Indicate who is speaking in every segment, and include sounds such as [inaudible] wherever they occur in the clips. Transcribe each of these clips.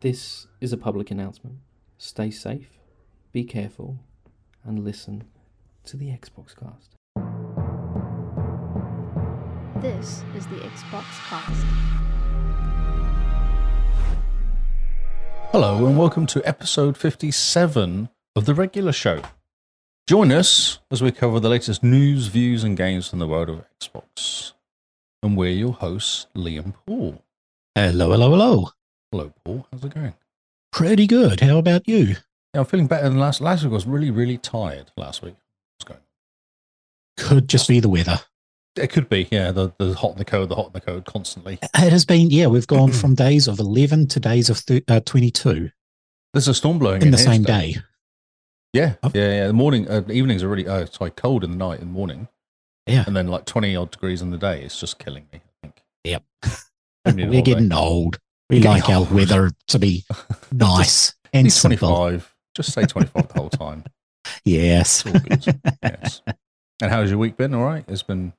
Speaker 1: This is a public announcement. Stay safe, be careful, and listen to the Xbox cast.
Speaker 2: This is the Xbox Cast.
Speaker 3: Hello and welcome to episode 57 of the regular show. Join us as we cover the latest news, views, and games from the world of Xbox. And we're your hosts, Liam Paul.
Speaker 4: Hello, hello, hello.
Speaker 3: Hello, Paul. How's it going?
Speaker 4: Pretty good. How about you?
Speaker 3: Yeah, I'm feeling better than last. Last week I was really, really tired. Last week,
Speaker 4: Could just be the weather.
Speaker 3: it could be. Yeah, the, the hot in the code, the hot in the code, constantly.
Speaker 4: It has been, yeah, we've gone
Speaker 3: Hmm.
Speaker 4: from days of 11 to days of thir- uh, 22
Speaker 3: There's a storm blowing
Speaker 4: in the
Speaker 3: here
Speaker 4: same
Speaker 3: today.
Speaker 4: day.
Speaker 3: Yeah,
Speaker 4: I've-
Speaker 3: yeah, yeah. The morning, uh, evenings are really. Oh, it's like cold in the night and morning.
Speaker 4: Yeah.
Speaker 3: and then like twenty odd degrees in the day. It's just killing me. I think. [laughs]
Speaker 4: Yep.
Speaker 3: Give me the
Speaker 4: We're
Speaker 3: holiday.
Speaker 4: getting old. We
Speaker 3: Getting
Speaker 4: like
Speaker 3: old.
Speaker 4: our weather
Speaker 3: [laughs]
Speaker 4: to be nice and
Speaker 3: He's
Speaker 4: simple.
Speaker 3: 25. Just say 25 the whole
Speaker 4: [laughs]
Speaker 3: time.
Speaker 4: Yes.
Speaker 3: It's all good. yes. And how's your week been? All right? It's been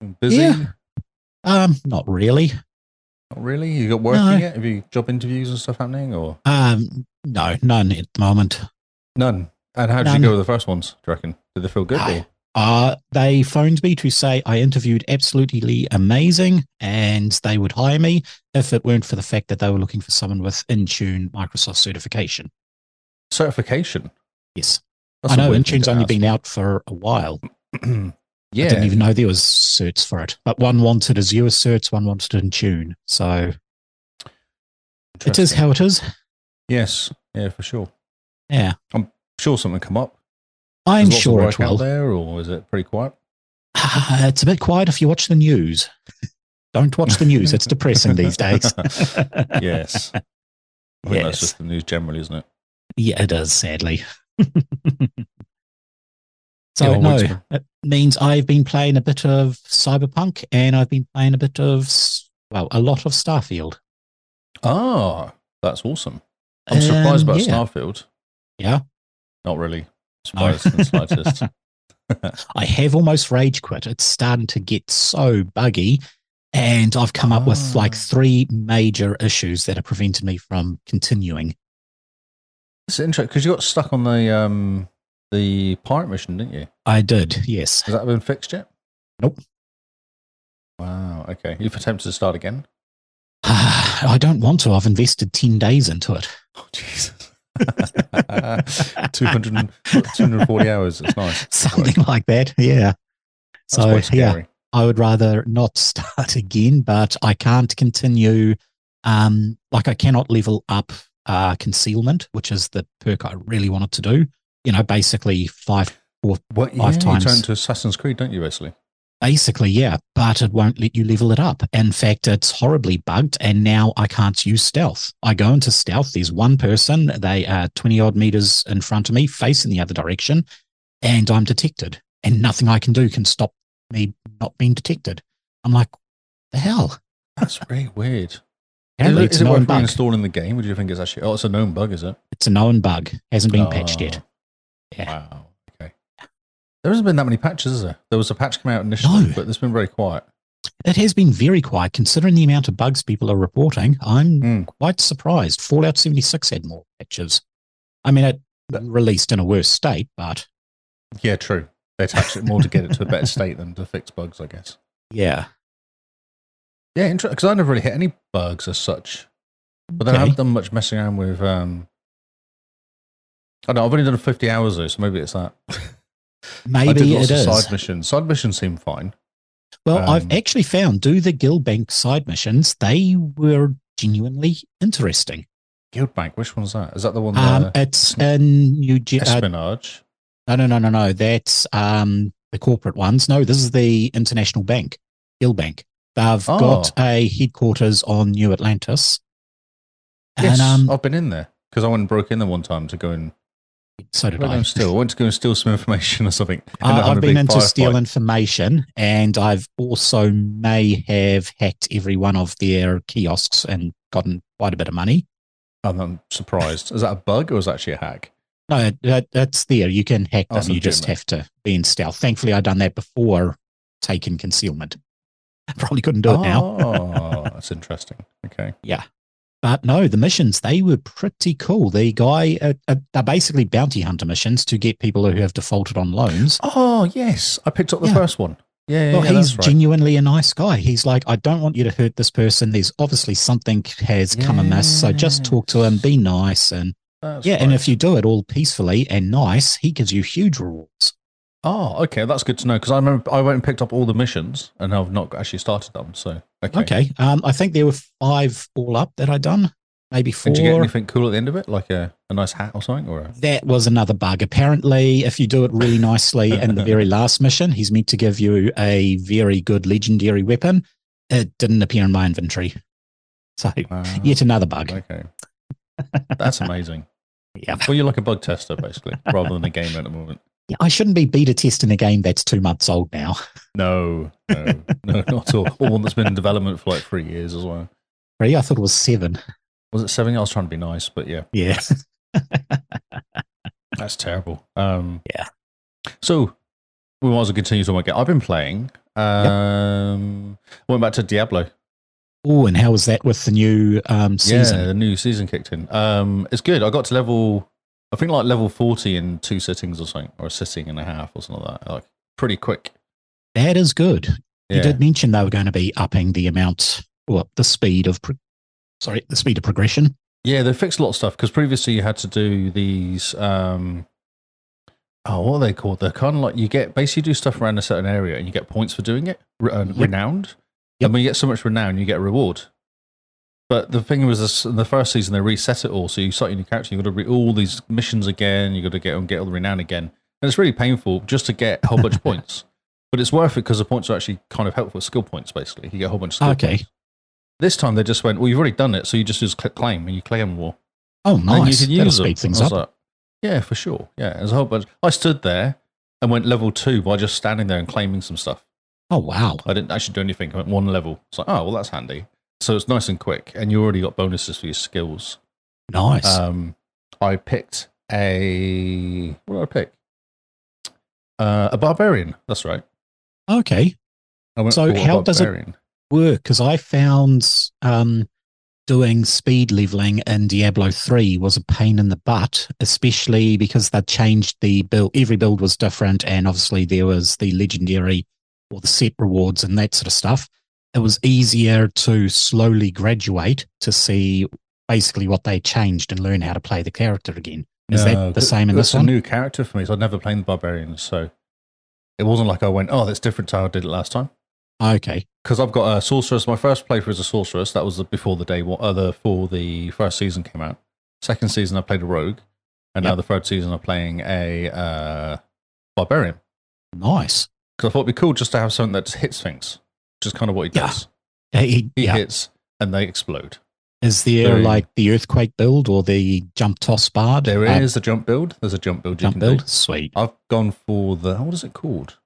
Speaker 3: been busy?
Speaker 4: Yeah. Um, not really.
Speaker 3: Not really? You got work
Speaker 4: No.
Speaker 3: yet? Have you job interviews and stuff happening or
Speaker 4: Um, no, none at the moment.
Speaker 3: none? And how did
Speaker 4: None.
Speaker 3: you go with the first ones, do you reckon? Did they feel good?
Speaker 4: Ah.
Speaker 3: or-
Speaker 4: Uh, they phoned me to say I interviewed absolutely amazing and they would hire me if it weren't for the fact that they were looking for someone with Intune Microsoft certification.
Speaker 3: Certification.
Speaker 4: Yes.
Speaker 3: That's
Speaker 4: I
Speaker 3: a
Speaker 4: know
Speaker 3: weird thing
Speaker 4: Intune's
Speaker 3: to
Speaker 4: only
Speaker 3: ask.
Speaker 4: been out for a while.
Speaker 3: [clears throat] yeah.
Speaker 4: I didn't even know there was certs for it. But one wanted Azure certs, one wanted Intune. So it is
Speaker 3: Interesting.
Speaker 4: how it is.
Speaker 3: Yes. Yeah, for sure.
Speaker 4: Yeah.
Speaker 3: Sure something come up. There's
Speaker 4: I'm
Speaker 3: lots of
Speaker 4: sure
Speaker 3: work
Speaker 4: it
Speaker 3: out
Speaker 4: will.
Speaker 3: there or is it pretty [laughs] quiet?
Speaker 4: Ah, [laughs] it's a bit quiet if you watch the
Speaker 3: [laughs]
Speaker 4: news. Don't watch the news. It's depressing these days.
Speaker 3: Yes. I think that's
Speaker 4: Yes.
Speaker 3: just the news generally, isn't it?
Speaker 4: Yeah, it does, sadly. [laughs] so,
Speaker 3: Yeah,
Speaker 4: no,
Speaker 3: always been.
Speaker 4: it means I've been playing a bit of Cyberpunk and I've been playing a bit of, s- well, a lot of Starfield.
Speaker 3: Ah, that's awesome. I'm surprised
Speaker 4: Um,
Speaker 3: about
Speaker 4: yeah.
Speaker 3: Starfield.
Speaker 4: Yeah.
Speaker 3: Not really
Speaker 4: No.
Speaker 3: surprised in the slightest.
Speaker 4: I have almost rage quit. It's starting to get so buggy. And I've come up with like
Speaker 3: Ah.
Speaker 4: three major issues that have prevented me from continuing.
Speaker 3: [laughs] It's interesting because you got stuck on the um the pirate mission, didn't you?
Speaker 4: I did, yes. [sighs]
Speaker 3: Has that been fixed yet?
Speaker 4: Nope.
Speaker 3: Wow. Okay. You've attempted to start again.
Speaker 4: I don't want to. I've invested 10 days into it. [laughs]
Speaker 3: Oh Jesus. [laughs] 200, 240 hours. It's
Speaker 4: [laughs]
Speaker 3: nice.
Speaker 4: Something like that. Yeah.
Speaker 3: That's
Speaker 4: So,
Speaker 3: quite
Speaker 4: yeah.
Speaker 3: scary.
Speaker 4: I would rather not [laughs] start again, but I can't continue. Um, like I cannot level up uh, concealment, which is the perk I really wanted to do. You know, basically five,
Speaker 3: What, yeah,
Speaker 4: Five times.
Speaker 3: You turn to Assassin's Creed, don't you, basically?
Speaker 4: basically, yeah, but it won't let you level it up. In fact, it's horribly bugged, and now I can't use stealth. I go into stealth, there's one person, they are 20 odd meters in front of me, facing the other direction, and I'm detected, and nothing I can do can stop me not being detected. I'm like, the hell?
Speaker 3: That's very weird. Is
Speaker 4: Apparently
Speaker 3: it-
Speaker 4: it's
Speaker 3: is
Speaker 4: a
Speaker 3: it
Speaker 4: known
Speaker 3: worth
Speaker 4: bug.
Speaker 3: reinstalling the game? Or do you think it's actually? Oh, it's a known bug, is it?
Speaker 4: It's a known bug. Hasn't been patched
Speaker 3: Oh,
Speaker 4: yet. Yeah.
Speaker 3: Wow. Okay. There hasn't been that many patches, is there? There was a patch come out initially,
Speaker 4: No.
Speaker 3: but it's been very quiet.
Speaker 4: It has been very quiet considering the amount of bugs people are reporting. I'm
Speaker 3: Hmm.
Speaker 4: quite surprised. Fallout 76 had more patches. I mean, it released in a worse state, but
Speaker 3: Yeah, true. They attached it more to get it to a better state than to fix bugs, I guess.
Speaker 4: yeah.
Speaker 3: Yeah, interesting. Because I never really hit any bugs as such, but then I
Speaker 4: Okay.
Speaker 3: haven't done much messing around with. um I don't know. I've only done 50 hours though, so maybe it's that. I did
Speaker 4: Maybe
Speaker 3: lots
Speaker 4: it
Speaker 3: of
Speaker 4: is.
Speaker 3: side missions. Side missions seem fine.
Speaker 4: well,
Speaker 3: um,
Speaker 4: I've actually found do the Gilbank side missions, they were genuinely interesting.
Speaker 3: Guildbank, which one's that? Is that the one?
Speaker 4: Um,
Speaker 3: there?
Speaker 4: it's in New Ge- uh,
Speaker 3: Espionage.
Speaker 4: No, no, no, no, no. That's um, the corporate ones. No, this is the international bank, Bank. They've
Speaker 3: Oh.
Speaker 4: got a headquarters on New Atlantis.
Speaker 3: yes, Oh,
Speaker 4: And um,
Speaker 3: I've been in there because I went and broke in there one time to go and
Speaker 4: so did
Speaker 3: Well,
Speaker 4: I.
Speaker 3: I'm still. I went to go and steal some information or
Speaker 4: [laughs]
Speaker 3: something. Ended up
Speaker 4: I-
Speaker 3: having a
Speaker 4: I've been
Speaker 3: big
Speaker 4: into
Speaker 3: firefight.
Speaker 4: steal information, and I've also may have hacked every one of their kiosks and gotten quite a bit of money.
Speaker 3: And I'm surprised. Is that a bug or is that actually a hack?
Speaker 4: No, that, that's there. You can hack
Speaker 3: Oh,
Speaker 4: them.
Speaker 3: so
Speaker 4: you just have
Speaker 3: legitimate.
Speaker 4: to be in stealth. Thankfully, i done that before taking [laughs] concealment. Probably couldn't do it now.
Speaker 3: oh, that's interesting. Okay.
Speaker 4: Yeah. But no, the missions, they were pretty cool. The guy, uh, uh, they're basically bounty hunter missions to get people who have defaulted on loans.
Speaker 3: Oh yes, I picked up the
Speaker 4: Yeah.
Speaker 3: first one. Yeah, yeah,
Speaker 4: well,
Speaker 3: yeah,
Speaker 4: he's
Speaker 3: that's right.
Speaker 4: genuinely a nice guy. He's like, I don't want you to hurt this person. There's obviously something has come amiss. So just talk to him, be nice. And
Speaker 3: That's
Speaker 4: yeah, and
Speaker 3: right.
Speaker 4: if you do it all peacefully and nice, he gives you huge rewards.
Speaker 3: oh, okay, that's good to know because I remember I went and picked up all the missions and I've not actually started them. So okay,
Speaker 4: Okay. Um, I think there were five all up that i done, maybe four.
Speaker 3: Did you get anything cool at the end of it, like a, a nice hat or something, or a,
Speaker 4: That was another bug. Apparently, if you do it
Speaker 3: [laughs]
Speaker 4: really nicely in the very last mission, he's meant to give you a very good legendary weapon. It didn't appear in my inventory. So,
Speaker 3: Wow.
Speaker 4: yet another bug.
Speaker 3: um, Okay, that's amazing.
Speaker 4: Yeah.
Speaker 3: Well, you're like a bug tester basically, rather than a gamer at the moment.
Speaker 4: I shouldn't be beta testing a game that's two months old now.
Speaker 3: No, no, no, [laughs] not at all. Or one that's been in development for like three years as well.
Speaker 4: Three, I thought it was seven.
Speaker 3: Was it seven? I was trying to be nice, but yeah,
Speaker 4: Yeah.
Speaker 3: that's terrible. Um,
Speaker 4: Yeah.
Speaker 3: So we might as well continue talking about. I've been playing. Um, went back to Diablo.
Speaker 4: Oh, and how was that with the new um,
Speaker 3: Yeah,
Speaker 4: season?
Speaker 3: the new season kicked in. Um, it's good. I got to level, I think like level forty in two sittings or something, or a sitting and a half or something like that. Like pretty quick.
Speaker 4: That is good.
Speaker 3: Yeah.
Speaker 4: You did mention they were going to be upping the amount, well, the speed of, pro- sorry, the speed of progression.
Speaker 3: Yeah, they fixed a lot of stuff because previously you had to do these. Um, oh, what are they called? They're kind of like you get basically you do stuff around a certain area and you get points for doing it, re- uh,
Speaker 4: Yep.
Speaker 3: renowned.
Speaker 4: Yep.
Speaker 3: And when you get so much renown, you get a reward. But the thing was, this, in the first season they reset it all, so you start your new character, you got to read all these missions again, you got to get and get all the renown again, and it's really painful just to get a whole
Speaker 4: [laughs]
Speaker 3: bunch of points. But it's worth it because the points are actually kind of helpful. Skill points, basically, you get a whole bunch of skill
Speaker 4: Okay.
Speaker 3: points. This time they just went, well, you've already done it, so you just just click claim and you claim more.
Speaker 4: Oh,
Speaker 3: And
Speaker 4: nice. That'll speed
Speaker 3: them.
Speaker 4: things
Speaker 3: I
Speaker 4: up.
Speaker 3: was like, yeah, for sure. Yeah, there's a whole bunch. I stood there and went level two by just standing there and claiming some stuff.
Speaker 4: oh, wow.
Speaker 3: I didn't actually do anything. I went one level. It's like, oh, well, that's handy. So it's nice and quick, and you already got bonuses for your skills.
Speaker 4: Nice.
Speaker 3: Um, I picked a what did I pick? Uh, a barbarian. That's right.
Speaker 4: okay.
Speaker 3: I went
Speaker 4: So
Speaker 3: for a
Speaker 4: how does it-
Speaker 3: barbarian.
Speaker 4: Work because I found um, doing speed leveling in Diablo 3 was a pain in the butt, especially because they changed the build. Every build was different. And obviously, there was the legendary or the set rewards and that sort of stuff. It was easier to slowly graduate to see basically what they changed and learn how to play the character again. Is
Speaker 3: No,
Speaker 4: that the
Speaker 3: th-
Speaker 4: same in
Speaker 3: Oh, that's
Speaker 4: this one?
Speaker 3: a new character for me. So I'd never played the barbarian, so it wasn't like I went, oh, that's different to how I did it last time.
Speaker 4: okay.
Speaker 3: because I've got a sorceress. My first playthrough as a sorceress. That was the, before the day one, uh, the, before the first season came out. Second season, I played a rogue, and now
Speaker 4: Yep.
Speaker 3: the third season, I'm playing a uh, barbarian.
Speaker 4: Nice.
Speaker 3: Because I thought it'd be cool just to have something that just hits things, which is kind of what he
Speaker 4: Yeah.
Speaker 3: does.
Speaker 4: Uh, he-
Speaker 3: He
Speaker 4: yeah.
Speaker 3: hits and they explode.
Speaker 4: Is there
Speaker 3: Very-
Speaker 4: like the earthquake build or the jump toss bard?
Speaker 3: There
Speaker 4: Uh,
Speaker 3: is a jump build. There's a jump build. You
Speaker 4: jump
Speaker 3: can
Speaker 4: build.
Speaker 3: Do.
Speaker 4: Sweet.
Speaker 3: I've gone for the what is it called?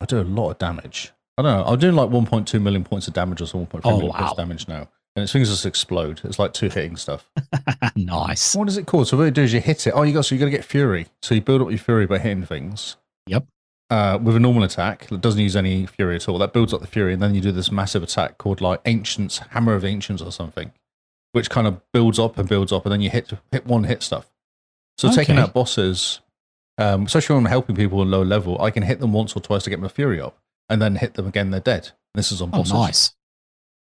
Speaker 3: I do a lot of damage. I don't know. I'm doing like 1.2 million points of damage or so 1.3
Speaker 4: Oh,
Speaker 3: million points
Speaker 4: wow.
Speaker 3: of damage now, and its things just explode. It's like two hitting stuff.
Speaker 4: Ah, nice.
Speaker 3: What is it called? So what you do is you hit it. Oh, you got so you got to get fury. So you build up your fury by hitting things.
Speaker 4: Yep.
Speaker 3: Uh, with a normal attack that doesn't use any fury at all. That builds up the fury, and then you do this massive attack called like Ancients Hammer of Ancients or something, which kind of builds up and builds up, and then you hit hit one hit stuff. So taking
Speaker 4: Okay.
Speaker 3: out bosses, um, especially when I'm helping people on low level, I can hit them once or twice to get my fury up, and then hit them again. They're dead. This is on
Speaker 4: Oh,
Speaker 3: bosses.
Speaker 4: nice.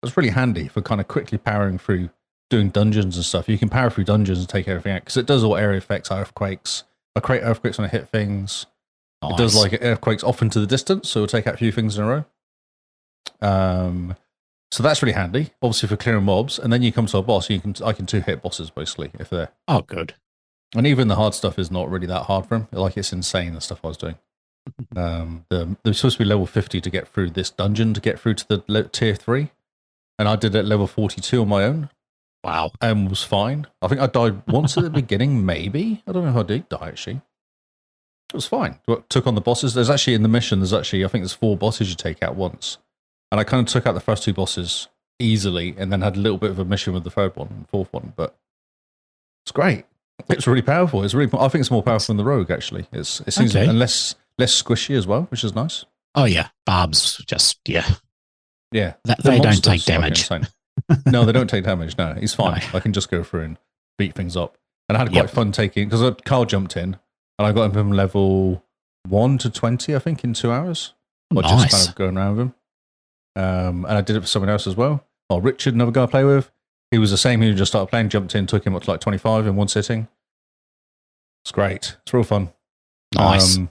Speaker 3: That's really handy for kind of quickly powering through doing dungeons and stuff. You can power through dungeons and take everything out because it does all area effects, earthquakes. I create earthquakes when I hit things. It does
Speaker 4: Nice.
Speaker 3: like earthquakes off into the distance, so it'll take out a few things in a row. Um, so that's really handy, obviously for clearing mobs. And then you come to a boss, you can I can two hit bosses basically if they're
Speaker 4: Oh, good.
Speaker 3: and even the hard stuff is not really that hard for him. Like it's insane the stuff I was doing. Um, the, they're supposed to be level fifty to get through this dungeon to get through to the le- tier three, and I did it at level forty two on my own
Speaker 4: Wow.
Speaker 3: and was fine. I think I died once at the beginning, maybe. I don't know if I did die actually. It was fine. T- Took on the bosses. There's actually in the mission. There's actually I think there's four bosses you take out once, and I kind of took out the first two bosses easily, and then had a little bit of a mission with the third one and fourth one. But it's great. It's really powerful. It's really. I think it's more powerful than the rogue actually. It's it seems
Speaker 4: Okay.
Speaker 3: and less less squishy as well, which is nice.
Speaker 4: Oh, yeah. Barbs just, yeah.
Speaker 3: Yeah,
Speaker 4: That,
Speaker 3: The
Speaker 4: they don't
Speaker 3: monsters
Speaker 4: take
Speaker 3: are
Speaker 4: damage.
Speaker 3: fucking insane. no, they don't take damage.
Speaker 4: [laughs]
Speaker 3: No, he's fine.
Speaker 4: No.
Speaker 3: I can just go through and beat things up. And I had quite
Speaker 4: Yep.
Speaker 3: fun taking because Carl jumped in and I got him from level one to twenty, I think, in two hours. Or just
Speaker 4: nice.
Speaker 3: kind of going around with him. Um, and I did it for someone else as well. Oh, Richard, another guy I play with. He was the same. He just started playing, jumped in, took him up to like twenty five in one sitting. It's great. It's real fun.
Speaker 4: nice.
Speaker 3: Um,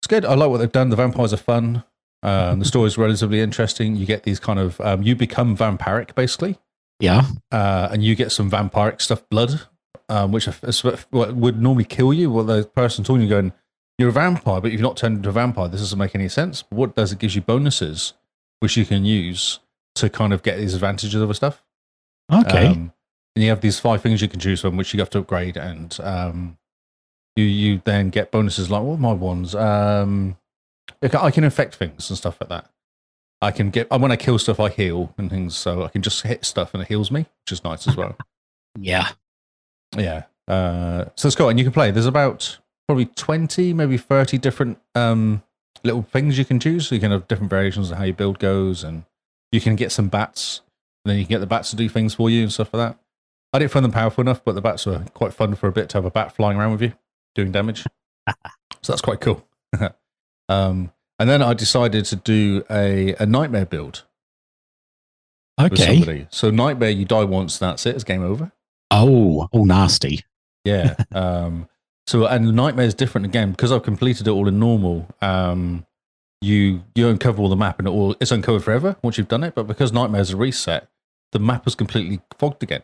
Speaker 3: it's good. I like what they've done. The vampires are fun. Um, the story's relatively interesting. You get these kind of um, you become vampiric basically
Speaker 4: yeah.
Speaker 3: uh, and you get some vampiric stuff, blood, um, which is what would normally kill you. Well, the person talking to you going, "You're a vampire, but you've not turned into a vampire. This doesn't make any sense." But what it does it gives you bonuses, which you can use to kind of get these advantages of stuff.
Speaker 4: Okay.
Speaker 3: Um, and you have these five things you can choose from, which you have to upgrade, and um, you you then get bonuses like what are my ones. Um, I can- I can affect things and stuff like that. I can get and when I kill stuff, I heal and things, so I can just hit stuff and it heals me, which is nice as well.
Speaker 4: yeah.
Speaker 3: yeah. Uh, so it's cool, and you can play. There's about probably twenty, maybe thirty different um, little things you can choose. So you can have different variations of how your build goes, and you can get some bats. And then you can get the bats to do things for you and stuff like that. I didn't find them powerful enough, but the bats were quite fun for a bit to have a bat flying around with you, doing damage. so that's quite cool. [laughs] um, and then I decided to do a, a nightmare build with
Speaker 4: Okay.
Speaker 3: somebody. So nightmare, you die once, that's it. It's game over.
Speaker 4: Oh, all nasty.
Speaker 3: Yeah. um, so and nightmare is different again because I've completed it all in normal. Um, you you uncover all the map and it all it's uncovered forever once you've done it. But because nightmare's a reset, the map was completely fogged again.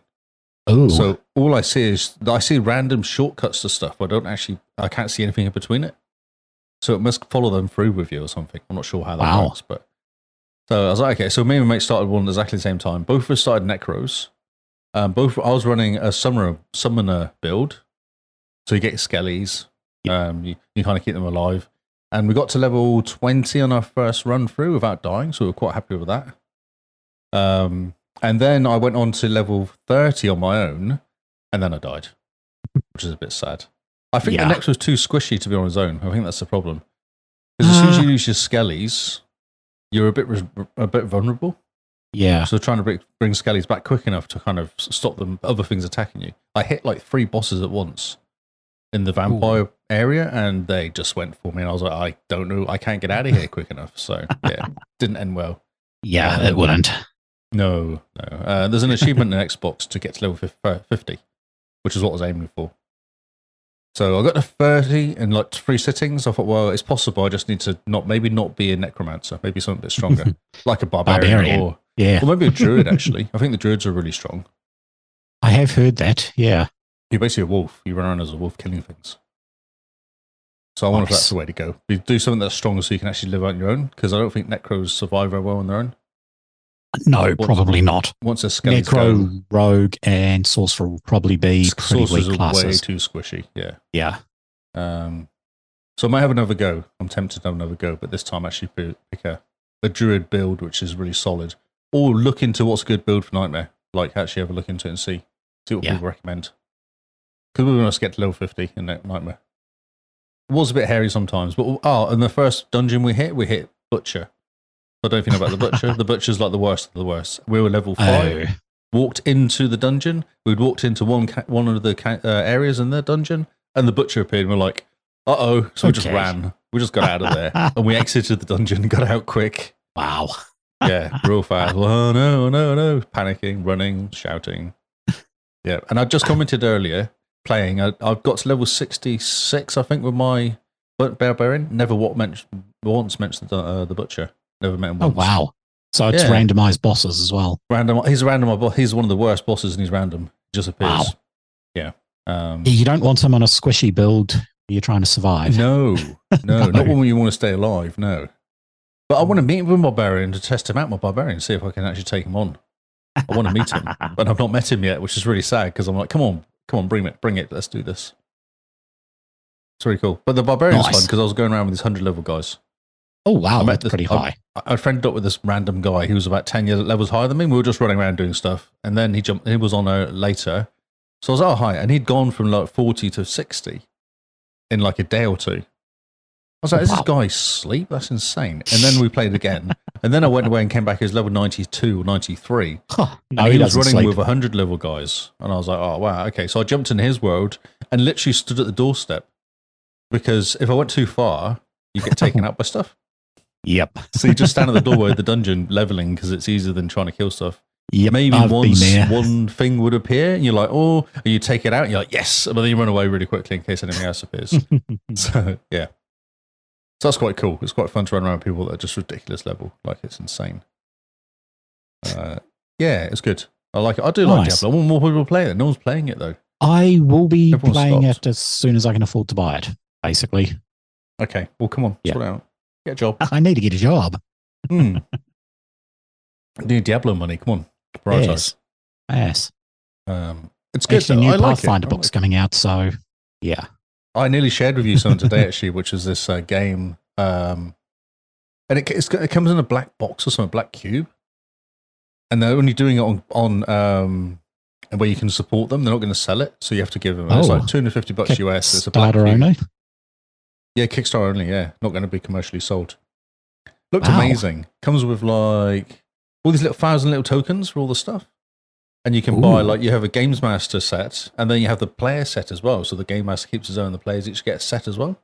Speaker 4: Oh,
Speaker 3: So all I see is I see random shortcuts to stuff. But I don't actually I can't see anything in between it. So it must follow them through with you or something. I'm not sure how that
Speaker 4: Wow.
Speaker 3: works, but so I was like, okay. So me and my mate started one at exactly the same time. Both of us started necros. Um, both I was running a summoner summoner build, so you get your skellies. Um, you, you kind of keep them alive, and we got to level twenty on our first run through without dying, so we were quite happy with that. Um, and then I went on to level thirty on my own, and then I died, which is a bit sad. I think
Speaker 4: Yeah.
Speaker 3: the next was too squishy to be on his own. I think that's the problem. Because as soon as you lose your skellies, you're a bit res- a bit vulnerable.
Speaker 4: yeah.
Speaker 3: So trying to bring, bring skellies back quick enough to kind of s- stop them other things attacking you. I hit like three bosses at once in the vampire area, and they just went for me. And I was like, I don't know, I can't get out [laughs] of here quick enough. So yeah, didn't end well.
Speaker 4: Yeah,
Speaker 3: Um,
Speaker 4: it wouldn't.
Speaker 3: No, no. Uh, there's an achievement in Xbox to get to level fif- uh, 50, which is what I was aiming for. So I got to 30 in like three sittings. I thought, well, it's possible. I just need to not maybe not be a necromancer, maybe something a bit [laughs] stronger, like a barbarian,
Speaker 4: Barbarian.
Speaker 3: or
Speaker 4: Yeah.
Speaker 3: or maybe a druid. Actually, I think the druids are really strong.
Speaker 4: I have heard that. Yeah.
Speaker 3: You're basically a wolf. You run around as a wolf killing things. So I wonder if
Speaker 4: Nice.
Speaker 3: that's the way to go. You do something that's stronger so you can actually live on your own. Because I don't think necros survive very well on their own.
Speaker 4: No,
Speaker 3: What-
Speaker 4: probably not.
Speaker 3: Once a skeleton
Speaker 4: Necro, rogue, and sorcerer will probably be pretty
Speaker 3: sources
Speaker 4: weak
Speaker 3: are way
Speaker 4: classes.
Speaker 3: too squishy. Yeah.
Speaker 4: Yeah.
Speaker 3: Um, so I might have another go. I'm tempted to have another go, but this time actually p- pick a, a druid build, which is really solid. Or look into what's a good build for Nightmare. Like actually have a look into it and see see what
Speaker 4: Yeah.
Speaker 3: people recommend. Because we want to get to level 50 in that Nightmare. It was a bit hairy sometimes, but oh, and the first dungeon we hit, we hit Butcher. I don't know if you know about the Butcher.
Speaker 4: [laughs]
Speaker 3: the Butcher's like the worst of the worst. We were level five
Speaker 4: Oh,
Speaker 3: walked into the dungeon. We'd walked into one ca- one of the ca- uh, areas in the dungeon, and the butcher appeared. and We're like, "Uh oh!" So we just
Speaker 4: Okay.
Speaker 3: ran. We just got out of
Speaker 4: [laughs]
Speaker 3: there, and we exited the dungeon, and got out quick.
Speaker 4: wow.
Speaker 3: Yeah, real fast. Oh no, no, no! Panicking, running, shouting. Yeah, and I just commented earlier playing. I, I've got to level sixty six, I think, with my but- barbarian. Never what mentioned once mentioned the, uh, the butcher. Never met him.
Speaker 4: Oh,
Speaker 3: Once.
Speaker 4: wow. So it's
Speaker 3: Yeah.
Speaker 4: randomized bosses as well.
Speaker 3: Random. He's a random. bo- He's one of the worst bosses, and he's random. Just appears.
Speaker 4: Wow.
Speaker 3: Yeah. Um,
Speaker 4: Yeah, You don't want them on a squishy build where you're trying to survive. [laughs]
Speaker 3: no, no,
Speaker 4: No.
Speaker 3: not when you want to stay alive. No. But I want to meet with my barbarian to test him out. My barbarian, see if I can actually take him on. I want to meet
Speaker 4: [laughs]
Speaker 3: him, but I've not met him yet, which is really sad because I'm like, come on, come on, bring it, bring it, let's do this. It's really cool. But the barbarian's
Speaker 4: Nice.
Speaker 3: fun because I was going around with these hundred level guys.
Speaker 4: Oh, wow.
Speaker 3: I'm at
Speaker 4: That's
Speaker 3: the-
Speaker 4: pretty
Speaker 3: I'm- [laughs]
Speaker 4: high.
Speaker 3: I I friended up with this random guy who was about 10 years levels higher than me. We were just running around doing stuff. And then he jumped, he was on a later. So I was, oh, hi. And he'd gone from like 40 to 60 in like a day or two. was like, is this
Speaker 4: Wow.
Speaker 3: guy asleep? That's insane. And then we played again. [laughs] and then I went away and came back. He was level 92 or 93.
Speaker 4: Huh. No,
Speaker 3: And
Speaker 4: he,
Speaker 3: he was
Speaker 4: doesn't
Speaker 3: running
Speaker 4: sleep.
Speaker 3: with 100 level guys. And I was like, oh, wow. Okay. So I jumped in his world and literally stood at the doorstep because if I went too far, you
Speaker 4: [laughs]
Speaker 3: get taken out by stuff.
Speaker 4: Yep.
Speaker 3: So you just stand at the doorway of the dungeon leveling because it's easier than trying to kill stuff.
Speaker 4: Yep.
Speaker 3: Maybe
Speaker 4: I've been
Speaker 3: once
Speaker 4: there. [laughs]
Speaker 3: one thing would appear and you're like, oh, and you take it out and you're like, yes. But then you run away really quickly in case anything else
Speaker 4: [laughs]
Speaker 3: appears. So yeah, so that's quite cool. It's quite fun to run around with people that are just ridiculous level, like it's insane. Uh, yeah, it's good. I like it. I do like
Speaker 4: Nice.
Speaker 3: Diablo. I want more people playing it. No one's playing it though.
Speaker 4: I will be
Speaker 3: Everyone
Speaker 4: playing
Speaker 3: stopped.
Speaker 4: it as soon as I can afford to buy it, basically.
Speaker 3: Okay, well, come on,
Speaker 4: Yeah.
Speaker 3: sort it out. Get a job.
Speaker 4: I need to get a job. [laughs]
Speaker 3: Hmm. New Diablo money. Come on, right?
Speaker 4: Yes. Yes.
Speaker 3: Um, it's good.
Speaker 4: Actually,
Speaker 3: though.
Speaker 4: new
Speaker 3: I like it.
Speaker 4: Pathfinder
Speaker 3: I
Speaker 4: book's
Speaker 3: like it.
Speaker 4: coming out, so yeah.
Speaker 3: I nearly shared with you
Speaker 4: [laughs]
Speaker 3: something today actually, which is this uh, game. Um, and it, it's, it comes in a black box or something, black cube. And they're only doing it on on um, and where you can support them. They're not going to sell it, so you have to give them. It's
Speaker 4: Oh.
Speaker 3: like two hundred fifty bucks US. It's a black
Speaker 4: Kickstarter
Speaker 3: cube.
Speaker 4: only.
Speaker 3: Yeah, Kickstarter only. Yeah, not going to be commercially sold. Looked
Speaker 4: Wow.
Speaker 3: amazing. Comes with like all these little thousand little tokens for all the stuff, and you can buy
Speaker 4: Ooh.
Speaker 3: like you have a games master set, and then you have the player set as well. So the game master keeps his own, the players each get a set as well.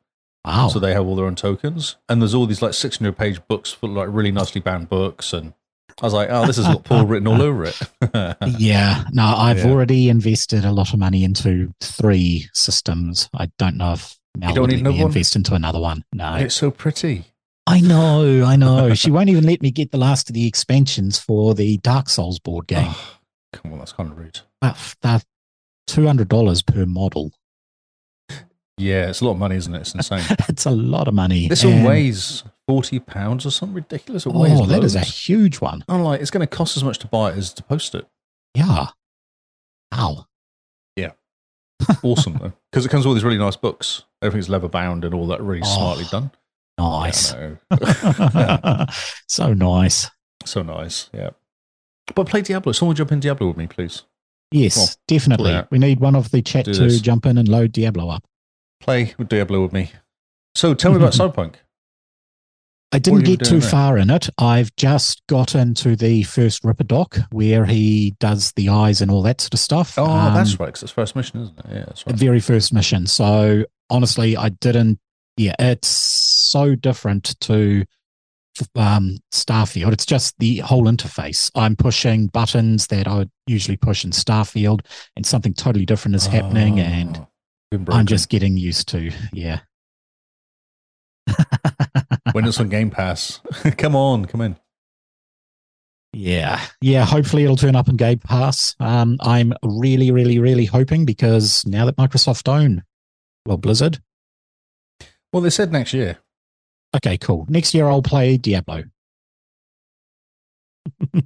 Speaker 3: [laughs]
Speaker 4: Wow.
Speaker 3: So they have all their own tokens, and there's all these like 600 page books, full like really nicely bound books, and I was like, oh, this has got Paul written all over it.
Speaker 4: [laughs] yeah. No, I've
Speaker 3: Yeah.
Speaker 4: already invested a lot of money into three systems. I don't know if now
Speaker 3: You don't
Speaker 4: would
Speaker 3: need
Speaker 4: let
Speaker 3: another
Speaker 4: me
Speaker 3: one?
Speaker 4: invest into another one. No.
Speaker 3: it's so pretty.
Speaker 4: I know, I know. she won't even let me get the last of the expansions for the Dark Souls board game.
Speaker 3: Oh, come on, that's kind of rude.
Speaker 4: But f- They're two hundred dollars per model. [laughs]
Speaker 3: Yeah, it's a lot of money, isn't it? It's insane.
Speaker 4: That's a lot of money.
Speaker 3: This
Speaker 4: And-
Speaker 3: one weighs 40 pounds or something ridiculous. It weighs
Speaker 4: Um, Oh, that is a
Speaker 3: loads.
Speaker 4: huge one.
Speaker 3: I'm like, it's going to cost as much to buy it as to post it.
Speaker 4: Yeah. Wow. [laughs]
Speaker 3: Awesome though, because it comes with all these really nice books. Everything's leather bound and all that, really
Speaker 4: Oh,
Speaker 3: smartly done. Yeah, I
Speaker 4: Nice.
Speaker 3: know.
Speaker 4: [laughs]
Speaker 3: [laughs]
Speaker 4: so nice.
Speaker 3: so nice, yeah. But play Diablo. Someone jump in Diablo with me, please.
Speaker 4: Yes,
Speaker 3: Well,
Speaker 4: definitely.
Speaker 3: yeah.
Speaker 4: We need one of the chat
Speaker 3: Do
Speaker 4: to
Speaker 3: this.
Speaker 4: jump in and load Diablo up.
Speaker 3: play with Diablo with me. So tell me
Speaker 4: [laughs]
Speaker 3: about Cyberpunk.
Speaker 4: I
Speaker 3: have
Speaker 4: didn't
Speaker 3: you
Speaker 4: get
Speaker 3: been
Speaker 4: too
Speaker 3: doing there?
Speaker 4: far in it. I've just got into the first Ripper doc where he does the eyes and all that sort of stuff.
Speaker 3: Oh,
Speaker 4: Um,
Speaker 3: that's right, 'cause it's first mission, isn't it? Yeah, that's
Speaker 4: the
Speaker 3: right.
Speaker 4: very first mission. So honestly, I didn't. Yeah, it's so different to um, Starfield. It's just the whole interface. I'm pushing buttons that I would usually push in Starfield, and something totally different is happening,
Speaker 3: Oh,
Speaker 4: and
Speaker 3: been
Speaker 4: I'm
Speaker 3: broken.
Speaker 4: just getting used to. Yeah.
Speaker 3: when it's on Game Pass. [laughs] come on, come in.
Speaker 4: Yeah, yeah. Hopefully, it'll turn up in Game Pass. Um, I'm really, really, really hoping because now that Microsoft own, well, Blizzard.
Speaker 3: Well, they said next year.
Speaker 4: Okay, cool. Next year, I'll play Diablo.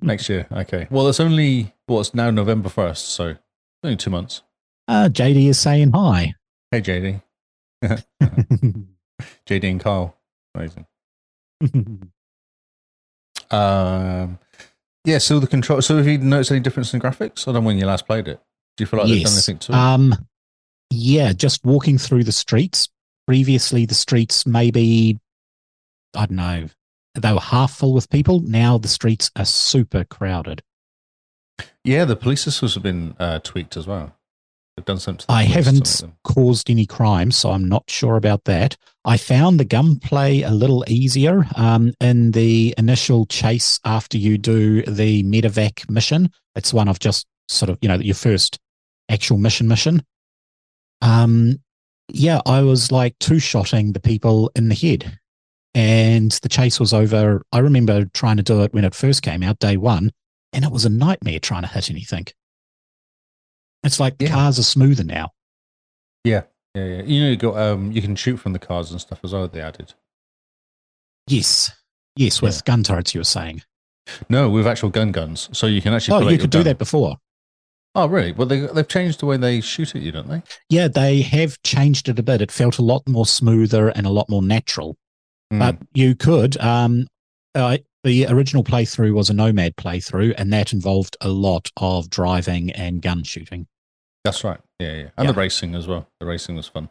Speaker 3: Next year, okay. Well, it's only well, it's now November first, so only two months.
Speaker 4: Uh, JD is saying hi.
Speaker 3: Hey, JD, JD and Kyle, amazing. Um, yeah. So the control. So have you noticed any difference in graphics? I don't know when you last played it. Do [laughs] you feel like they've done
Speaker 4: yes.
Speaker 3: anything to it?
Speaker 4: Um, yeah, just walking through the streets. Previously, the streets maybe, I don't know, they were half full with people. Now the streets are super crowded.
Speaker 3: yeah, the police systems have been uh, tweaked as well. They've done something. To the
Speaker 4: I
Speaker 3: police, some
Speaker 4: haven't
Speaker 3: of them.
Speaker 4: caused any crime, so I'm not sure about that. I found the gunplay a little easier um, in the initial chase after you do the medevac mission. It's one of just sort of, you know, your first actual mission mission. Um, yeah, I was like two shotting the people in the head. And the chase was over. I remember trying to do it when it first came out, day one, and it was a nightmare trying to hit anything. It's like the
Speaker 3: Yeah.
Speaker 4: cars are smoother now.
Speaker 3: Yeah, yeah. You know, you got um, you can shoot from the cars and stuff as well. They added.
Speaker 4: Yes. Yes, with
Speaker 3: Yeah.
Speaker 4: gun turrets, you were saying.
Speaker 3: No, with actual gun guns, so you can actually. pull
Speaker 4: oh,
Speaker 3: out
Speaker 4: you
Speaker 3: your
Speaker 4: could do
Speaker 3: gun.
Speaker 4: that before.
Speaker 3: Oh, really? Well, they, they've changed the way they shoot at you, don't they?
Speaker 4: Yeah, they have changed it a bit. It felt a lot more smoother and a lot more natural.
Speaker 3: Mm.
Speaker 4: But you could. Um, uh, the original playthrough was a nomad playthrough, and that involved a lot of driving and gun shooting.
Speaker 3: That's right. Yeah, yeah. And
Speaker 4: Yeah.
Speaker 3: the racing as well. The racing was fun.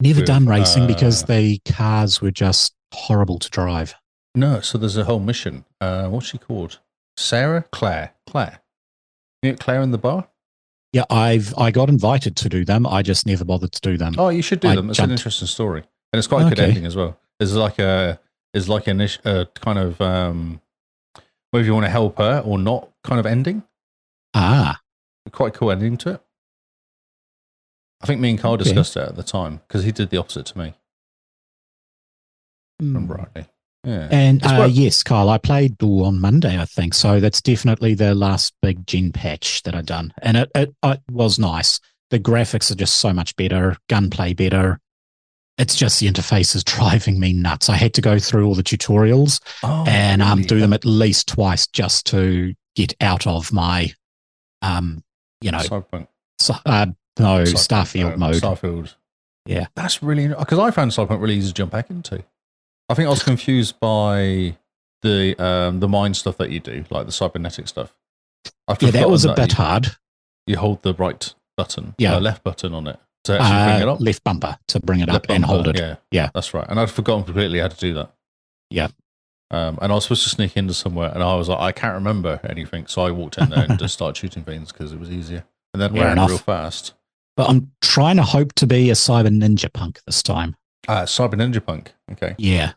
Speaker 4: Never
Speaker 3: With,
Speaker 4: done racing because
Speaker 3: uh,
Speaker 4: the cars were just horrible to drive.
Speaker 3: No, so there's a whole mission. Uh, what's she called? Sarah Claire. Claire. You at Claire in the bar?
Speaker 4: Yeah, I've I got invited to do them. I just never bothered to do them.
Speaker 3: Oh, you should do
Speaker 4: I
Speaker 3: them. It's an
Speaker 4: jumped.
Speaker 3: interesting story, and it's quite a good
Speaker 4: Okay.
Speaker 3: ending as well. It's like a it's like an ish, a kind of um, whether you want to help her or not, kind of ending.
Speaker 4: Ah,
Speaker 3: Quite cool ending to it. I think me and Carl
Speaker 4: Okay.
Speaker 3: discussed it at the time because he did the opposite to me
Speaker 4: Hmm.
Speaker 3: from Brightly. Yeah,
Speaker 4: And
Speaker 3: It's
Speaker 4: uh,
Speaker 3: worked.
Speaker 4: yes, Kyle, I played Duel on Monday, I think. So that's definitely the last big gen patch that I've done. And it, it, it was nice. The graphics are just so much better, gunplay better. It's just the interface is [laughs] driving me nuts. I had to go through all the tutorials
Speaker 3: oh,
Speaker 4: and um,
Speaker 3: really?
Speaker 4: do them at least twice just to get out of my, um, you know,
Speaker 3: Cyberpunk.
Speaker 4: so, uh, no,
Speaker 3: Cyberpunk,
Speaker 4: Starfield
Speaker 3: uh,
Speaker 4: mode.
Speaker 3: Starfield.
Speaker 4: Yeah.
Speaker 3: That's really because I found Cyberpunk really easy to jump back into. I think I was confused by the um, the mind stuff that you do, like the cybernetic stuff. I've
Speaker 4: yeah, that was a
Speaker 3: forgotten
Speaker 4: bit
Speaker 3: you-
Speaker 4: hard.
Speaker 3: You, hold the right button,
Speaker 4: Yeah.
Speaker 3: uh, left button on it to actually bring it
Speaker 4: Uh,
Speaker 3: up,
Speaker 4: left bumper to bring it up
Speaker 3: Left
Speaker 4: and
Speaker 3: bumper,
Speaker 4: hold it.
Speaker 3: Yeah,
Speaker 4: Yeah.
Speaker 3: that's right. And I'd forgotten completely how to do that.
Speaker 4: Yeah.
Speaker 3: Um, and I was supposed to sneak into somewhere, and I was like, I can't remember anything, so I walked in there and just started shooting things because it was easier, and then
Speaker 4: Fair
Speaker 3: ran
Speaker 4: enough.
Speaker 3: real fast.
Speaker 4: But I'm trying to hope to be a cyber ninja punk this time.
Speaker 3: Uh, Cyber Ninja Punk. Okay.
Speaker 4: Yeah.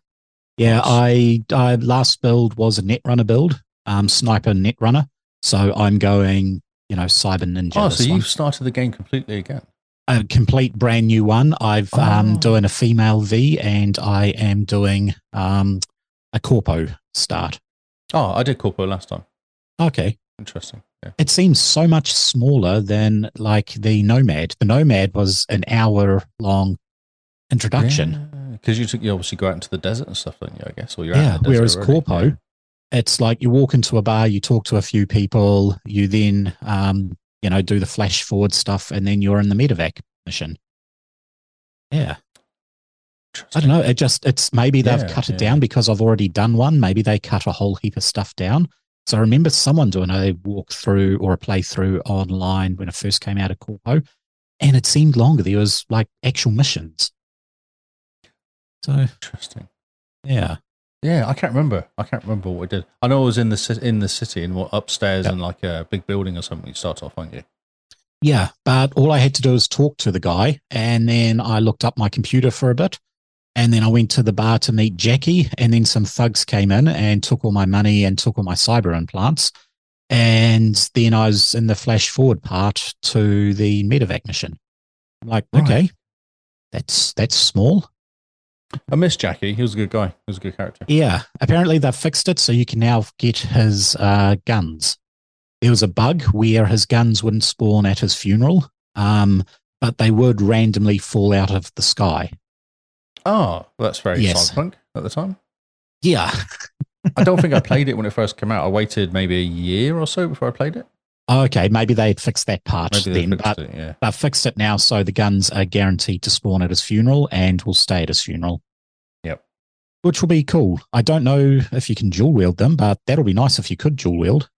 Speaker 4: Yeah, I, I last build was a netrunner build, um, sniper netrunner. So I'm going, you know, cyber ninja.
Speaker 3: Oh,
Speaker 4: this
Speaker 3: so
Speaker 4: one.
Speaker 3: you've started the game completely again.
Speaker 4: a complete brand new one. I've
Speaker 3: Oh.
Speaker 4: um doing a female V and I am doing um a corpo start.
Speaker 3: Oh, I did Corpo last time.
Speaker 4: Okay.
Speaker 3: Interesting. Yeah.
Speaker 4: It seems so much smaller than like the Nomad. The Nomad was an hour long introduction.
Speaker 3: Because you took you obviously go out into the desert and stuff, don't you? I guess. Or you're
Speaker 4: Yeah.
Speaker 3: Out in the desert
Speaker 4: Whereas
Speaker 3: already.
Speaker 4: Corpo,
Speaker 3: Yeah.
Speaker 4: it's like you walk into a bar, you talk to a few people, you then, um, you know, do the flash forward stuff, and then you're in the medevac mission. Yeah. I don't know. It just, it's maybe they've
Speaker 3: Yeah,
Speaker 4: cut it
Speaker 3: yeah.
Speaker 4: down because I've already done one. Maybe they cut a whole heap of stuff down. So I remember someone doing a walkthrough or a playthrough online when it first came out of Corpo, and it seemed longer. There was like actual missions. So,
Speaker 3: Interesting.
Speaker 4: yeah.
Speaker 3: Yeah, I can't remember. I can't remember what we did. I know I was in the ci- in the city and what upstairs
Speaker 4: Yeah.
Speaker 3: in like a big building or something. You start off, aren't you?
Speaker 4: Yeah, but all I had to do was talk to the guy, and then I looked up my computer for a bit, and then I went to the bar to meet Jackie, and then some thugs came in and took all my money and took all my cyber implants, and then I was in the flash forward part to the medevac mission. I'm like,
Speaker 3: Right.
Speaker 4: okay, that's that's small.
Speaker 3: I miss Jackie. He was a good guy. He was a good character.
Speaker 4: Yeah, apparently they've fixed it so you can now get his uh, guns. There was a bug where his guns wouldn't spawn at his funeral, um, but they would randomly fall out of the sky.
Speaker 3: Oh, well, that's very
Speaker 4: Yes.
Speaker 3: cyberpunk at the time.
Speaker 4: Yeah,
Speaker 3: I don't think I played it when it first came out. I waited maybe a year or so before I played it.
Speaker 4: Oh, okay, maybe they had fixed that part
Speaker 3: Maybe they
Speaker 4: then,
Speaker 3: fixed
Speaker 4: but
Speaker 3: it. Yeah.
Speaker 4: they've fixed it now so the guns are guaranteed to spawn at his funeral and will stay at his funeral.
Speaker 3: Yep.
Speaker 4: Which will be cool. I don't know if you can dual wield them, but that'll be nice if you could dual wield.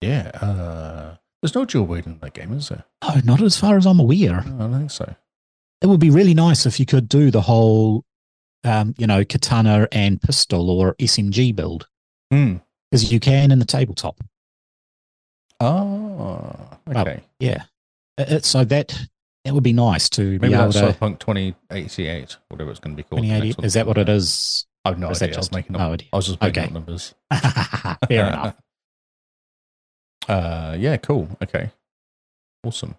Speaker 3: Yeah. Uh, there's no dual wield in that game, is there?
Speaker 4: No, Oh, not as far as I'm aware.
Speaker 3: No, I don't think so.
Speaker 4: it would be really nice if you could do the whole, um, you know, katana and pistol or SMG build
Speaker 3: Hmm.
Speaker 4: because you can in the tabletop.
Speaker 3: Oh, okay.
Speaker 4: Yeah. It, it- so that that would be nice to
Speaker 3: Maybe
Speaker 4: be able
Speaker 3: that's
Speaker 4: to.
Speaker 3: Cyberpunk 2088, whatever it's going to be called. the
Speaker 4: 28
Speaker 3: next one.
Speaker 4: Is that what it is?
Speaker 3: I've no
Speaker 4: Or is
Speaker 3: idea.
Speaker 4: that
Speaker 3: I was
Speaker 4: just-
Speaker 3: making up.
Speaker 4: no idea?
Speaker 3: I was just making
Speaker 4: Okay.
Speaker 3: up numbers.
Speaker 4: [laughs]
Speaker 3: [laughs]
Speaker 4: Fair enough.
Speaker 3: Uh, yeah. Cool. Okay. Awesome.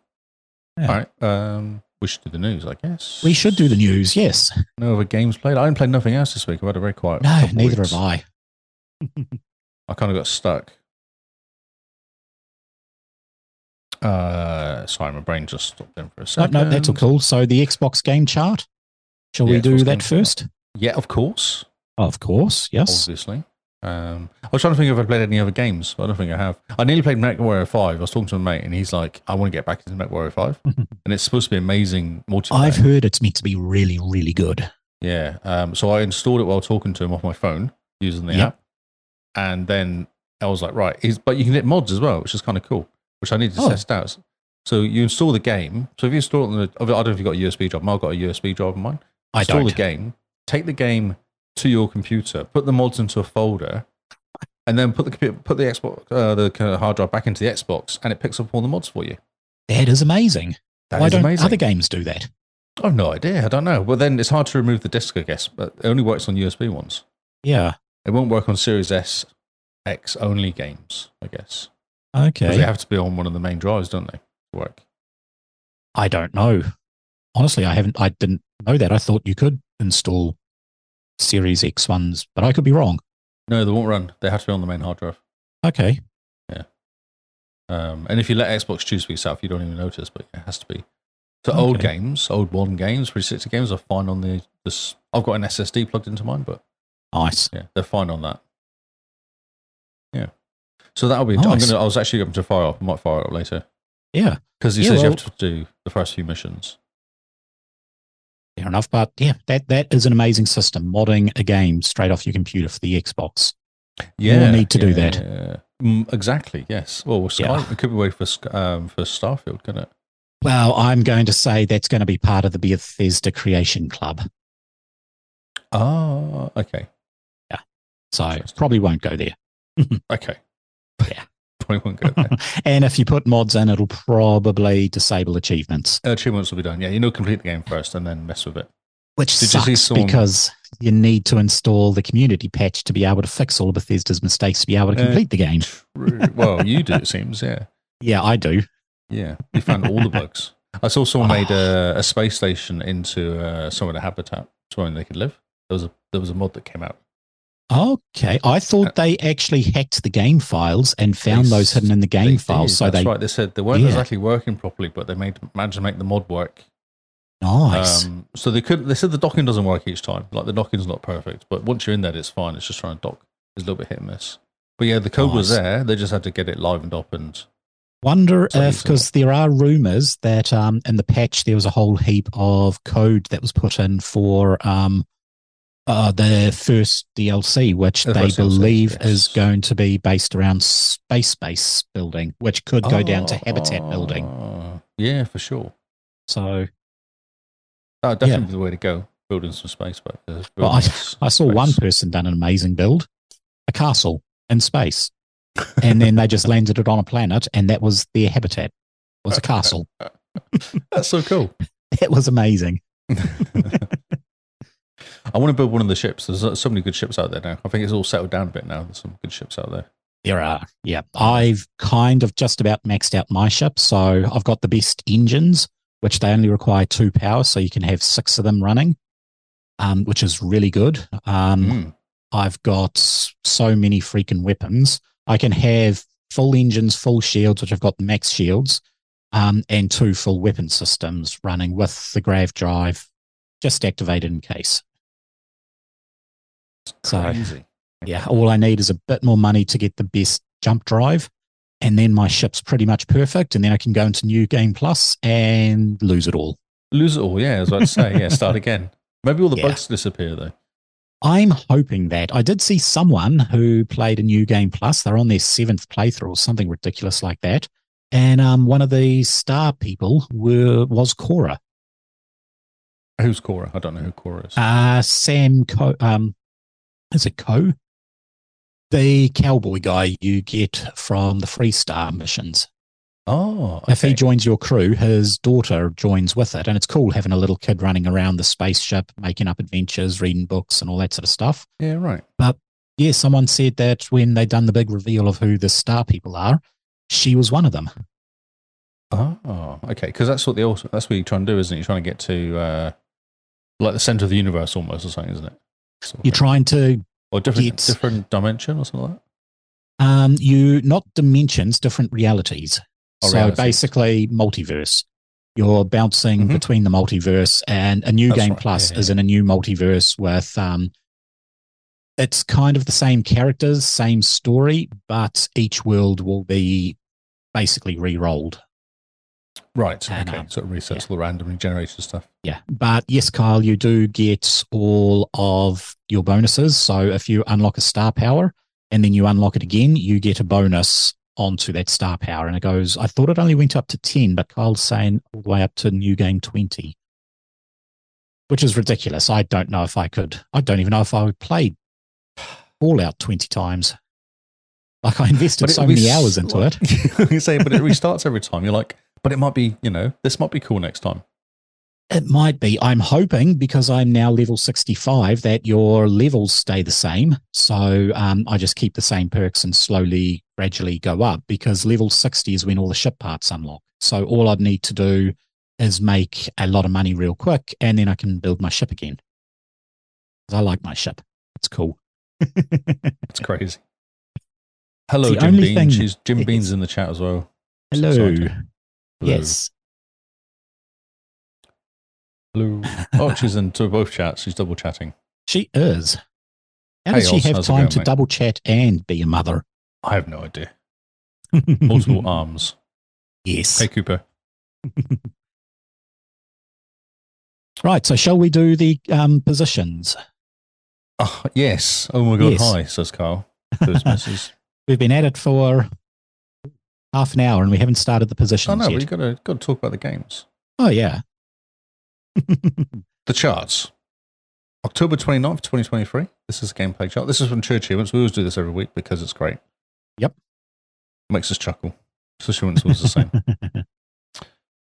Speaker 4: Yeah.
Speaker 3: All right. Um, we should do the news, I guess.
Speaker 4: We should do the news. Yes.
Speaker 3: No other games played. I haven't played nothing else this week. I've had a very quiet.
Speaker 4: No,
Speaker 3: couple
Speaker 4: neither
Speaker 3: weeks.
Speaker 4: have I.
Speaker 3: I kind of got stuck. Uh, sorry, my brain just stopped in for a
Speaker 4: No,
Speaker 3: second.
Speaker 4: no, that's all cool. So the Xbox game chart. Shall
Speaker 3: Yeah,
Speaker 4: we do
Speaker 3: Xbox game
Speaker 4: that
Speaker 3: chart.
Speaker 4: first?
Speaker 3: Yeah, of course,
Speaker 4: Of course. Yes.
Speaker 3: obviously. Um, I was trying to think if I played any other games. but I don't think I have. I nearly played MechWarrior Five. I was talking to a mate, and he's like, "I want to get back into MechWarrior
Speaker 4: [laughs]
Speaker 3: 5. and it's supposed to be amazing multiplayer.
Speaker 4: I've heard it's meant to be really, really good.
Speaker 3: Yeah. Um, so I installed it while talking to him off my phone using the
Speaker 4: Yep.
Speaker 3: app, and then I was like, right, he's, but you can get mods as well, which is kind of cool, which I need to
Speaker 4: Oh.
Speaker 3: test out. So you install the game. So if you install, it on the, I don't know if you've got a USB drive. I've got a USB drive on mine.
Speaker 4: I
Speaker 3: install
Speaker 4: don't.
Speaker 3: the game. Take the game to your computer. Put the mods into a folder, and then put the computer, put the Xbox, uh, the kind of hard drive back into the Xbox, and it picks up all the mods for you.
Speaker 4: That is amazing.
Speaker 3: That is
Speaker 4: Why don't
Speaker 3: amazing.
Speaker 4: other games do that?
Speaker 3: I've no idea. I don't know. Well, then it's hard to remove the disc, I guess. But it only works on USB ones.
Speaker 4: Yeah.
Speaker 3: It won't work on Series S, X only games, I guess. Because they
Speaker 4: Okay.
Speaker 3: have to be on one of the main drives, don't they? To work.
Speaker 4: I don't know. Honestly, I haven't. I didn't know that. I thought you could install Series X ones, but I could be wrong.
Speaker 3: No, they won't run. They have to be on the main hard drive.
Speaker 4: Okay.
Speaker 3: Um, and if you let Xbox choose for yourself, you don't even notice, but it has to be. So old
Speaker 4: Okay.
Speaker 3: games, old one games, 360 games are fine on the. This, I've got an SSD plugged into mine, but
Speaker 4: Nice.
Speaker 3: yeah, they're fine on that. Yeah. So that'll be. I'm
Speaker 4: Nice.
Speaker 3: gonna. I was actually going to fire up. I might fire it up later
Speaker 4: Yeah.
Speaker 3: because he
Speaker 4: Yeah,
Speaker 3: says you
Speaker 4: well-
Speaker 3: have to do the first few missions.
Speaker 4: Fair enough. But yeah, that that is an amazing system. Modding a game straight off your computer for the Xbox. More need to do
Speaker 3: yeah,
Speaker 4: that.
Speaker 3: yeah. Mm, exactly. Yes. Well, Sky,
Speaker 4: Yeah.
Speaker 3: it could be way for Sk- um, for Starfield, couldn't it?
Speaker 4: Well, I'm going to say that's going to be part of the Bethesda Creation Club.
Speaker 3: Ah, okay,
Speaker 4: So
Speaker 3: Interesting.
Speaker 4: probably won't go there.
Speaker 3: okay. [laughs]
Speaker 4: Yeah.
Speaker 3: probably won't go there.
Speaker 4: and if you put mods in, it'll probably disable achievements,
Speaker 3: Uh, achievements will be done. Yeah, you know, complete the game first and then mess with it.
Speaker 4: which
Speaker 3: Did you see
Speaker 4: sucks
Speaker 3: someone-
Speaker 4: because you need to install the community patch to be able to fix all of Bethesda's mistakes to be able to
Speaker 3: Uh,
Speaker 4: complete the game.
Speaker 3: True. [laughs] well, you do. It seems. Yeah,
Speaker 4: Yeah, I do.
Speaker 3: yeah. You found all the bugs. I saw someone made
Speaker 4: Ah.
Speaker 3: a, a space station into uh, some of the habitat, somewhere they could live. There was a there was a mod that came out.
Speaker 4: Okay, I thought they actually hacked the game files and found
Speaker 3: Uh, They
Speaker 4: those
Speaker 3: s-
Speaker 4: hidden in the game
Speaker 3: They
Speaker 4: files.
Speaker 3: did.
Speaker 4: So
Speaker 3: that's
Speaker 4: they
Speaker 3: right. They said they weren't
Speaker 4: Yeah.
Speaker 3: exactly working properly, but they made managed to make the mod work.
Speaker 4: nice.
Speaker 3: Um, so they could. They said the docking doesn't work each time. Like the docking's not perfect, but once you're in there, it's fine. It's just trying to dock. It's a little bit hit and miss. But yeah, the code was
Speaker 4: Nice.
Speaker 3: there. They just had to get it livened up and
Speaker 4: Wonder
Speaker 3: So
Speaker 4: if
Speaker 3: he's
Speaker 4: because there are rumors that um, in the patch there was a whole heap of code that was put in for um, uh, the first DLC, which
Speaker 3: The
Speaker 4: they
Speaker 3: first DLC,
Speaker 4: believe is
Speaker 3: yes.
Speaker 4: going to be based around space base building, which could go down to habitat building.
Speaker 3: Oh, Yeah, for sure.
Speaker 4: So
Speaker 3: That would definitely be the way to go. Building some space back there.
Speaker 4: Well, [laughs]
Speaker 3: Building s-
Speaker 4: I saw
Speaker 3: space.
Speaker 4: one person done an amazing build, a castle in space,
Speaker 3: [laughs]
Speaker 4: and then they just landed it on a planet, and that was their habitat. Was a castle. [laughs]
Speaker 3: That's so cool.
Speaker 4: It was amazing.
Speaker 3: [laughs] I want to build one of the ships. There's uh, so many good ships out there now. I think it's all settled down a bit now. There's some good ships out there.
Speaker 4: There are, yeah. I've kind of just about maxed out my ship. So I've got the best engines, which they only require two power. So you can have six of them running, um, which is really good. Um,
Speaker 3: Mm.
Speaker 4: I've got so many freaking weapons. I can have full engines, full shields, which I've got max shields, um, and two full weapon systems running with the grav drive just activated in case. So,
Speaker 3: Crazy.
Speaker 4: yeah, all I need is a bit more money to get the best jump drive. And then my ship's pretty much perfect. And then I can go into New Game Plus and lose it all.
Speaker 3: Lose it all. Yeah, as I was about to say. Yeah,
Speaker 4: [laughs]
Speaker 3: start again. Maybe all the
Speaker 4: Yeah.
Speaker 3: bugs disappear though.
Speaker 4: I'm hoping that. I did see someone who played a new game plus. They're on their seventh playthrough or something ridiculous like that. And um, one of the star people were was Cora,
Speaker 3: Who's Cora? I don't know who Cora is.
Speaker 4: uh, Sam Co. Um, is it Co? The cowboy guy you get from the Free Star missions.
Speaker 3: oh,
Speaker 4: If he
Speaker 3: okay.
Speaker 4: joins your crew, his daughter joins with it. And it's cool having a little kid running around the spaceship, making up adventures, reading books, and all that sort of stuff.
Speaker 3: yeah, right.
Speaker 4: Yeah, someone said that when they done the big reveal of who the star people are, she was one of them.
Speaker 3: Oh, okay. Because that's what the also that's what you're trying to do, isn't it? You're trying to get to uh, like the center of the universe, almost or something, isn't it? Sort of
Speaker 4: You're
Speaker 3: thing.
Speaker 4: trying to
Speaker 3: or different
Speaker 4: get-
Speaker 3: different dimension or something like that.
Speaker 4: um you not dimensions, different realities.
Speaker 3: Oh,
Speaker 4: so
Speaker 3: realities.
Speaker 4: basically multiverse. You're bouncing
Speaker 3: Mhm.
Speaker 4: between the multiverse and a new
Speaker 3: That's
Speaker 4: game
Speaker 3: right,
Speaker 4: plus
Speaker 3: yeah,
Speaker 4: is in a new multiverse with um it's kind of the same characters, same story, but each world will be basically re-rolled.
Speaker 3: Right.
Speaker 4: And,
Speaker 3: okay.
Speaker 4: um,
Speaker 3: So it resets
Speaker 4: yeah.
Speaker 3: all the randomly generated stuff.
Speaker 4: Yeah. But yes, Kyle, you do get all of your bonuses. So if you unlock a star power and then you unlock it again, you get a bonus onto that star power. And it goes, I thought it only went up to 10, but Kyle's saying all the way up to new game 20, which is ridiculous. I don't know if I could, I don't even know if I would play Fallout 20 times. Like I invested so many
Speaker 3: [laughs]
Speaker 4: hours into it.
Speaker 3: you say, but it restarts every time. You're like, but it might be, you know, this might be cool next time.
Speaker 4: It might be. I'm hoping because I'm now level 65 that your levels stay the same. So um, I just keep the same perks and slowly, gradually go up because level 60 is when all the ship parts unlock. So all I'd need to do is make a lot of money real quick and then I can build my ship again. 'Cause I like my ship.
Speaker 3: [laughs]
Speaker 4: It's cool.
Speaker 3: It's crazy. Hello,
Speaker 4: It's the
Speaker 3: Jim
Speaker 4: only
Speaker 3: Bean.
Speaker 4: thing-
Speaker 3: She's Jim Bean's in the chat as well. It's
Speaker 4: Hello.
Speaker 3: exciting. Hello.
Speaker 4: Yes.
Speaker 3: Hello. Oh, she's into both chats. She's double chatting.
Speaker 4: She is. How
Speaker 3: Hey,
Speaker 4: does she
Speaker 3: Oz,
Speaker 4: have
Speaker 3: how's it
Speaker 4: time
Speaker 3: going,
Speaker 4: to
Speaker 3: mate?
Speaker 4: double chat and be
Speaker 3: [laughs]
Speaker 4: a mother?
Speaker 3: I have no idea.
Speaker 4: [laughs]
Speaker 3: Multiple arms.
Speaker 4: yes.
Speaker 3: Hey, Cooper.
Speaker 4: Right. So, shall we do the um, positions?
Speaker 3: Oh, yes. Oh my God.
Speaker 4: Yes.
Speaker 3: Hi, says Carl. Those misses.
Speaker 4: We've been at it for half an hour and we haven't started the
Speaker 3: oh
Speaker 4: positions
Speaker 3: no,
Speaker 4: yet.
Speaker 3: we've got to got to talk about the games.
Speaker 4: Oh, yeah. [laughs]
Speaker 3: The charts. October 29th, 2023. This is the gameplay chart. This is from Church Events. We always do this every week because it's great.
Speaker 4: Yep.
Speaker 3: Makes us chuckle. Especially when it's always the same.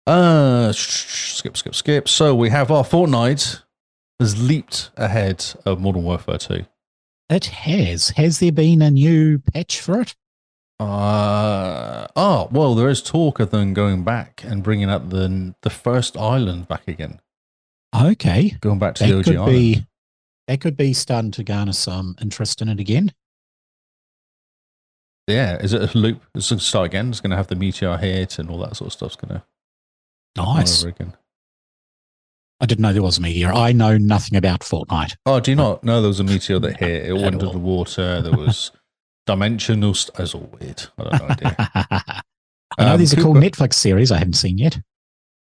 Speaker 3: Uh, sh- sh- skip, skip, skip. So we have our Fortnite has leaped ahead of Modern Warfare 2.
Speaker 4: It has. Has there been a new patch for it?
Speaker 3: Uh, oh, well, there is talk of them going back and bringing up the the first island back again,
Speaker 4: Okay.
Speaker 3: going back to the
Speaker 4: That
Speaker 3: OG
Speaker 4: could
Speaker 3: island.
Speaker 4: be. That could be starting to garner some interest in it again.
Speaker 3: Yeah, is it a loop? It's going to start again. It's going to have the meteor hit and all that sort of stuff's going to
Speaker 4: Nice.
Speaker 3: over again.
Speaker 4: I didn't know there was a meteor. I know nothing about Fortnite. [laughs]
Speaker 3: Oh, do you not? No, there was a meteor that hit. It
Speaker 4: At
Speaker 3: went under
Speaker 4: all.
Speaker 3: the water. There was dimensional. St- it's all weird. I don't know idea.
Speaker 4: [laughs] I know
Speaker 3: Um,
Speaker 4: there's a cool
Speaker 3: Cooper-
Speaker 4: Netflix series I haven't seen yet.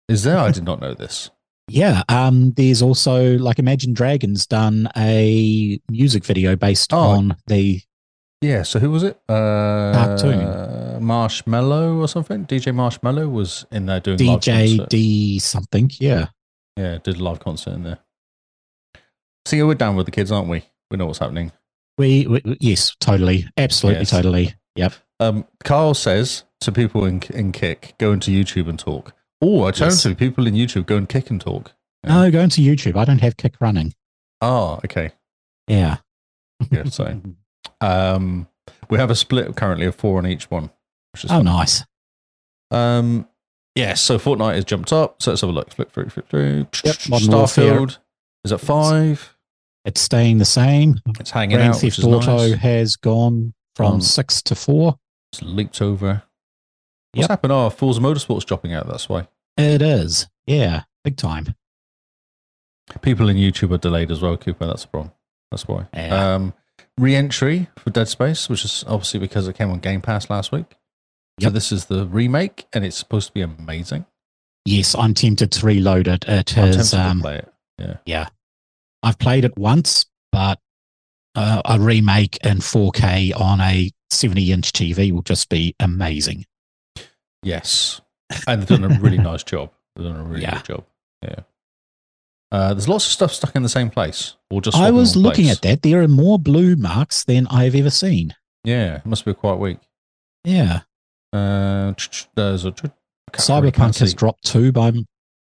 Speaker 3: Is there? I did not know this.
Speaker 4: Yeah, um, there's also like Imagine Dragons done a music video based
Speaker 3: Oh.
Speaker 4: on the
Speaker 3: Yeah. So who was it? Uh,
Speaker 4: Cartoon.
Speaker 3: Marshmallow or something. DJ Marshmallow was in there doing live
Speaker 4: DJ
Speaker 3: concert.
Speaker 4: D something. Yeah,
Speaker 3: Yeah, did a live concert in there. See, we're down with the kids, aren't we? We know what's happening.
Speaker 4: we, we we- yes, totally, absolutely,
Speaker 3: Yes.
Speaker 4: totally. Yep.
Speaker 3: Um, Carl says to people in, in Kick, go into YouTube and talk. Or alternatively, people in YouTube go and Kick and talk. Yeah.
Speaker 4: No, going to YouTube. I don't have kick running.
Speaker 3: Oh, okay.
Speaker 4: Yeah. [laughs]
Speaker 3: Yeah, so um, we have a split currently of four on each one. Which is
Speaker 4: oh,
Speaker 3: fun.
Speaker 4: nice.
Speaker 3: Um, yeah, so Fortnite has jumped up. So let's have a look. Flip through, flip through.
Speaker 4: Yep, Modern
Speaker 3: Starfield
Speaker 4: Warfare.
Speaker 3: is at five.
Speaker 4: It's staying the same.
Speaker 3: It's hanging
Speaker 4: Grand
Speaker 3: out. which
Speaker 4: Theft
Speaker 3: is
Speaker 4: Auto
Speaker 3: nice.
Speaker 4: has gone from
Speaker 3: Um,
Speaker 4: six to four.
Speaker 3: It's leaped over. What's
Speaker 4: Yep.
Speaker 3: happened? Oh, Forza Motorsport's dropping out. That's why.
Speaker 4: It is. Yeah, big time.
Speaker 3: People in YouTube are delayed as well, Cooper. That's the problem. That's why.
Speaker 4: Yeah.
Speaker 3: Um, re-entry for Dead Space, which is obviously because it came on Game Pass last week. So
Speaker 4: Yep.
Speaker 3: this is the remake, and it's supposed to be amazing.
Speaker 4: Yes, I'm tempted to reload it. It
Speaker 3: I'm
Speaker 4: has.
Speaker 3: tempted to
Speaker 4: Um,
Speaker 3: play it.
Speaker 4: I've played it once, but uh, a remake in 4K on a 70 inch TV will just be amazing.
Speaker 3: Yes, and they've done a
Speaker 4: [laughs]
Speaker 3: really nice job. They've done a really
Speaker 4: Yeah.
Speaker 3: good job. Yeah. Uh, there's lots of stuff stuck in the same place, or just.
Speaker 4: I
Speaker 3: swapping
Speaker 4: was
Speaker 3: one
Speaker 4: looking
Speaker 3: place.
Speaker 4: at that. There are more blue marks than I've ever seen.
Speaker 3: Yeah, it must be quite weak.
Speaker 4: Yeah.
Speaker 3: Uh, there's a
Speaker 4: Cyberpunk has dropped two by m-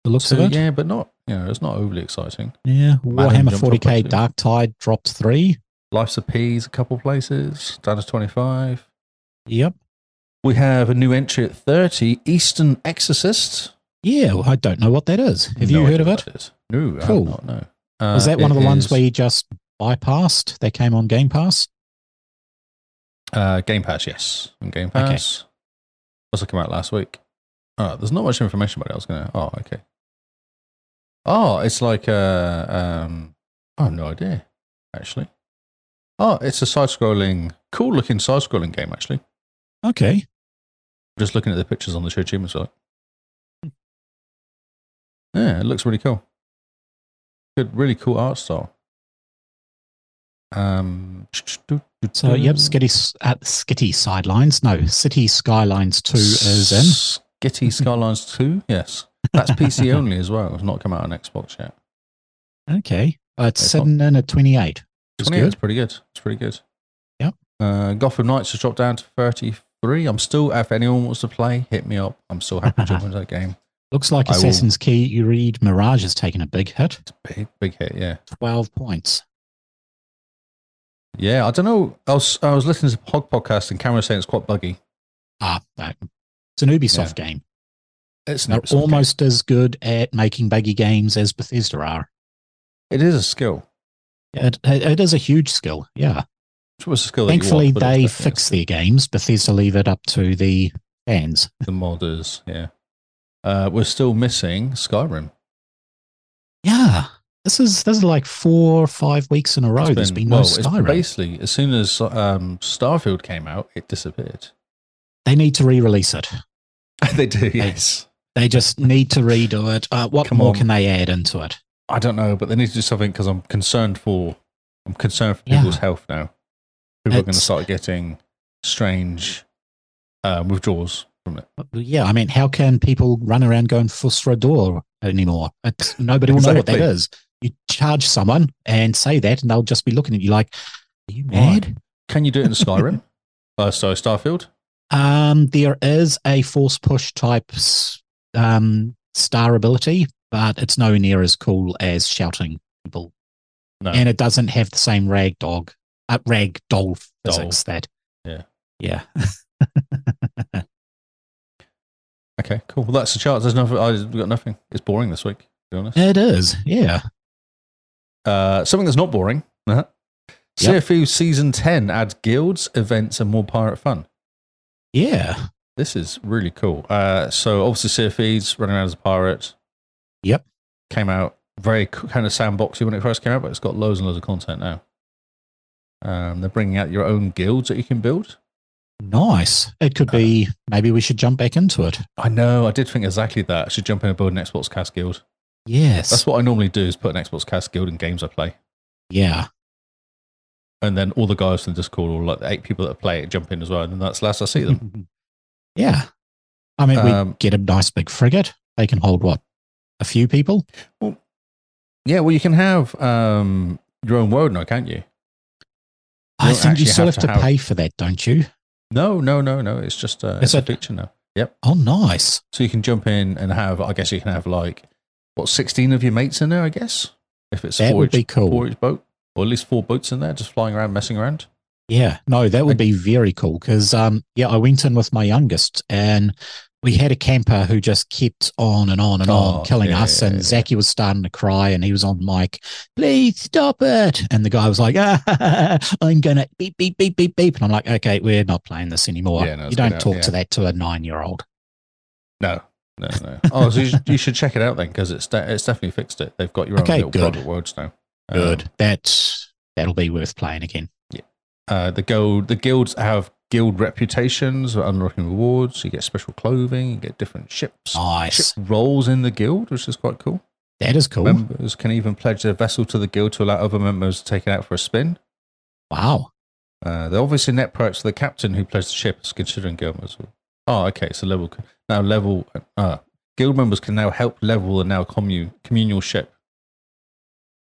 Speaker 4: the looks
Speaker 3: So,
Speaker 4: of it. Yeah.
Speaker 3: yeah, but not. You know, it's not overly exciting. Madden
Speaker 4: Warhammer
Speaker 3: jumped up by
Speaker 4: 40K
Speaker 3: two.
Speaker 4: Dark Tide dropped three.
Speaker 3: Life's a P's a couple places, down to 25.
Speaker 4: Yep.
Speaker 3: We have a new entry at 30, Eastern Exorcist.
Speaker 4: Yeah. well, I don't know what that is. Have
Speaker 3: No
Speaker 4: you heard of
Speaker 3: idea what
Speaker 4: it?
Speaker 3: that is. No, I
Speaker 4: Cool.
Speaker 3: have not, no. Uh,
Speaker 4: Was that one
Speaker 3: it
Speaker 4: of the ones
Speaker 3: is,
Speaker 4: where you just bypassed? They came on Game Pass?
Speaker 3: Uh, Game Pass, yes. On Game Pass. Also come out last week. Oh, there's not much information about it. I was going to. Oh, okay. Oh, it's like. Uh, um, I have no idea, actually. Oh, it's a side scrolling, cool looking side scrolling game, actually.
Speaker 4: Okay.
Speaker 3: Just looking at the pictures on the church image, like, yeah, it looks really cool. Good, really cool art style. Um,
Speaker 4: So, yep, Skitty, uh, Skitty Sidelines. No, City Skylines 2 is in.
Speaker 3: Skitty Skylines
Speaker 4: [laughs]
Speaker 3: 2, yes. That's PC only as well. It's not come out on Xbox yet.
Speaker 4: Okay. Uh, it's
Speaker 3: It's
Speaker 4: sitting in at 28. It's
Speaker 3: 28
Speaker 4: good.
Speaker 3: It's pretty good. It's pretty good.
Speaker 4: Yep.
Speaker 3: Uh, Gotham Knights has dropped down to 33. I'm still, if anyone wants to play, hit me up. I'm still happy to jump into that game.
Speaker 4: Looks like
Speaker 3: I will-
Speaker 4: Assassin's Key, you read Mirage has taken a big hit.
Speaker 3: It's a big, big hit, yeah.
Speaker 4: 12 points.
Speaker 3: Yeah, I don't know. I was, I was listening to Pod Podcast and Cameron was saying it's quite buggy.
Speaker 4: Ah, that- it's an Ubisoft game.
Speaker 3: It's
Speaker 4: They're almost as good at making buggy games as Bethesda are.
Speaker 3: It is a skill.
Speaker 4: It, it it is a huge skill. Yeah.
Speaker 3: It was a skill that you
Speaker 4: Thankfully,
Speaker 3: want, but it's
Speaker 4: they
Speaker 3: definitely a
Speaker 4: fix their games. Bethesda leave it up to the fans.
Speaker 3: the modders. Yeah, uh, we're still missing Skyrim.
Speaker 4: Yeah. This is this is like four or five weeks in a row.
Speaker 3: It's
Speaker 4: There's been no
Speaker 3: well, it's
Speaker 4: Skyrim.
Speaker 3: basically as soon as um, Starfield came out, it disappeared. [laughs]
Speaker 4: they need to re-release it.
Speaker 3: they do,
Speaker 4: yes. They just need to redo it. Uh, what
Speaker 3: Come
Speaker 4: more
Speaker 3: on.
Speaker 4: can they add into it?
Speaker 3: I don't know, but they need to do something because I'm concerned for I'm concerned for
Speaker 4: Yeah.
Speaker 3: people's health now. People are going to
Speaker 4: It's-
Speaker 3: start getting strange uh, withdrawals from it.
Speaker 4: Yeah, I mean, how can people run around going Fusrador anymore? It's, nobody will know what
Speaker 3: Exactly.
Speaker 4: that is. You charge someone and say that, and they'll just be looking at you like, "Are you mad?"
Speaker 3: Can you do it in
Speaker 4: [laughs]
Speaker 3: Skyrim? uh, sorry, Starfield.
Speaker 4: Um, there is a force push type s- um, star ability, but it's nowhere near as cool as shouting people,
Speaker 3: No,
Speaker 4: and it doesn't have the same rag dog, uh, rag doll
Speaker 3: Doll.
Speaker 4: physics that.
Speaker 3: Yeah.
Speaker 4: yeah.
Speaker 3: Okay, cool. Well, that's the chart. There's nothing. I've got nothing. It's boring this week. To be honest.
Speaker 4: It is, yeah.
Speaker 3: Uh, something that's not boring. Uh-huh.
Speaker 4: Yep.
Speaker 3: CFU season ten adds guilds, events, and more pirate fun.
Speaker 4: Yeah.
Speaker 3: This is really cool. Uh, so obviously CFE's running around as a pirate.
Speaker 4: Yep.
Speaker 3: Came out very c- kind of sandboxy when it first came out, but it's got loads and loads of content now. Um, they're bringing out your own guilds that you can build.
Speaker 4: Nice. It could be maybe we should jump back into it.
Speaker 3: I know. I did think exactly that. I should jump in and build an Xbox Cast guild.
Speaker 4: Yes.
Speaker 3: That's what I normally do: is put an Xbox Cast guild in games I play.
Speaker 4: yeah.
Speaker 3: and then all the guys in the Discord, all like the eight people that play it, jump in as well, and then that's the last I see them.
Speaker 4: [laughs] yeah. I mean, we
Speaker 3: Um,
Speaker 4: get a nice big frigate. They can hold what? A few people?
Speaker 3: [laughs] yeah, well, you can have um, your own world now, can't you?
Speaker 4: I
Speaker 3: don't
Speaker 4: think you
Speaker 3: actually
Speaker 4: still have
Speaker 3: have
Speaker 4: to,
Speaker 3: to have-
Speaker 4: pay for that, don't you?
Speaker 3: No, no, no, no. It's just uh,
Speaker 4: Is
Speaker 3: it's a
Speaker 4: it-
Speaker 3: feature now.
Speaker 4: Oh, nice.
Speaker 3: So you can jump in and have. I guess you can have like what sixteen of your mates in there. I guess if it's
Speaker 4: That
Speaker 3: four
Speaker 4: would
Speaker 3: each,
Speaker 4: be cool.
Speaker 3: four each boat, or at least four boats in there, just flying around, messing around.
Speaker 4: Yeah, no, that would be very cool because, um, yeah, I went in with my youngest and we had a camper who just kept on and on and
Speaker 3: Oh,
Speaker 4: on killing
Speaker 3: yeah,
Speaker 4: us.
Speaker 3: yeah,
Speaker 4: and
Speaker 3: yeah.
Speaker 4: Zachy was starting to cry and he was on mic, please stop it. And the guy was like, ah, [laughs] I'm going to beep, beep, beep, beep, beep. And I'm like, okay, we're not playing this anymore.
Speaker 3: Yeah, no,
Speaker 4: you
Speaker 3: let's get
Speaker 4: don't
Speaker 3: out,
Speaker 4: talk
Speaker 3: yeah.
Speaker 4: to that to a nine year old.
Speaker 3: No, no, no. oh, so you, should- you should check it out then because it's de- it's definitely fixed it. They've got your own
Speaker 4: Okay,
Speaker 3: little
Speaker 4: good.
Speaker 3: private worlds now. Um,
Speaker 4: Good. That's, that'll be worth playing again.
Speaker 3: Uh, the guild, the guilds have guild reputations, unlocking rewards. You get special clothing. You get different ships, ship
Speaker 4: Nice.
Speaker 3: roles in the guild, which is quite cool.
Speaker 4: That is cool.
Speaker 3: Members can even pledge their vessel to the guild to allow other members to take it out for a spin.
Speaker 4: Wow.
Speaker 3: Uh, they're obviously net perks for the captain who pledged the ship, is considering guild members. will- Oh, okay. So level now level uh, guild members can now help level the now commu, communal ship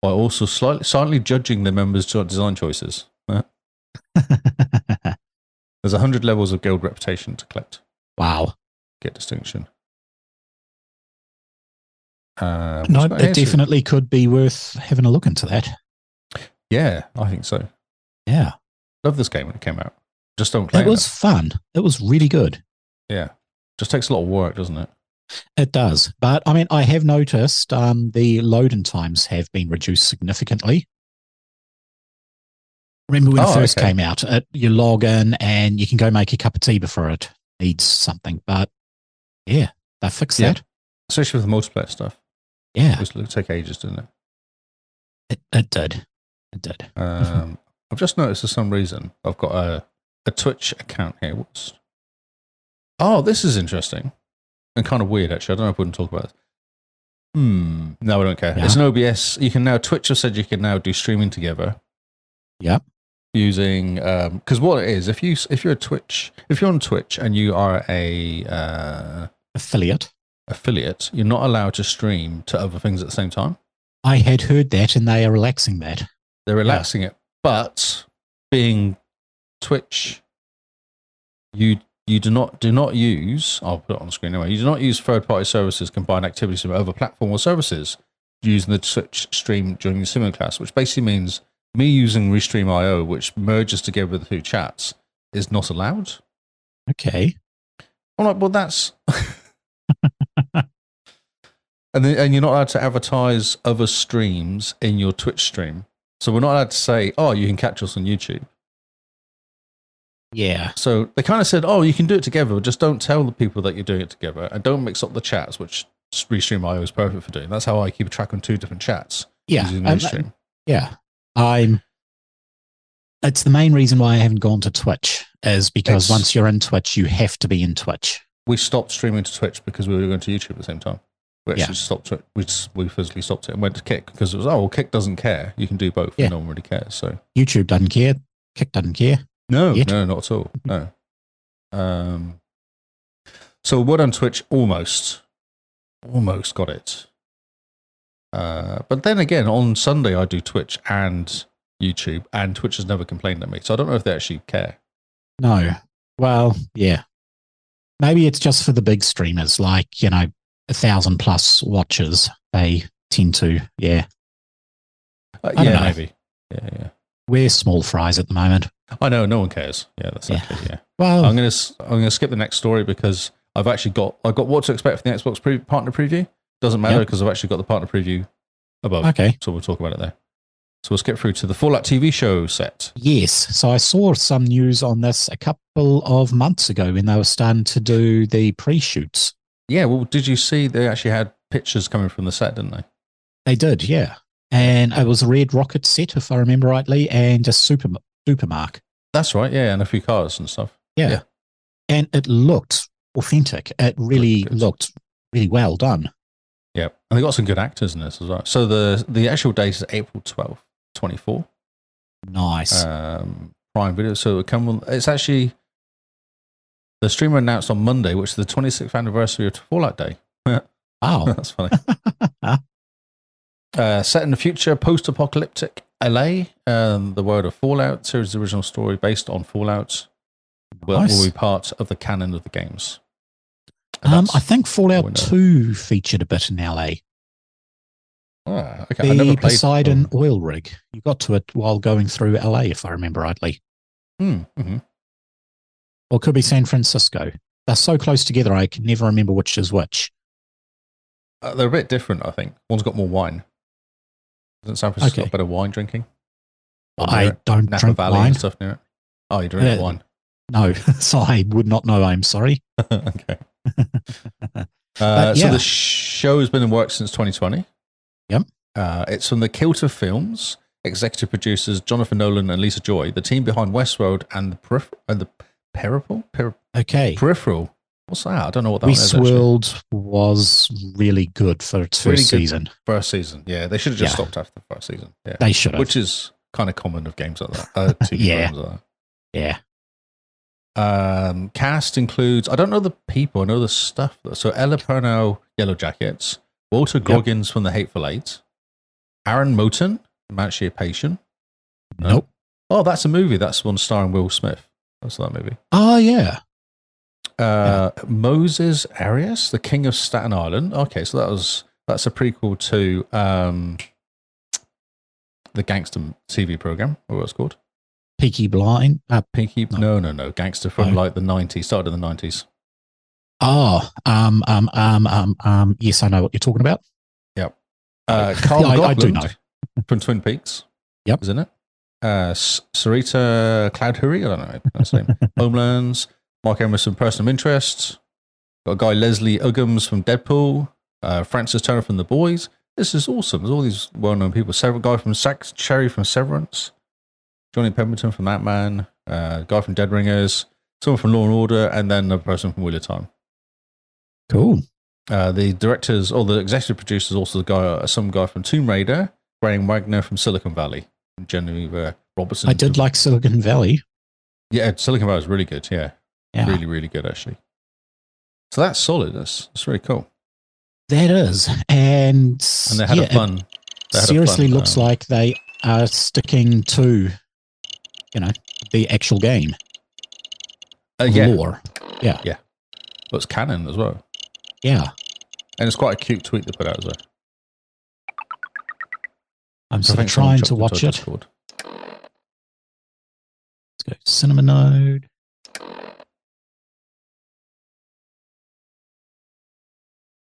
Speaker 3: by also slightly silently judging the members' jo- design choices.
Speaker 4: [laughs]
Speaker 3: Huh? There's 100 levels of guild reputation to collect,
Speaker 4: wow.
Speaker 3: get distinction. Uh,
Speaker 4: No,
Speaker 3: what's got here?
Speaker 4: it
Speaker 3: So-
Speaker 4: definitely could be worth having a look into that.
Speaker 3: Yeah, I think so.
Speaker 4: Yeah.
Speaker 3: Love this game when it came out. Just don't play
Speaker 4: It
Speaker 3: it.
Speaker 4: was fun. It was really good.
Speaker 3: Yeah. Just takes a lot of work, doesn't it?
Speaker 4: It does. But I mean, I have noticed um, the loading times have been reduced significantly. Remember when
Speaker 3: Oh,
Speaker 4: it first
Speaker 3: okay.
Speaker 4: came out, it, you log in and you can go make a cup of tea before it needs something. But yeah, they fixed
Speaker 3: Yeah.
Speaker 4: that.
Speaker 3: Especially with the multiplayer stuff.
Speaker 4: Yeah,
Speaker 3: It was, take ages, didn't it?
Speaker 4: it, it did. It did.
Speaker 3: Um, [laughs] I've just noticed for some reason I've got a, a Twitch account here. What's? Oh, this is interesting and kind of weird, actually. I don't know if we can talk about this. Hmm. No, I don't care. It's an OBS. You can now, Twitch have said you can now do streaming together.
Speaker 4: Yep.
Speaker 3: using because what it is if you if you're a Twitch if you're on Twitch and you are a uh,
Speaker 4: affiliate.
Speaker 3: affiliate, you're not allowed to stream to other things at the same time.
Speaker 4: I had heard that and they are relaxing that.
Speaker 3: They're relaxing it, but being Twitch, you you do not do not use. I'll put it on the screen anyway. You do not use third party services, combine activities from other platform or services using the Twitch stream during the similar class, which basically means me using Restream IO, which merges together the two chats, is not allowed.
Speaker 4: Okay.
Speaker 3: I'm like, well, that's. [laughs] and, then, and you're not allowed to advertise other streams in your Twitch stream. So we're not allowed to say, oh, you can catch us on YouTube.
Speaker 4: Yeah.
Speaker 3: So they kind of said, oh, you can do it together, but just don't tell the people that you're doing it together and don't mix up the chats, which Restream IO is perfect for doing. That's how I keep track on two different chats
Speaker 4: Yeah.
Speaker 3: using
Speaker 4: Um,
Speaker 3: Restream.
Speaker 4: yeah. I'm. It's the main reason why I haven't gone to Twitch is because
Speaker 3: It's-
Speaker 4: once you're in Twitch, you have to be in Twitch.
Speaker 3: we stopped streaming to Twitch because we were going to YouTube at the same time. We actually
Speaker 4: Yeah.
Speaker 3: stopped it. We, just, we physically stopped it and went to Kick because it was, oh, well, Kick doesn't care. You can do both.
Speaker 4: Yeah.
Speaker 3: And no one really cares. So.
Speaker 4: YouTube doesn't care. Kick doesn't care.
Speaker 3: No,
Speaker 4: Yet.
Speaker 3: no, not at all. No. Um, so what on Twitch almost, almost got it. Uh, but then again, on Sunday I do Twitch and YouTube, and Twitch has never complained at me, so I don't know if they actually care.
Speaker 4: No. Well, yeah. Maybe it's just for the big streamers, like, you know, a thousand plus watchers. They tend to, yeah.
Speaker 3: Uh,
Speaker 4: I don't
Speaker 3: yeah,
Speaker 4: know.
Speaker 3: maybe. Yeah, yeah.
Speaker 4: We're small fries at the moment.
Speaker 3: I know no one cares. Yeah, that's
Speaker 4: Yeah.
Speaker 3: actually yeah.
Speaker 4: Well,
Speaker 3: I'm gonna s- I'm gonna skip the next story because I've actually got I've got what to expect for the Xbox pre- partner preview. Doesn't matter
Speaker 4: Yep.
Speaker 3: because I've actually got the partner preview above.
Speaker 4: okay.
Speaker 3: So we'll talk about it there. So we'll skip through to the Fallout TV show set.
Speaker 4: Yes. So I saw some news on this a couple of months ago when they were starting to do the pre shoots.
Speaker 3: Yeah, well, did you see they actually had pictures coming from the set, didn't they?
Speaker 4: They did, yeah. And it was a Red Rocket set, if I remember rightly, and a Super, Supermark.
Speaker 3: That's right, yeah, and a few cars and stuff.
Speaker 4: Yeah.
Speaker 3: Yeah.
Speaker 4: And it looked authentic. It really
Speaker 3: Looked good.
Speaker 4: looked really well done.
Speaker 3: Yeah. And they got some good actors in this as well. So the the actual date is April 12th, 24.
Speaker 4: Nice.
Speaker 3: Um, Prime Video. So it come on, it's actually the streamer announced on Monday, which is the 26th anniversary of Fallout Day.
Speaker 4: [laughs] wow.
Speaker 3: [laughs]
Speaker 4: Um,
Speaker 3: That's funny. uh, set in the future, post apocalyptic LA, um, the world of Fallout, series of original story based on Fallout, will,
Speaker 4: Nice.
Speaker 3: will be part of the canon of the games. And
Speaker 4: Um, I
Speaker 3: that's-
Speaker 4: think Fallout
Speaker 3: window.
Speaker 4: 2 featured a bit in LA.
Speaker 3: ah, okay, I never
Speaker 4: The
Speaker 3: played-
Speaker 4: Poseidon oil rig. You got to it while going through LA, if I remember rightly.
Speaker 3: Hmm, mhm.
Speaker 4: Or it could be San Francisco. They're so close together, I can never remember which is which.
Speaker 3: Uh, they're a bit different, I think. One's got more wine. Doesn't San Francisco
Speaker 4: Okay.
Speaker 3: got better wine drinking? Or near
Speaker 4: I
Speaker 3: it?
Speaker 4: don't
Speaker 3: Napa
Speaker 4: drink
Speaker 3: Valley
Speaker 4: wine.
Speaker 3: and stuff near it. Oh, you drink
Speaker 4: Uh,
Speaker 3: wine.
Speaker 4: No, [laughs] so I would not know. I'm sorry.
Speaker 3: [laughs]
Speaker 4: [laughs]
Speaker 3: okay. Uh, So
Speaker 4: yeah.
Speaker 3: the show has been in work since 2020.
Speaker 4: Yep.
Speaker 3: Uh, it's from the Kilter Films, executive producers Jonathan Nolan and Lisa Joy, the team behind Westworld and the peripher- and the Peripheral. Per-
Speaker 4: Okay.
Speaker 3: peripheral. What's that? I don't know what that one is. actually.
Speaker 4: Westworld was really good for its
Speaker 3: Really
Speaker 4: first
Speaker 3: good.
Speaker 4: season.
Speaker 3: First season. Yeah, they should have just
Speaker 4: Yeah.
Speaker 3: stopped after the first season. Yeah.
Speaker 4: They should have.
Speaker 3: Which is kind of common of games like that.
Speaker 4: [laughs]
Speaker 3: Uh, TV
Speaker 4: Yeah.
Speaker 3: programs like that.
Speaker 4: yeah.
Speaker 3: Um, cast includes I don't know the people, I know the stuff. So Ella Pernow, Yellow Jackets, Walter Goggins from The Hateful Eight, Aaron Moten, Manchia Patient. No.
Speaker 4: Nope.
Speaker 3: Oh, that's a movie. That's one starring Will Smith. That's that movie.
Speaker 4: Oh, yeah.
Speaker 3: Uh, Moses Arias, the King of Staten Island. Okay, so that was that's a prequel to um, the gangster TV program. What was it called?
Speaker 4: Peaky Blind. Uh,
Speaker 3: Pinky?
Speaker 4: No.
Speaker 3: No, no, no. Gangster from
Speaker 4: No.
Speaker 3: like the nineties. Started in the nineties.
Speaker 4: oh, um, um, um, um, um, yes, I know what you're talking about.
Speaker 3: Uh, Carl
Speaker 4: Yeah, I- I do
Speaker 3: Gottlieb from Twin Peaks.
Speaker 4: Yep.
Speaker 3: isn't it? Uh, S- Sarita Cloudhuri. I don't know. That's
Speaker 4: [laughs]
Speaker 3: the name. Homelands. Mark Emerson, Person of Interest. Got a guy Leslie Uggams from Deadpool. Uh, Francis Turner from The Boys. This is awesome. There's all these well-known people. Sever- guy from Sax, Cherry from Severance. Johnny Pemberton from Ant Man. Uh, guy from Dead Ringers. Someone from Law and Order, and then a person from Wheel of Time.
Speaker 4: Cool.
Speaker 3: Uh, the directors or the executive producers also the guy, some guy from Tomb Raider, Graham Wagner from Silicon Valley, Genevieve uh, Robertson.
Speaker 4: I did like Silicon Valley.
Speaker 3: Yeah, Silicon Valley is really good. Yeah.
Speaker 4: Yeah.
Speaker 3: really, really good actually. So that's solid. That's that's really cool.
Speaker 4: That is. And,
Speaker 3: And they had
Speaker 4: yeah,
Speaker 3: a fun.
Speaker 4: it
Speaker 3: they had a
Speaker 4: seriously
Speaker 3: fun,
Speaker 4: looks
Speaker 3: um,
Speaker 4: like they are sticking to, you know, the actual game
Speaker 3: uh, yeah,
Speaker 4: lore.
Speaker 3: but it's canon as well,
Speaker 4: Yeah.
Speaker 3: and it's quite a cute tweet they put out as well.
Speaker 4: I'm
Speaker 3: So I
Speaker 4: sort of
Speaker 3: think someone
Speaker 4: trying
Speaker 3: chucked
Speaker 4: to
Speaker 3: into
Speaker 4: watch
Speaker 3: our
Speaker 4: it.
Speaker 3: Discord.
Speaker 4: Let's go cinema node.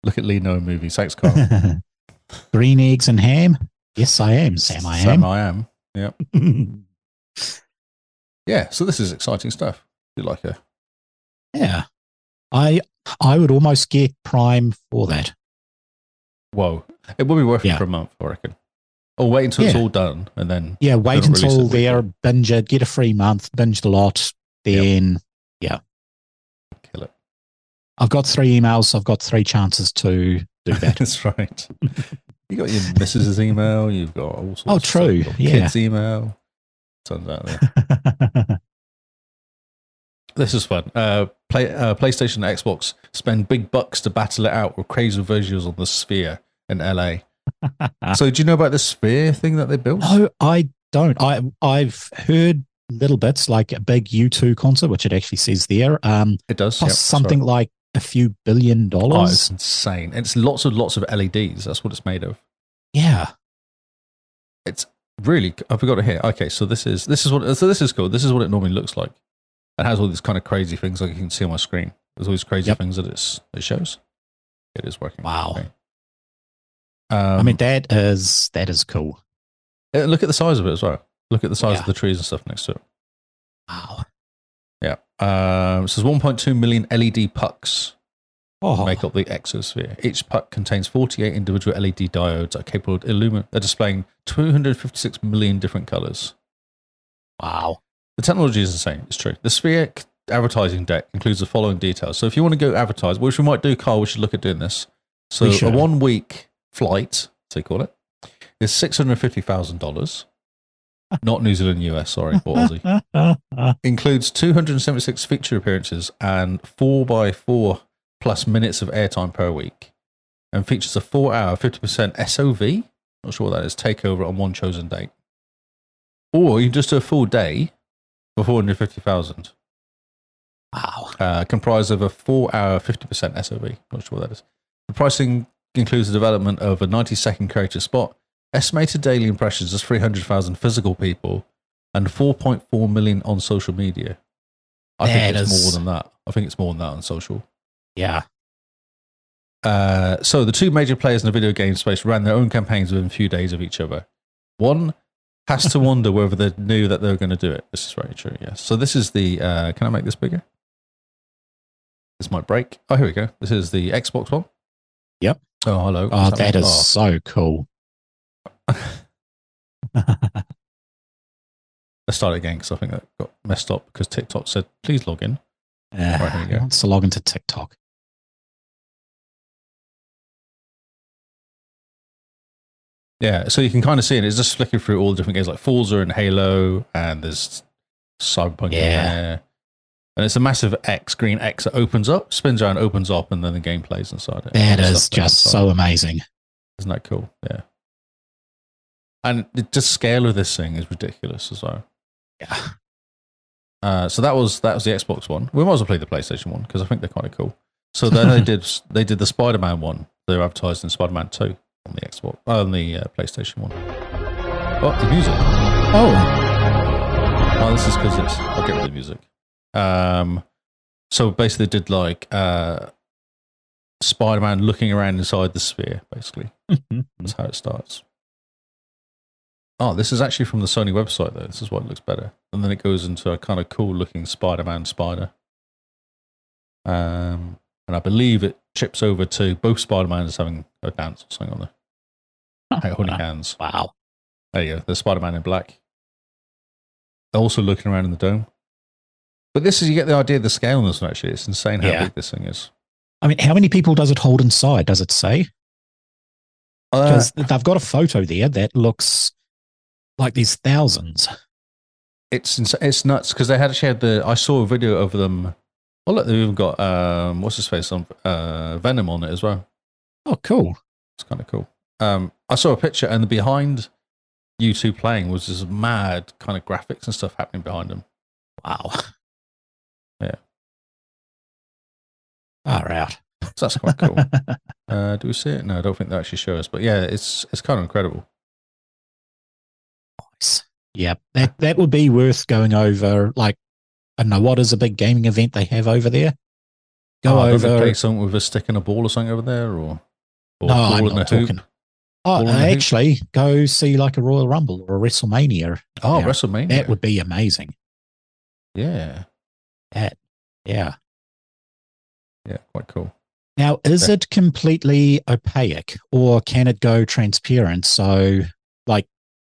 Speaker 3: Look at Lee No movie. Thanks, Carl.
Speaker 4: [laughs] Green eggs and ham. Yes, I am. Sam, I
Speaker 3: Sam,
Speaker 4: am.
Speaker 3: I am. Yeah. So this is exciting stuff. Do like a
Speaker 4: [laughs] yeah. I I would almost get Prime for that.
Speaker 3: whoa. It will be worth it
Speaker 4: Yeah.
Speaker 3: for a month, I reckon. Or wait until it's
Speaker 4: Yeah.
Speaker 3: all done and then
Speaker 4: Yeah, wait
Speaker 3: Don't release
Speaker 4: until
Speaker 3: it weekly.
Speaker 4: they're binged, get a free month, binged a lot.
Speaker 3: Yep.
Speaker 4: Then
Speaker 3: kill it.
Speaker 4: I've got three emails, I've got three chances to
Speaker 3: [laughs]
Speaker 4: do that.
Speaker 3: That's right. You got your missus's email. You've got all sorts.
Speaker 4: Oh,
Speaker 3: of stuff.
Speaker 4: true,
Speaker 3: You've got
Speaker 4: yeah.
Speaker 3: Kids email. Turns out there. This is fun. Uh, play, uh, PlayStation, Xbox spend big bucks to battle it out with crazy visuals on the Sphere in
Speaker 4: [laughs]
Speaker 3: LA. so, do you know about the Sphere thing that they built?
Speaker 4: [laughs] no, I don't. I I've heard little bits like a big U2 concert, which it actually says there. Um
Speaker 3: It does
Speaker 4: cost
Speaker 3: Yep,
Speaker 4: something
Speaker 3: sorry.
Speaker 4: like a few billion
Speaker 3: Oh, it's
Speaker 4: dollars.
Speaker 3: insane. And it's lots and lots of LEDs. That's what it's made of.
Speaker 4: yeah.
Speaker 3: Really, I forgot it here. Okay, so this is this is what so this is cool. This is what it normally looks like. It has all these kind of crazy things, like you can see on my screen. There's all these crazy
Speaker 4: Yep.
Speaker 3: things that it's, it shows. It is working.
Speaker 4: Wow.
Speaker 3: Okay. Um,
Speaker 4: I mean that is that is cool.
Speaker 3: Uh, Look at the size of it as well. Look at the size
Speaker 4: Yeah.
Speaker 3: of the trees and stuff next to it.
Speaker 4: Wow.
Speaker 3: Yeah. Um, so there's 1.2 million LED pucks
Speaker 4: Oh
Speaker 3: make up the exosphere. Each puck contains 48 individual LED diodes that are capable of illumin- uh, displaying 256 million different colors.
Speaker 4: wow.
Speaker 3: The technology is insane. It's true. The sphere c- advertising deck includes the following details. So if you want to go advertise, which we might do, Carl, we should look at doing this. So
Speaker 4: We
Speaker 3: a
Speaker 4: should.
Speaker 3: one week flight, as they call it, is $650,000.
Speaker 4: [laughs]
Speaker 3: Not New Zealand, US, sorry, or Aussie.
Speaker 4: [laughs]
Speaker 3: includes 276 feature appearances and 4x4 plus minutes of airtime per week and features a 4 hour 50% SOV, not sure what that is, takeover on one chosen date. Or you can just do a full day for 450,000,
Speaker 4: wow.
Speaker 3: uh, comprised of a 4 hour 50% SOV, not sure what that is. The pricing includes the development of a 90 second creator spot, estimated daily impressions is 300,000 physical people, and 4.4 million on social media. I think
Speaker 4: That
Speaker 3: it's
Speaker 4: is-
Speaker 3: more than that. I think it's more than that on social.
Speaker 4: Yeah.
Speaker 3: Uh, so the two major players in the video game space ran their own campaigns within a few days of each other. One has
Speaker 4: [laughs]
Speaker 3: to wonder whether they knew that they were going to do it. This is very true. Yes. So this is the. Uh, can I make this bigger? This might break. Oh, here we go. This is the Xbox one.
Speaker 4: Yep.
Speaker 3: Oh, hello.
Speaker 4: Oh,
Speaker 3: What's
Speaker 4: that
Speaker 3: happening?
Speaker 4: is so cool.
Speaker 3: Oh, Let's start again because I think that got messed up because TikTok said please log in.
Speaker 4: Uh,
Speaker 3: here we go.
Speaker 4: wants to log into TikTok.
Speaker 3: Yeah, so you can kind of see it. It's just flicking through all the different games like Forza and Halo, and there's Cyberpunk in
Speaker 4: Yeah.
Speaker 3: there. And it's a massive X, green X that opens up, spins around, opens up, and then the game plays inside it.
Speaker 4: That
Speaker 3: All the
Speaker 4: is
Speaker 3: stuff that's
Speaker 4: just
Speaker 3: inside.
Speaker 4: so amazing.
Speaker 3: Isn't that cool? Yeah. And the the scale of this thing is ridiculous as well.
Speaker 4: Yeah.
Speaker 3: Uh, so that was that was the Xbox one. We might as well play the PlayStation one because I think they're kind of cool. So then
Speaker 4: [laughs]
Speaker 3: they did they did the Spider Man one. They were advertised in Spider Man Two on the Xbox on the uh, PlayStation one. Oh, the music.
Speaker 4: [laughs] Oh,
Speaker 3: Oh, this is because it's. I'll get rid of the music. Um, so basically, they did like uh, Spider Man looking around inside the sphere, basically. That's how it starts. Oh, this is actually from the Sony website, though. This is why it looks better. And then it goes into a kind of cool looking Spider Man spider. Um, and I believe it chips over to both Spider Mans having a dance or something on
Speaker 4: Ah.
Speaker 3: there. Holding hands.
Speaker 4: wow.
Speaker 3: There you go. The Spider Man in black. Also looking around in the dome. But this is, you get the idea of the scale on this one, actually. It's insane how
Speaker 4: Yeah.
Speaker 3: big this thing is.
Speaker 4: I mean, how many people does it hold inside? Does it say?
Speaker 3: Uh,
Speaker 4: Uh, Because they've got a photo there that looks like there's thousands.
Speaker 3: it's ins- it's nuts because they had actually had the I saw a video of them. Oh look, they've even got um, what's his face on uh, Venom on it as well.
Speaker 4: Oh, cool.
Speaker 3: It's kind of cool. Um, I saw a picture, and the behind you two playing was this mad kind of graphics and stuff happening behind them.
Speaker 4: Wow.
Speaker 3: Yeah.
Speaker 4: Far out.
Speaker 3: So that's quite cool. uh, do we see it? No, I don't think they actually show us. But yeah, it's it's kind of incredible.
Speaker 4: Nice. Yeah, that that would be worth going over. Like, I don't know what is a big gaming event they have over there. Go
Speaker 3: Oh, I don't think
Speaker 4: over.
Speaker 3: Play something with a stick and a ball or something over there, or or
Speaker 4: No,
Speaker 3: ball
Speaker 4: I'm
Speaker 3: and a
Speaker 4: not
Speaker 3: hoop.
Speaker 4: talking. Oh,
Speaker 3: Ball
Speaker 4: no,
Speaker 3: in the hoop.
Speaker 4: actually, go see like a Royal Rumble or a WrestleMania.
Speaker 3: Oh,
Speaker 4: Yeah.
Speaker 3: WrestleMania.
Speaker 4: That would be amazing.
Speaker 3: yeah,
Speaker 4: That, yeah.
Speaker 3: yeah, quite cool.
Speaker 4: Now, is
Speaker 3: Yeah.
Speaker 4: it completely opaque or can it go transparent? So, like,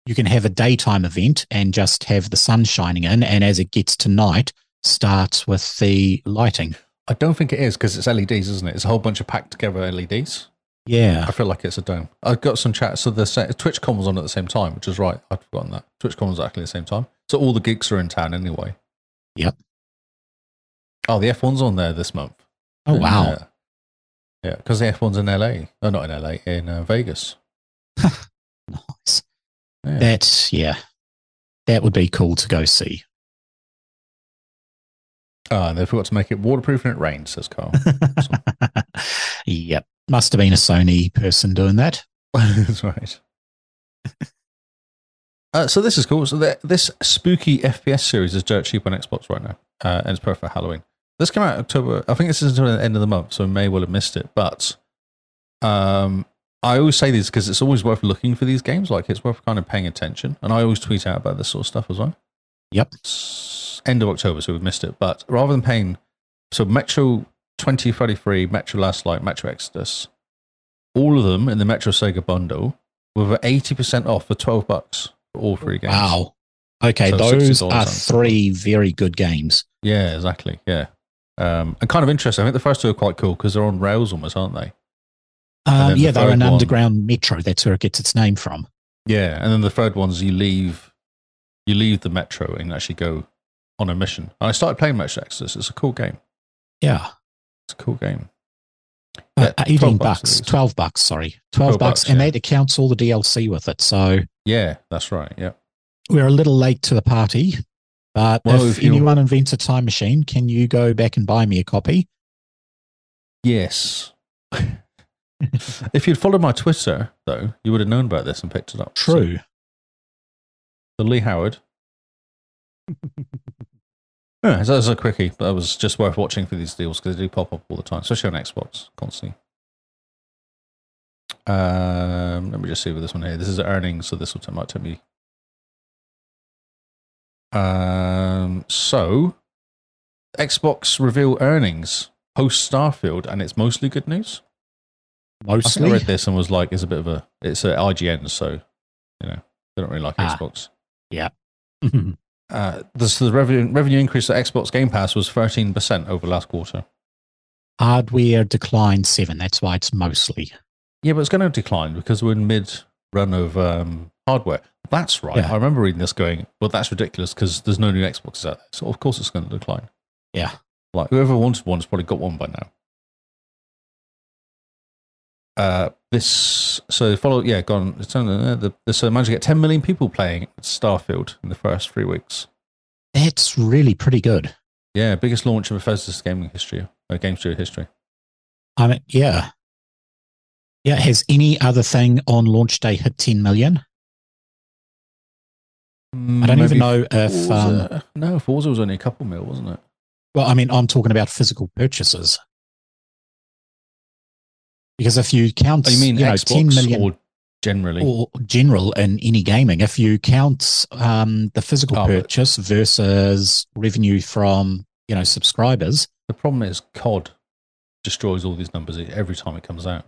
Speaker 4: you can have a daytime event and just have the sun shining in, and as it gets to night, starts with the lighting.
Speaker 3: I don't think it is because it's LEDs, isn't it? It's a whole bunch of packed together LEDs.
Speaker 4: Yeah.
Speaker 3: I feel like it's a dome. I've got some chat. So the sa- TwitchCon was on at the same time, which is right. I'd forgotten that. TwitchCon was actually the same time. So all the geeks are in town anyway.
Speaker 4: Yep.
Speaker 3: Oh, the F1's on there this month.
Speaker 4: Oh,
Speaker 3: And,
Speaker 4: wow.
Speaker 3: uh, yeah, because the F1's in LA. No, not in LA, in uh, Vegas.
Speaker 4: Nice.
Speaker 3: Yeah.
Speaker 4: That's, yeah. That would be cool to
Speaker 3: [laughs]
Speaker 4: go see.
Speaker 3: Ah, and they forgot to make it waterproof and it rains, says
Speaker 4: [laughs]
Speaker 3: Carl.
Speaker 4: yep. Must have been a Sony person
Speaker 3: [laughs]
Speaker 4: doing that.
Speaker 3: That's right. Uh, so this is cool. So the, this spooky FPS series is dirt cheap on Xbox right now, uh, and it's perfect for Halloween. This came out October. I think this is until the end of the month, so I may well have missed it. But um, I always say this because it's always worth looking for these games. Like it's worth kind of paying attention, and I always tweet out about this sort of stuff as well.
Speaker 4: Yep.
Speaker 3: It's end of October, so we've missed it. But rather than paying, so Metro twenty thirty three, Metro Last Light, Metro Exodus, all of them in the Metro Sega bundle were eighty percent off for twelve bucks for all three games.
Speaker 4: Wow. Okay.
Speaker 3: So
Speaker 4: those
Speaker 3: $60
Speaker 4: are
Speaker 3: on something.
Speaker 4: three very good games.
Speaker 3: Yeah, exactly. Yeah, um, and kind of interesting. I think the first two are quite cool because they're on rails almost, aren't they? And
Speaker 4: Um,
Speaker 3: then the
Speaker 4: yeah, they're
Speaker 3: third
Speaker 4: an
Speaker 3: one-
Speaker 4: underground metro. That's where it gets its name from.
Speaker 3: Yeah, and then the third one's you leave, you leave the Metro and actually go on a mission. And I started playing Metro Exodus. It's a cool game.
Speaker 4: Yeah.
Speaker 3: It's a cool game.
Speaker 4: Uh,
Speaker 3: Yeah,
Speaker 4: 18
Speaker 3: 12 bucks
Speaker 4: bucks,
Speaker 3: it is.
Speaker 4: 12 bucks, sorry. 12,
Speaker 3: 12
Speaker 4: bucks.
Speaker 3: bucks,
Speaker 4: and
Speaker 3: yeah.
Speaker 4: that accounts all the DLC with it. So
Speaker 3: Yeah, that's right. Yeah.
Speaker 4: we're a little late to the party. But
Speaker 3: Well,
Speaker 4: if,
Speaker 3: if you-
Speaker 4: anyone invents a time machine, can you go back and buy me a copy?
Speaker 3: Yes. if you'd followed my Twitter, though, you would have known about this and picked it up. So-
Speaker 4: True.
Speaker 3: So Lee Howard. yeah, so that was a quickie, but that was just worth watching for these deals because they do pop up all the time, especially on Xbox constantly. Um, let me just see with this one here. This is earnings, so this will t- might take me. Um, so Xbox reveal earnings post Starfield, and it's mostly good news. I think I
Speaker 4: Mostly.
Speaker 3: read this and was like, it's a bit of a, it's at IGN, so you know they don't really like
Speaker 4: Ah.
Speaker 3: Xbox. [laughs]
Speaker 4: Mhm.
Speaker 3: Uh, this, the revenue, revenue increase at Xbox Game Pass was 13% over last quarter.
Speaker 4: Hardware declined seven. That's why it's mostly.
Speaker 3: Yeah, but it's going to decline because we're in mid run of um, hardware. That's right.
Speaker 4: Yeah.
Speaker 3: I remember reading this going, well, that's ridiculous because there's no new Xboxes out there. So, of course, it's going to decline.
Speaker 4: Yeah.
Speaker 3: Like, whoever wanted one has probably got one by now. Uh, this, so follow, yeah, gone. It's, on, uh, the, the, so, managed to get 10 million people playing Starfield in the first three weeks.
Speaker 4: That's really pretty good.
Speaker 3: Yeah, biggest launch of Bethesda's gaming history, uh, game studio history.
Speaker 4: I mean, yeah. Yeah. Has any other thing on launch day hit 10 million? I don't even know if. Um,
Speaker 3: Mm, Forza. no, Forza was only a couple mil, wasn't it?
Speaker 4: Well, I mean, I'm talking about physical purchases. Because if you count,
Speaker 3: Oh, you mean
Speaker 4: know,
Speaker 3: Xbox
Speaker 4: 10 million
Speaker 3: or generally?
Speaker 4: or general in any gaming, if you count um, the physical
Speaker 3: Oh, but-
Speaker 4: purchase versus revenue from, you know, subscribers,
Speaker 3: the problem is COD destroys all these numbers every time it comes out.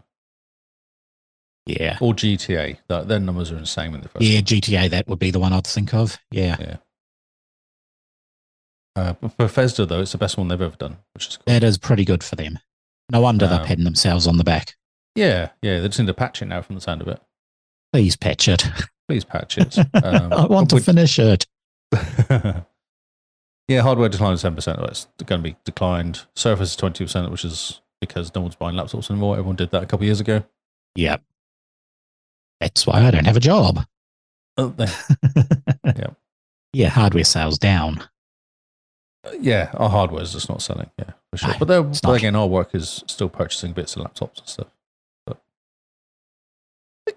Speaker 4: yeah.
Speaker 3: Or GTA, th- their numbers are insane when they first.
Speaker 4: Yeah, GTA, that would be the one I'd think of. Yeah.
Speaker 3: Uh, but Bethesda though, it's the best one they've ever done, which is cool.
Speaker 4: That is pretty good for them. No wonder they're
Speaker 3: Um,
Speaker 4: patting themselves on the back.
Speaker 3: Yeah, yeah, they just need to patch it now. From the sound of it,
Speaker 4: Please patch it.
Speaker 3: please patch it. Um,
Speaker 4: [laughs] I want to
Speaker 3: which-
Speaker 4: finish it.
Speaker 3: [laughs] yeah, hardware declined ten percent. That's going to be declined. Surface is twenty percent, which is because no one's buying laptops anymore. Everyone did that a couple of years ago.
Speaker 4: Yep. That's why I don't have a job. [laughs]
Speaker 3: Uh, they-
Speaker 4: Yeah, hardware sales down.
Speaker 3: yeah, our hardware is just not selling. Yeah, for sure.
Speaker 4: No,
Speaker 3: But, they're,
Speaker 4: it's
Speaker 3: but
Speaker 4: not.
Speaker 3: again, our work is still purchasing bits of laptops and stuff. But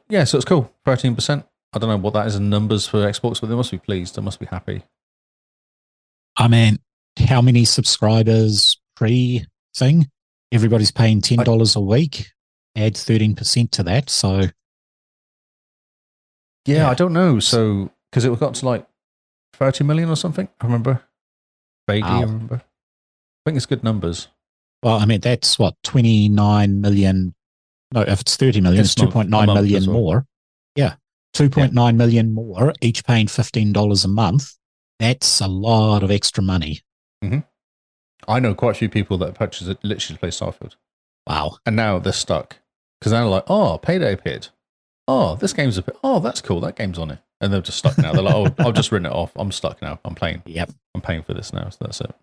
Speaker 3: yeah, so it's cool. Thirteen percent. I don't know what that is in numbers for Xbox, but they must be pleased. They must be happy.
Speaker 4: I mean, how many subscribers pre thing? Everybody's paying ten dollars a week. Add thirteen percent to that, so
Speaker 3: Yeah,
Speaker 4: Yeah.
Speaker 3: I don't know. So because it got to like thirty million or something, I remember vaguely. I
Speaker 4: Ow.
Speaker 3: remember. I think it's good numbers.
Speaker 4: well, I mean that's what twenty nine million. No, if it's thirty million,
Speaker 3: It's
Speaker 4: it's
Speaker 3: not
Speaker 4: two
Speaker 3: a
Speaker 4: point nine
Speaker 3: month
Speaker 4: million
Speaker 3: as well.
Speaker 4: more. Yeah, two point nine million more, each paying fifteen dollars a month. That's a lot of extra money.
Speaker 3: I know quite a few people that have purchased it literally to play Starfield,
Speaker 4: Wow.
Speaker 3: and now they're stuck because they're like, "Oh, Payday appeared. Oh, this game's appeared. Oh, that's cool. That game's on it." And they're just stuck now. They're like, "Oh, [laughs] I've just written it off. I'm stuck now. I'm playing.
Speaker 4: Yep,
Speaker 3: I'm paying for this now. So that's it.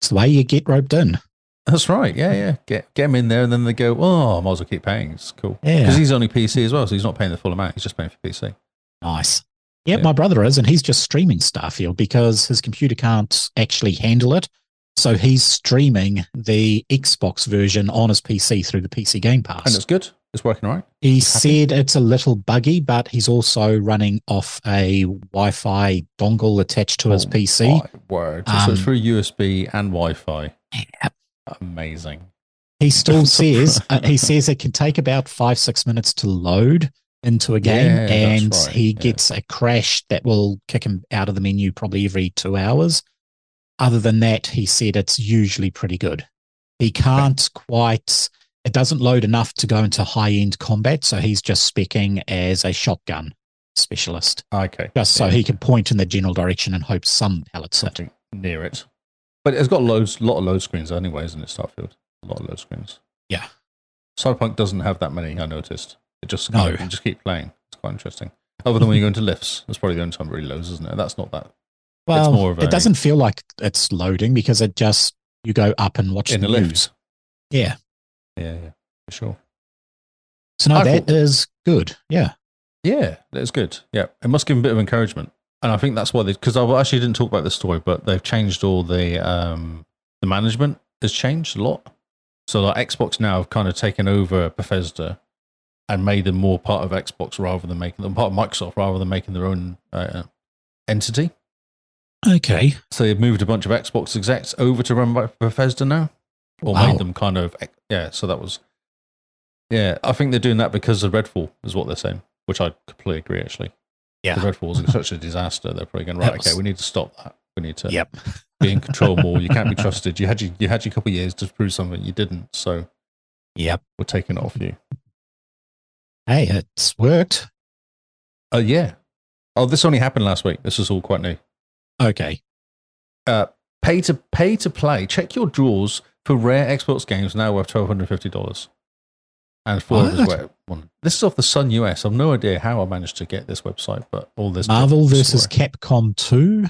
Speaker 4: it's the way you get roped in.
Speaker 3: That's right. Yeah, yeah. Get get him in there, and then they go, "Oh, I might as well keep paying. It's cool."
Speaker 4: Yeah.
Speaker 3: Because he's only PC as well, so he's not paying the full amount. He's just paying for PC.
Speaker 4: Nice. Yeah,
Speaker 3: Yeah.
Speaker 4: my brother is, and he's just streaming Starfield because his computer can't actually handle it. So he's streaming the Xbox version on his PC through the PC Game
Speaker 3: And
Speaker 4: Pass.
Speaker 3: it's good. It's working all right.
Speaker 4: He
Speaker 3: happy.
Speaker 4: said it's a little buggy, but he's also running off a Wi Fi dongle attached to his
Speaker 3: Oh
Speaker 4: PC.
Speaker 3: my word. so it's
Speaker 4: Um,
Speaker 3: through USB and Wi Fi.
Speaker 4: Yeah.
Speaker 3: Amazing.
Speaker 4: He
Speaker 3: [laughs]
Speaker 4: still says uh, he says it can take about five six minutes to load into a game,
Speaker 3: Yeah, that's
Speaker 4: and
Speaker 3: right,
Speaker 4: he
Speaker 3: yeah.
Speaker 4: gets a crash that will kick him out of the menu probably every two hours. Other than that, he said it's usually pretty good. He can't quite. It doesn't load enough to go into high end combat, so he's just speccing as a shotgun specialist,
Speaker 3: Okay.
Speaker 4: just so
Speaker 3: Yeah.
Speaker 4: he can point in the general direction and hope some pellets hit.
Speaker 3: something near it. But it's got loads, lot of load screens anyway, isn't it? Starfield, a lot of load screens.
Speaker 4: Yeah.
Speaker 3: Cyberpunk doesn't have that many. I noticed. It just
Speaker 4: No.
Speaker 3: you just keep playing. It's quite interesting. Other than when you go into lifts, that's probably the only time it really loads, isn't it? That's not that
Speaker 4: Well,
Speaker 3: more of a-
Speaker 4: it doesn't feel like it's loading because it just you go up and watch
Speaker 3: in
Speaker 4: the
Speaker 3: the lift.
Speaker 4: news. Yeah.
Speaker 3: Yeah, yeah, for sure.
Speaker 4: So no,
Speaker 3: I
Speaker 4: that
Speaker 3: thought-
Speaker 4: is good. Yeah.
Speaker 3: Yeah, that's good. Yeah, it must give them a bit of encouragement, and I think that's why they because I actually didn't talk about this story, but they've changed all the um the management has changed a lot. So like Xbox now have kind of taken over Bethesda and made them more part of Xbox rather than making them part of Microsoft rather than making their own uh, entity.
Speaker 4: Okay.
Speaker 3: So they've moved a bunch of Xbox execs over to run by Bethesda now, or
Speaker 4: Wow.
Speaker 3: made them kind of yeah. So that was yeah. I think they're doing that because of Redfall is what they're saying, which I completely agree actually.
Speaker 4: Yeah.
Speaker 3: because Redfall
Speaker 4: [laughs]
Speaker 3: was such a disaster. They're probably going
Speaker 4: That
Speaker 3: right.
Speaker 4: was-
Speaker 3: Okay, we need to stop that. We need to
Speaker 4: Yep.
Speaker 3: be in control more. You
Speaker 4: [laughs]
Speaker 3: can't be trusted. You had your, you had your couple of years to prove something. You didn't. So
Speaker 4: Yep.
Speaker 3: we're taking it off you.
Speaker 4: Hey, it's worked.
Speaker 3: Oh yeah. Oh, this only happened last week. This is all quite new.
Speaker 4: Okay.
Speaker 3: Uh, pay to pay to play. Check your draws for rare Xbox games now worth twelve hundred fifty dollars. And four of us
Speaker 4: What?
Speaker 3: were one. This is off the Sun US. I've no idea how I managed to get this website, but all this
Speaker 4: Marvel
Speaker 3: story-
Speaker 4: versus Capcom 2,
Speaker 3: [laughs]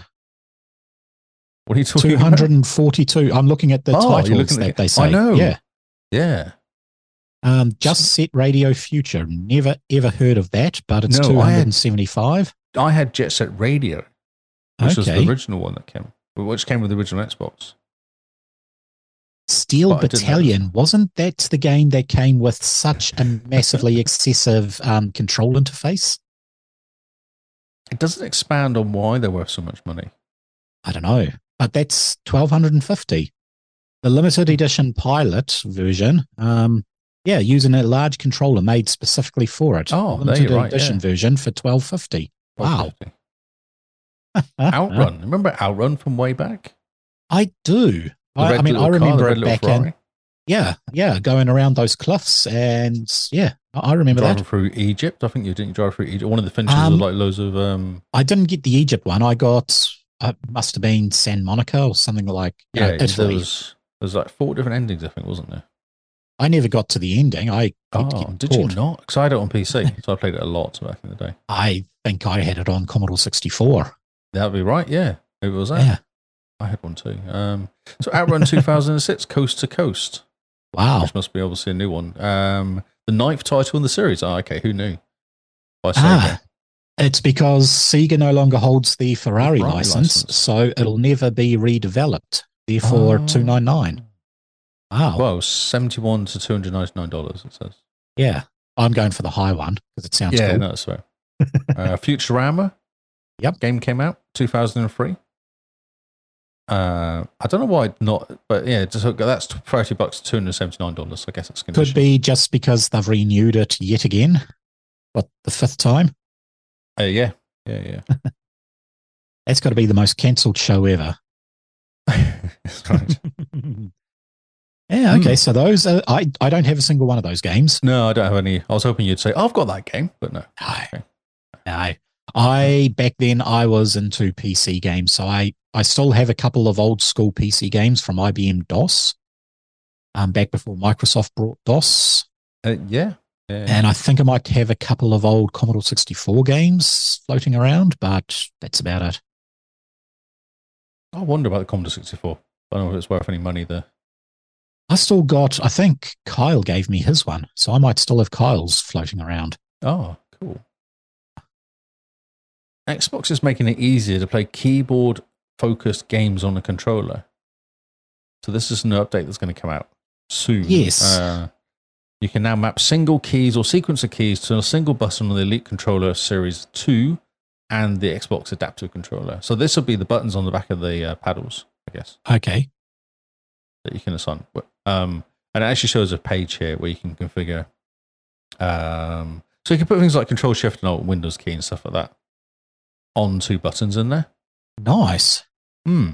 Speaker 3: What are you talking about?
Speaker 4: 242. I'm looking at the
Speaker 3: Oh, you're
Speaker 4: titles
Speaker 3: looking
Speaker 4: that
Speaker 3: at the-
Speaker 4: they say.
Speaker 3: I know.
Speaker 4: Yeah.
Speaker 3: Yeah,
Speaker 4: Um, Just Set Radio Future. Never, ever heard of that, but it's
Speaker 3: No, I had-
Speaker 4: 275.
Speaker 3: I had Jet Set Radio, which was
Speaker 4: Okay.
Speaker 3: the original one that came, which came with the original Xbox.
Speaker 4: Steel
Speaker 3: but I didn't have it.
Speaker 4: Battalion. Wasn't that the game that came with such a
Speaker 3: [laughs]
Speaker 4: massively excessive um, control interface?
Speaker 3: It doesn't expand on why they're worth so much money.
Speaker 4: I don't know, but that's 1250. The limited edition pilot version, um, yeah, using a large controller made specifically for it.
Speaker 3: Oh, there
Speaker 4: limited
Speaker 3: you're right,
Speaker 4: edition
Speaker 3: yeah.
Speaker 4: version for 1250. Wow.
Speaker 3: Outrun. Remember Outrun from way back?
Speaker 4: Uh-huh. I do.
Speaker 3: The
Speaker 4: I,
Speaker 3: red
Speaker 4: I mean, I
Speaker 3: little car, the
Speaker 4: remember
Speaker 3: red
Speaker 4: it
Speaker 3: little
Speaker 4: back
Speaker 3: Ferrari.
Speaker 4: in, yeah, yeah, going around those cliffs and yeah, I I remember
Speaker 3: driving
Speaker 4: that.
Speaker 3: through Egypt. I think you didn't drive through Egypt. One of the finishes was
Speaker 4: Um,
Speaker 3: like loads of um.
Speaker 4: I didn't get the Egypt one. I got, uh, must have been San Monica or something like uh,
Speaker 3: Yeah, there
Speaker 4: Italy.
Speaker 3: was there's like four different endings. I think wasn't there?
Speaker 4: I never got to the ending. I kept
Speaker 3: Oh,
Speaker 4: getting
Speaker 3: did you
Speaker 4: caught.
Speaker 3: not? Because I had it on PC, so I played it a lot back in the day.
Speaker 4: I think I had it on Commodore 64.
Speaker 3: That'd be right. Yeah, it was that.
Speaker 4: Yeah.
Speaker 3: I had one too. Um, so Outrun 2006, [laughs] Coast to Coast,
Speaker 4: Wow.
Speaker 3: which must be obviously a new one. Um, the ninth title in the series. Ah, okay, who knew? By Sega.
Speaker 4: Ah, it's because Sega no longer holds the Ferrari,
Speaker 3: Ferrari
Speaker 4: license,
Speaker 3: license.
Speaker 4: so it'll never be redeveloped. Therefore,
Speaker 3: Oh.
Speaker 4: 299. Wow.
Speaker 3: Well, seventy-one to two hundred ninety-nine dollars. It says.
Speaker 4: yeah. I'm going for the high one because it sounds
Speaker 3: yeah,
Speaker 4: cool.
Speaker 3: no, that's fair. uh, [laughs] Futurama.
Speaker 4: Yep.
Speaker 3: Game came out 2003. Uh, I don't know why not, but yeah, just, that's 30 bucks, $279. I guess it's going
Speaker 4: Could be just because they've renewed it yet again. What, the fifth time?
Speaker 3: Uh, yeah, yeah,
Speaker 4: That's got to be the most cancelled show ever.
Speaker 3: yeah. [laughs] that's right.
Speaker 4: [laughs] yeah,
Speaker 3: Hmm.
Speaker 4: okay. So those are, I, I don't have a single one of those games.
Speaker 3: No, I don't have any. I was hoping you'd say, "Oh, I've got that game, but no.
Speaker 4: No.
Speaker 3: Okay.
Speaker 4: No. I back then I was into PC games, so I I still have a couple of old school PC games from IBM DOS. Um, back before Microsoft brought DOS,
Speaker 3: Uh, yeah, yeah.
Speaker 4: and I think I might have a couple of old Commodore 64 games floating around, but that's about it.
Speaker 3: I wonder about the Commodore 64. I don't know if it's worth any money there.
Speaker 4: I still got, I think Kyle gave me his one, so I might still have Kyle's floating around.
Speaker 3: Oh, cool. Xbox is making it easier to play keyboard focused games on a controller. So this is an update that's going to come out soon.
Speaker 4: Yes.
Speaker 3: Uh, you can now map single keys or sequence of keys to a single button on the Elite Controller Series 2 and the Xbox Adaptive Controller. So this will be the buttons on the back of the uh, paddles, I guess
Speaker 4: Okay.
Speaker 3: that you can assign. Um, and it actually shows a page here where you can configure. Um, so you can put things like Control Shift and Alt Windows key and stuff like that on two buttons in there.
Speaker 4: Nice.
Speaker 3: Hmm.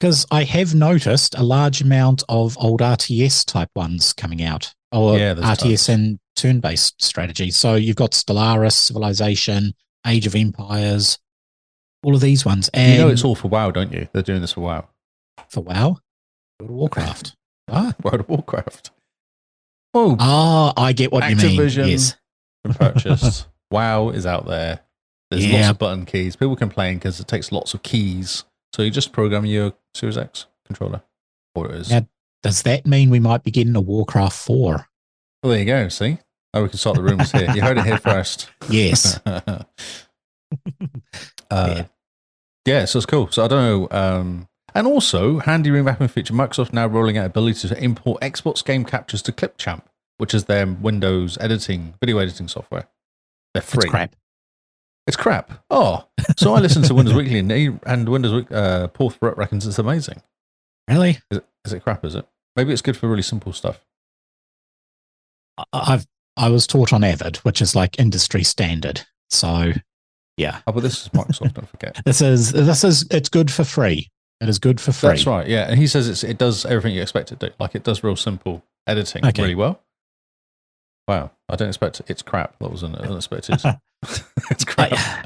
Speaker 4: Because I have noticed a large amount of old RTS type ones coming out, or
Speaker 3: Yeah, there's
Speaker 4: RTS
Speaker 3: tons.
Speaker 4: and turn based strategy. So you've got Stellaris, Civilization, Age of Empires, all of these ones. And
Speaker 3: you know it's all for WoW, don't you? They're doing this for WoW, [laughs]
Speaker 4: for WoW, World of Warcraft. ah,
Speaker 3: World of Warcraft. Oh, [laughs]
Speaker 4: ah, I get what you
Speaker 3: Activision
Speaker 4: mean. Yes.
Speaker 3: been purchased. WoW is out there. There's lots
Speaker 4: Yeah.
Speaker 3: of button keys. People complain because it takes lots of keys. So you just program your Series X controller, or it is.
Speaker 4: Yeah. Does that mean we might be getting a Warcraft 4?
Speaker 3: Well, there you go. See, oh, we can start the rooms here. You heard it
Speaker 4: [laughs]
Speaker 3: here first. [laughs]
Speaker 4: Yes.
Speaker 3: uh, yeah.
Speaker 4: Yeah.
Speaker 3: so it's cool. So I don't know. Um, and also, handy remapping feature Microsoft now rolling out ability to import Xbox game captures to Clipchamp, which is their Windows editing, video editing software. They're free.
Speaker 4: That's crap.
Speaker 3: It's crap. Oh, so I listen to
Speaker 4: [laughs]
Speaker 3: Windows Weekly and, he- and Windows Week, uh, Paul Threat reckons it's amazing.
Speaker 4: Really?
Speaker 3: Is it, is it crap? Is it? Maybe it's good for really simple stuff.
Speaker 4: I- I've I was taught on Avid, which is like industry standard. So yeah,
Speaker 3: Oh, but this is Microsoft. don't forget.
Speaker 4: this is this is it's good for free. It is good for free.
Speaker 3: That's right. Yeah, and he says it's, it does everything you expect it to. Like it does real simple editing
Speaker 4: Okay.
Speaker 3: really well. Wow, I don't expect it's crap. That was an
Speaker 4: [laughs]
Speaker 3: unexpected. Uh, it's crap.
Speaker 4: I-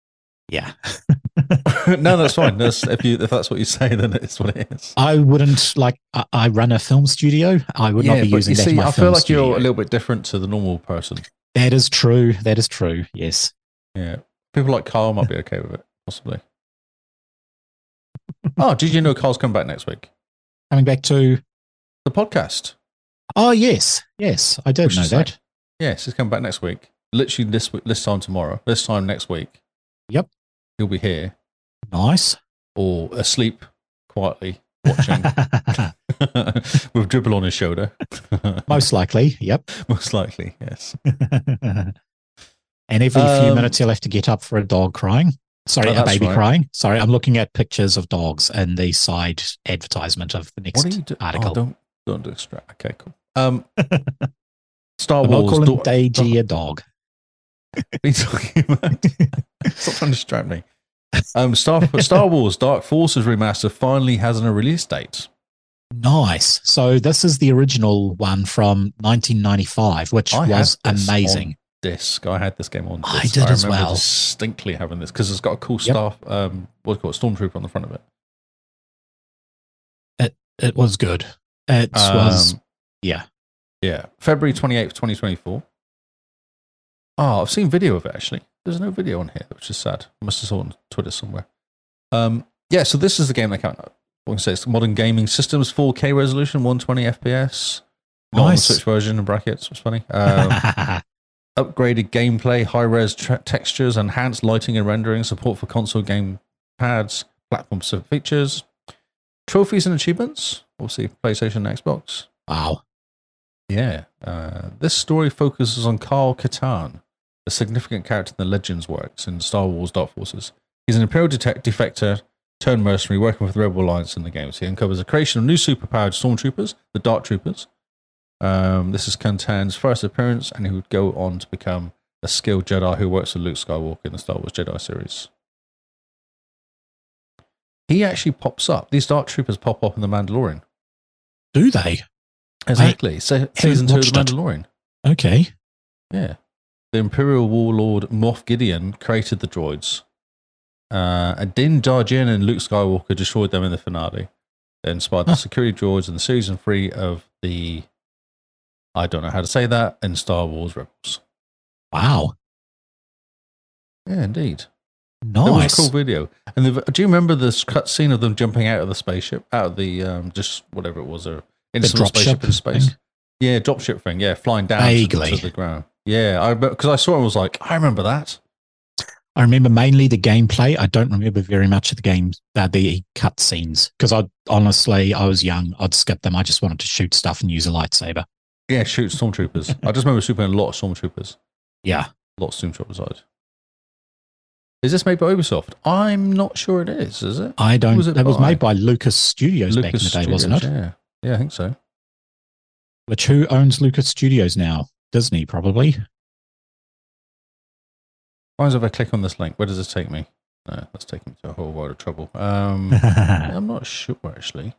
Speaker 4: [laughs] yeah,
Speaker 3: [laughs] no, that's fine. That's, if you if that's what you say, then it's what it is.
Speaker 4: I wouldn't like. I, I run a film studio. I would not be
Speaker 3: but
Speaker 4: using
Speaker 3: you
Speaker 4: that. in
Speaker 3: see,
Speaker 4: my
Speaker 3: I
Speaker 4: film
Speaker 3: feel like
Speaker 4: studio.
Speaker 3: you're a little bit different to the normal person.
Speaker 4: That is true. That is true. Yes.
Speaker 3: Yeah, people like Carl might be okay with it,
Speaker 4: [laughs]
Speaker 3: possibly. oh, did you know Carl's coming back next week?
Speaker 4: Coming back to
Speaker 3: The podcast.
Speaker 4: oh yes, yes, I did
Speaker 3: Which
Speaker 4: know
Speaker 3: is
Speaker 4: that.
Speaker 3: Yes, he's coming back next week. Literally this week, this time tomorrow. This time next week.
Speaker 4: Yep.
Speaker 3: he'll be here.
Speaker 4: Nice.
Speaker 3: or asleep quietly
Speaker 4: [laughs]
Speaker 3: watching [laughs] with dribble on his shoulder.
Speaker 4: Most likely. Yep.
Speaker 3: [laughs] Most likely, yes.
Speaker 4: [laughs] and every few
Speaker 3: Um,
Speaker 4: minutes you'll have to get up for a dog crying. Sorry,
Speaker 3: Oh,
Speaker 4: a
Speaker 3: that's
Speaker 4: baby
Speaker 3: right.
Speaker 4: crying. Sorry, I'm looking at pictures of dogs and the side advertisement of the
Speaker 3: What are
Speaker 4: next
Speaker 3: you doing?
Speaker 4: article.
Speaker 3: don't don't distract. Okay, cool.
Speaker 4: [laughs]
Speaker 3: Um, Star
Speaker 4: I'm not
Speaker 3: Wars.
Speaker 4: calling
Speaker 3: Dawn-
Speaker 4: Deiji
Speaker 3: [laughs]
Speaker 4: a dog.
Speaker 3: What are you talking about? Stop trying to distract me. Um, Star
Speaker 4: [laughs]
Speaker 3: Star Wars Dark Forces remaster finally has a release date.
Speaker 4: Nice. So this is the original one from 1995, which
Speaker 3: I
Speaker 4: was
Speaker 3: had this
Speaker 4: amazing.
Speaker 3: on disc. I had this game on. Disc.
Speaker 4: I did as
Speaker 3: remember
Speaker 4: well.
Speaker 3: Distinctly having this because it's got a cool
Speaker 4: Yep.
Speaker 3: staff. Um, what's it called stormtrooper on the front of it.
Speaker 4: It was good. It was
Speaker 3: Um,
Speaker 4: yeah.
Speaker 3: Yeah. February 28th, 2024. Oh, I've Ah, seen video of it actually. There's no video on here, which is sad. I must have saw it on Twitter somewhere. Um, yeah, so this is the game they came out. I can say it's modern gaming systems, 4K resolution, 120 FPS. Not on the
Speaker 4: Nice.
Speaker 3: Switch version in brackets. It's funny. Um, upgraded gameplay, high res tra- textures, enhanced lighting and rendering, support for console game pads, platform specific features, trophies and achievements. Obviously, PlayStation and Xbox.
Speaker 4: [laughs] wow.
Speaker 3: Yeah. Uh, this story focuses on Carl Katan, a significant character in the Legends works in Star Wars Dark Forces. He's an Imperial detect- defector turned mercenary working with the Rebel Alliance in the games. He uncovers the creation of new superpowered stormtroopers, the Dark Troopers. Um, this is Katan's first appearance, and he would go on to become a skilled Jedi who works with Luke Skywalker in the Star Wars Jedi series. He actually pops up. These Dark Troopers pop up in The Mandalorian.
Speaker 4: Do they?
Speaker 3: Exactly. Se- season two of The
Speaker 4: watched it.
Speaker 3: Mandalorian.
Speaker 4: Okay.
Speaker 3: Yeah. The Imperial warlord Moff Gideon created the droids. Uh, and Din Djarin and Luke Skywalker destroyed them in the finale. They inspired the
Speaker 4: Huh.
Speaker 3: security droids in the season three of the, I don't know how to say that, in Star Wars Rebels.
Speaker 4: Wow.
Speaker 3: Yeah, indeed. That was a
Speaker 4: Nice.
Speaker 3: cool video. And the, do you remember this cutscene of them jumping out of the spaceship, out of the um, just whatever it was, a into some
Speaker 4: drop
Speaker 3: spaceship
Speaker 4: ship
Speaker 3: in space?
Speaker 4: thing?
Speaker 3: Yeah, dropship thing. Yeah, flying down to-
Speaker 4: Vaguely.
Speaker 3: to the ground. Yeah, I because I saw it and was like, I remember that.
Speaker 4: I remember mainly the gameplay. I don't remember very much of the game, uh, the cutscenes, because I honestly, I was young. I'd skip them. I just wanted to shoot stuff and use a lightsaber.
Speaker 3: Yeah, shoot stormtroopers. I just remember shooting a lot of stormtroopers.
Speaker 4: Yeah.
Speaker 3: Lots of stormtroopers. I'd. Is this made by Ubisoft? I'm not sure it is. Is it?
Speaker 4: I don't.
Speaker 3: was it
Speaker 4: that was
Speaker 3: by?
Speaker 4: made by Lucas Studios back in the day, wasn't it?
Speaker 3: Studios, Yeah. yeah, I think so.
Speaker 4: Which who owns Lucas Studios now?
Speaker 3: [laughs]
Speaker 4: Disney, probably.
Speaker 3: Why is if I click on this link? Where does this take me? No, that's taking me to a whole world of trouble.
Speaker 4: [laughs]
Speaker 3: Um,
Speaker 4: yeah.
Speaker 3: I'm not sure actually,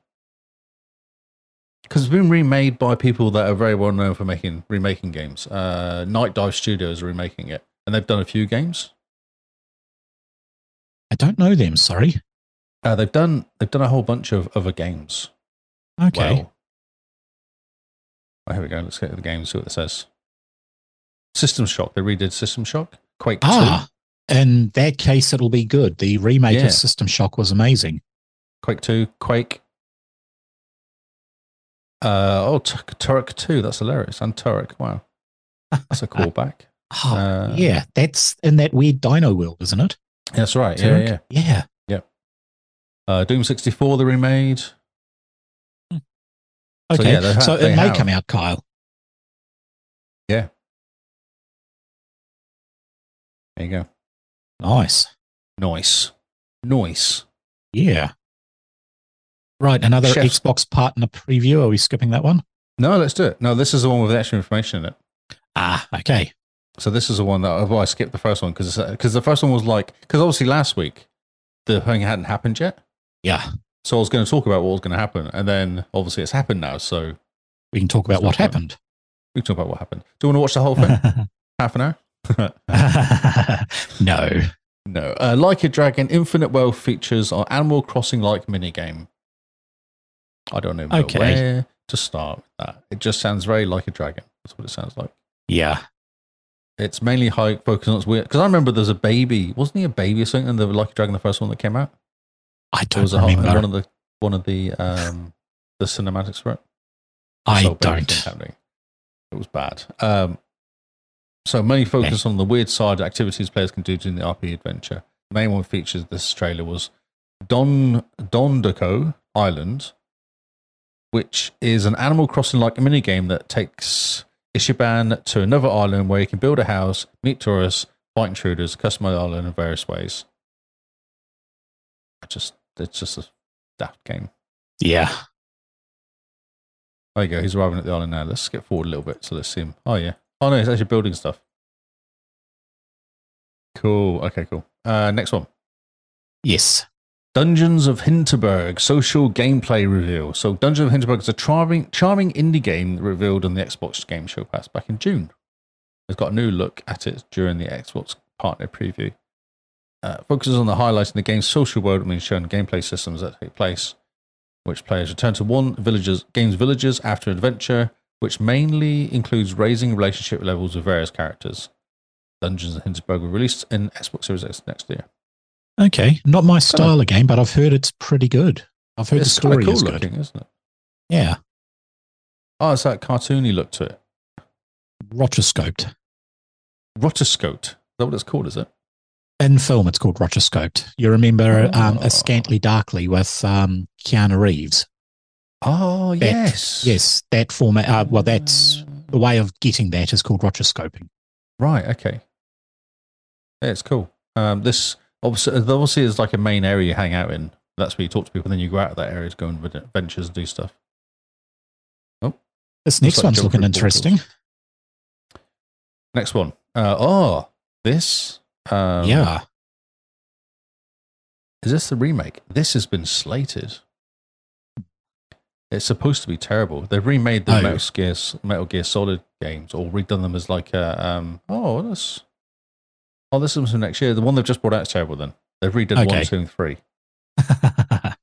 Speaker 3: because it's been remade by people that are very well known for making remaking games. Uh, Night Dive Studios are remaking it, and they've done a few games.
Speaker 4: I don't know them. Sorry.
Speaker 3: Uh, they've done they've done a whole bunch of other games.
Speaker 4: Okay.
Speaker 3: Well, oh, here we go. Let's get to the game and see what it says. System Shock. They redid System Shock. Quake
Speaker 4: ah, in that case, it'll be good. The remake
Speaker 3: Yeah.
Speaker 4: of System Shock was amazing.
Speaker 3: 2. Quake 2. Quake. Uh, oh, T- Turok 2. That's hilarious. And Turok. Wow. [laughs] That's a callback.
Speaker 4: Oh,
Speaker 3: Uh,
Speaker 4: yeah. That's in that weird dino world, isn't it?
Speaker 3: That's right. Yeah,
Speaker 4: Turok?
Speaker 3: yeah.
Speaker 4: Yeah.
Speaker 3: Uh, Doom 64, they remade. So,
Speaker 4: Okay.
Speaker 3: yeah,
Speaker 4: So,
Speaker 3: they ha- they
Speaker 4: it may
Speaker 3: have.
Speaker 4: come out, Kyle.
Speaker 3: There you go.
Speaker 4: Nice.
Speaker 3: Nice. Nice.
Speaker 4: Yeah. Right. Another
Speaker 3: Chef-
Speaker 4: Xbox partner preview. Are we skipping that one?
Speaker 3: No, let's do it. No, this is the one with the extra information in it.
Speaker 4: Ah, okay.
Speaker 3: So this is the one that well, I skipped the first one because the first one was like because obviously last week the thing hadn't happened yet,
Speaker 4: Yeah.
Speaker 3: so I was going to talk about what was going to happen, and then obviously it's happened now, so
Speaker 4: We can talk about what
Speaker 3: Let's talk
Speaker 4: happened.
Speaker 3: we can talk about what happened. Do you want to watch the whole
Speaker 4: [laughs]
Speaker 3: thing? Half an hour?
Speaker 4: no.
Speaker 3: No. Uh, like a Dragon, Infinite Wealth features our Animal Crossing like minigame. I don't even know
Speaker 4: Okay.
Speaker 3: where to start with that. It just sounds very like a dragon. That's what it sounds like.
Speaker 4: Yeah.
Speaker 3: It's mainly high focus on its weird because I remember there's a baby, wasn't he a baby or something in the Like a Dragon, the first one that came out?
Speaker 4: I
Speaker 3: It
Speaker 4: don't
Speaker 3: was a hot,
Speaker 4: remember.
Speaker 3: one of the one of the um the cinematics for it.
Speaker 4: I
Speaker 3: So bad
Speaker 4: don't.
Speaker 3: things happening. It was bad. Um, so mainly focus on the weird side activities players can do during the RP adventure. The main one features this trailer was Don Dondaco Island, which is an Animal Crossing like minigame that takes Ishiban to another island where you can build a house, meet tourists, fight intruders, customize the island in various ways. I just it's just a daft game.
Speaker 4: Yeah.
Speaker 3: There you go. He's arriving at the island now. Let's skip forward a little bit. So let's see him. Oh, yeah. Oh, no, he's actually building stuff. Cool. Okay, cool. Uh, next one
Speaker 4: Yes.
Speaker 3: Dungeons of Hinterberg social gameplay reveal. So, Dungeons of Hinterberg is a charming, charming indie game that revealed on the Xbox Game Show Pass back in June. It's got a new look at it during the Xbox Partner Preview. Uh, focuses on the highlights in the game's social world and showing gameplay systems that take place which players return to one villagers, game's villagers after adventure, which mainly includes raising relationship levels with various characters. Dungeons and Hindenburg were released in Xbox Series X next year.
Speaker 4: Okay, not my style of game, but I've heard it's pretty good. I've heard the
Speaker 3: it's kind
Speaker 4: story
Speaker 3: of cool
Speaker 4: is good.
Speaker 3: looking, isn't it?
Speaker 4: Yeah,
Speaker 3: Oh, it's that cartoony look to it.
Speaker 4: rotoscoped.
Speaker 3: Rotoscope. Is that what it's called? Is it?
Speaker 4: In film, it's called rotoscoped. You remember um,
Speaker 3: Oh.
Speaker 4: Ascantly Darkly with um, Keanu Reeves.
Speaker 3: Oh
Speaker 4: That-
Speaker 3: yes,
Speaker 4: Yes, that format. Uh, well, that's the way of getting that is called rotoscoping.
Speaker 3: Ah. Right. Okay. Yeah, it's cool. Um, this obviously, obviously is like a main area you hang out in. That's where you talk to people. Then you go out of that area to go on adventures and do stuff.
Speaker 4: This next
Speaker 3: like
Speaker 4: one's
Speaker 3: jump
Speaker 4: looking
Speaker 3: through portals.
Speaker 4: interesting.
Speaker 3: Next one. Uh, oh, this. Um,
Speaker 4: yeah.
Speaker 3: Is this the remake? This has been slated. It's supposed to be terrible. They've remade the
Speaker 4: Oh.
Speaker 3: Metal Gear, Metal Gear Solid games or redone them as like a um, oh this oh this is from next year. The one they've just brought out is terrible. Then they've redone one,
Speaker 4: Okay.
Speaker 3: two, and three,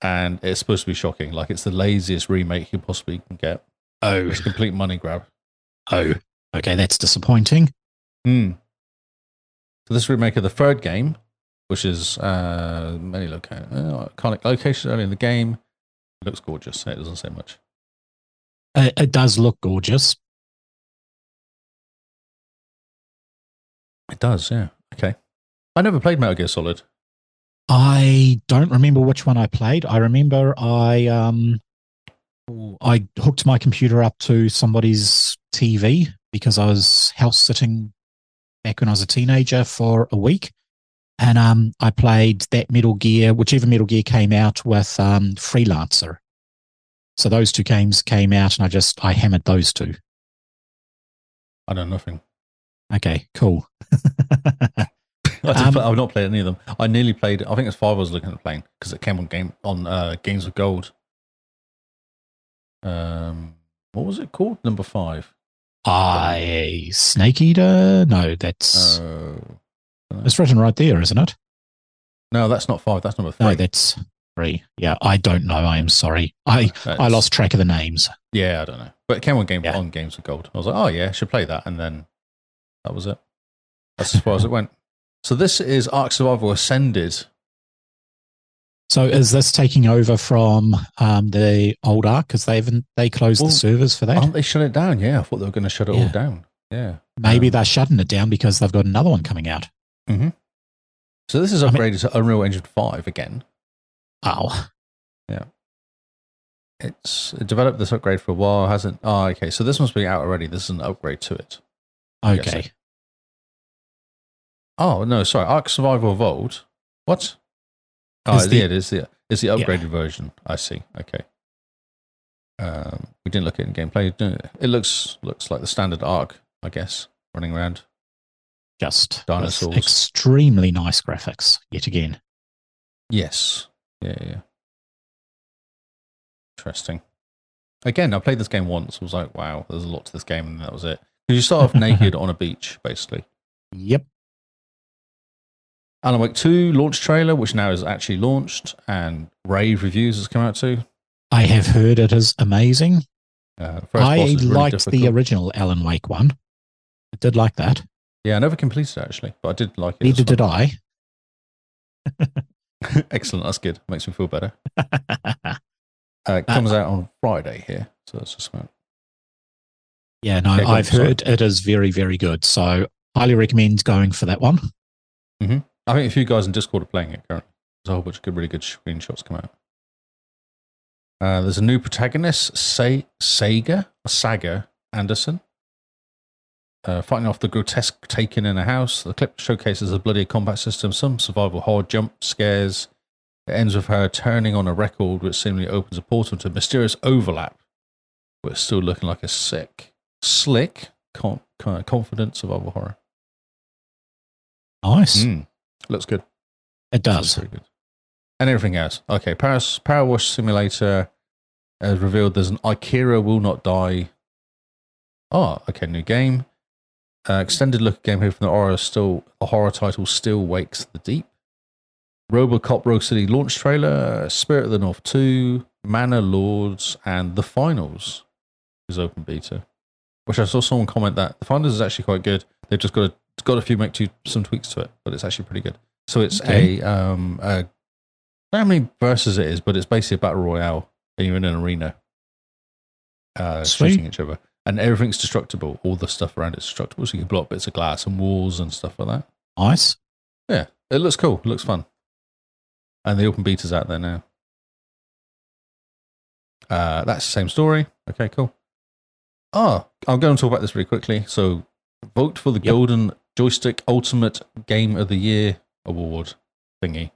Speaker 3: and it's supposed to be shocking. Like it's the laziest remake you possibly can get.
Speaker 4: [laughs] oh,
Speaker 3: It's a complete money grab.
Speaker 4: oh. Okay, that's disappointing.
Speaker 3: Hmm. So this remake of the third game, which is uh, many loca- uh, iconic locations early in the game, looks gorgeous. It doesn't say much.
Speaker 4: It, Uh, it does look gorgeous.
Speaker 3: It does, yeah. Okay. I never played Metal Gear Solid.
Speaker 4: I don't remember which one I played. I remember I um I hooked my computer up to somebody's TV because I was house sitting back when I was a teenager for a week. And um I played that Metal Gear, whichever Metal Gear came out with um Freelancer. So those two games came out and I just I hammered those two.
Speaker 3: I know nothing. [laughs]
Speaker 4: Okay, cool. [laughs]
Speaker 3: I didn't
Speaker 4: Um,
Speaker 3: play- I've not played any of them. I nearly played. I think it's five. I was looking at playing because it came on game on uh, Games of Gold. Um, what was it called? Number five.
Speaker 4: I Snake Eater? No, that's
Speaker 3: Oh,
Speaker 4: it's written right there, isn't it?
Speaker 3: no, that's not five. That's number three.
Speaker 4: No, that's three. Yeah, I don't know. I am sorry. I I
Speaker 3: That's-
Speaker 4: lost track of the names.
Speaker 3: Yeah, I don't know. But it came on game
Speaker 4: Yeah.
Speaker 3: on Games of Gold. I was like, oh yeah, I should play that, and then that was it. That's as far as it
Speaker 4: [laughs]
Speaker 3: went. So this is Ark Survival Ascended.
Speaker 4: So is this taking over from um, the old arc because they haven't they closed
Speaker 3: Well,
Speaker 4: the servers for that?
Speaker 3: Aren't they shut it down? Yeah, I thought they were going to shut it all
Speaker 4: Yeah.
Speaker 3: down. Yeah.
Speaker 4: Maybe
Speaker 3: um,
Speaker 4: they're shutting it down because they've got another one coming out.
Speaker 3: So this is
Speaker 4: I mean-
Speaker 3: upgraded to Unreal Engine Five again.
Speaker 4: Oh,
Speaker 3: It's it developed this upgrade for a while, hasn't? Oh, okay. So this one's been out already. This is an upgrade to it. Yes,
Speaker 4: okay.
Speaker 3: Oh no, sorry. Ark Survival Evolved. What? Oh,
Speaker 4: Is the-
Speaker 3: yeah, it is the it's the upgraded version. I see. Okay. Um, we didn't look at it in gameplay. didn't we? It looks looks like the standard Ark, I guess, running around.
Speaker 4: Just with
Speaker 3: Dinosaurs.
Speaker 4: Extremely nice graphics yet again.
Speaker 3: Yes. Yeah, yeah, yeah. Interesting. Again, I played this game once. I was like, wow, there's a lot to this game, and that was it. 'Cause you start off
Speaker 4: [laughs]
Speaker 3: naked on a beach, basically.
Speaker 4: Yep.
Speaker 3: Alan Wake 2 launch trailer, which now is actually launched, and rave reviews has come out too.
Speaker 4: I have heard it is amazing.
Speaker 3: Uh, first
Speaker 4: I
Speaker 3: boss is really
Speaker 4: liked the
Speaker 3: difficult.
Speaker 4: original Alan Wake one. I did like that.
Speaker 3: Yeah, I never completed it actually, but I did like it.
Speaker 4: Neither did I.
Speaker 3: [laughs] Excellent, that's good. Makes me feel
Speaker 4: [laughs]
Speaker 3: better. Uh, it comes out on Friday here, so that's just about.
Speaker 4: Yeah, no,
Speaker 3: Yeah, go on,
Speaker 4: I've
Speaker 3: sorry.
Speaker 4: heard it is very, very good. So highly recommend going for that one.
Speaker 3: I think a few guys in Discord are playing it currently. There's a whole bunch of good, really good screenshots come out. Uh, there's a new protagonist, Say Sega or Saga Anderson, uh, fighting off the grotesque taken in a house. The clip showcases a bloody combat system, some survival horror jump scares. It ends with her turning on a record, which seemingly opens a portal to mysterious overlap, but it's still looking like a sick, slick, con- con- confident survival horror.
Speaker 4: Nice.
Speaker 3: Mm. Looks good.
Speaker 4: It
Speaker 3: That's
Speaker 4: does.
Speaker 3: pretty good. And everything else. Okay, Paris Power Wash Simulator has revealed there's an Ikira Will Not Die. Oh, okay, new game. Uh, extended look at gameplay from the horror still the horror title Still Wakes the Deep. Robocop Rogue City launch trailer, Spirit of the North 2, Mana Lords, and The Finals is open beta. Which I saw someone comment that the Finals is actually quite good. They've just got to got a few make two, some tweaks to it, but it's actually pretty good. So it's
Speaker 4: Okay.
Speaker 3: a um a, I don't know how many verses it is, but it's basically a battle royale, and you're in an arena, uh,
Speaker 4: Sweet.
Speaker 3: shooting each other, and everything's destructible. All the stuff around it's destructible, so you can blow up bits of glass and walls and stuff like that.
Speaker 4: Nice.
Speaker 3: Yeah, it looks cool. It looks fun, and the open beta's out there now. Uh, that's the same story. Okay, cool. Ah, I'll go and talk about this really quickly. So, vote for the
Speaker 4: Yep.
Speaker 3: Golden Joystick Ultimate Game of the Year award thingy.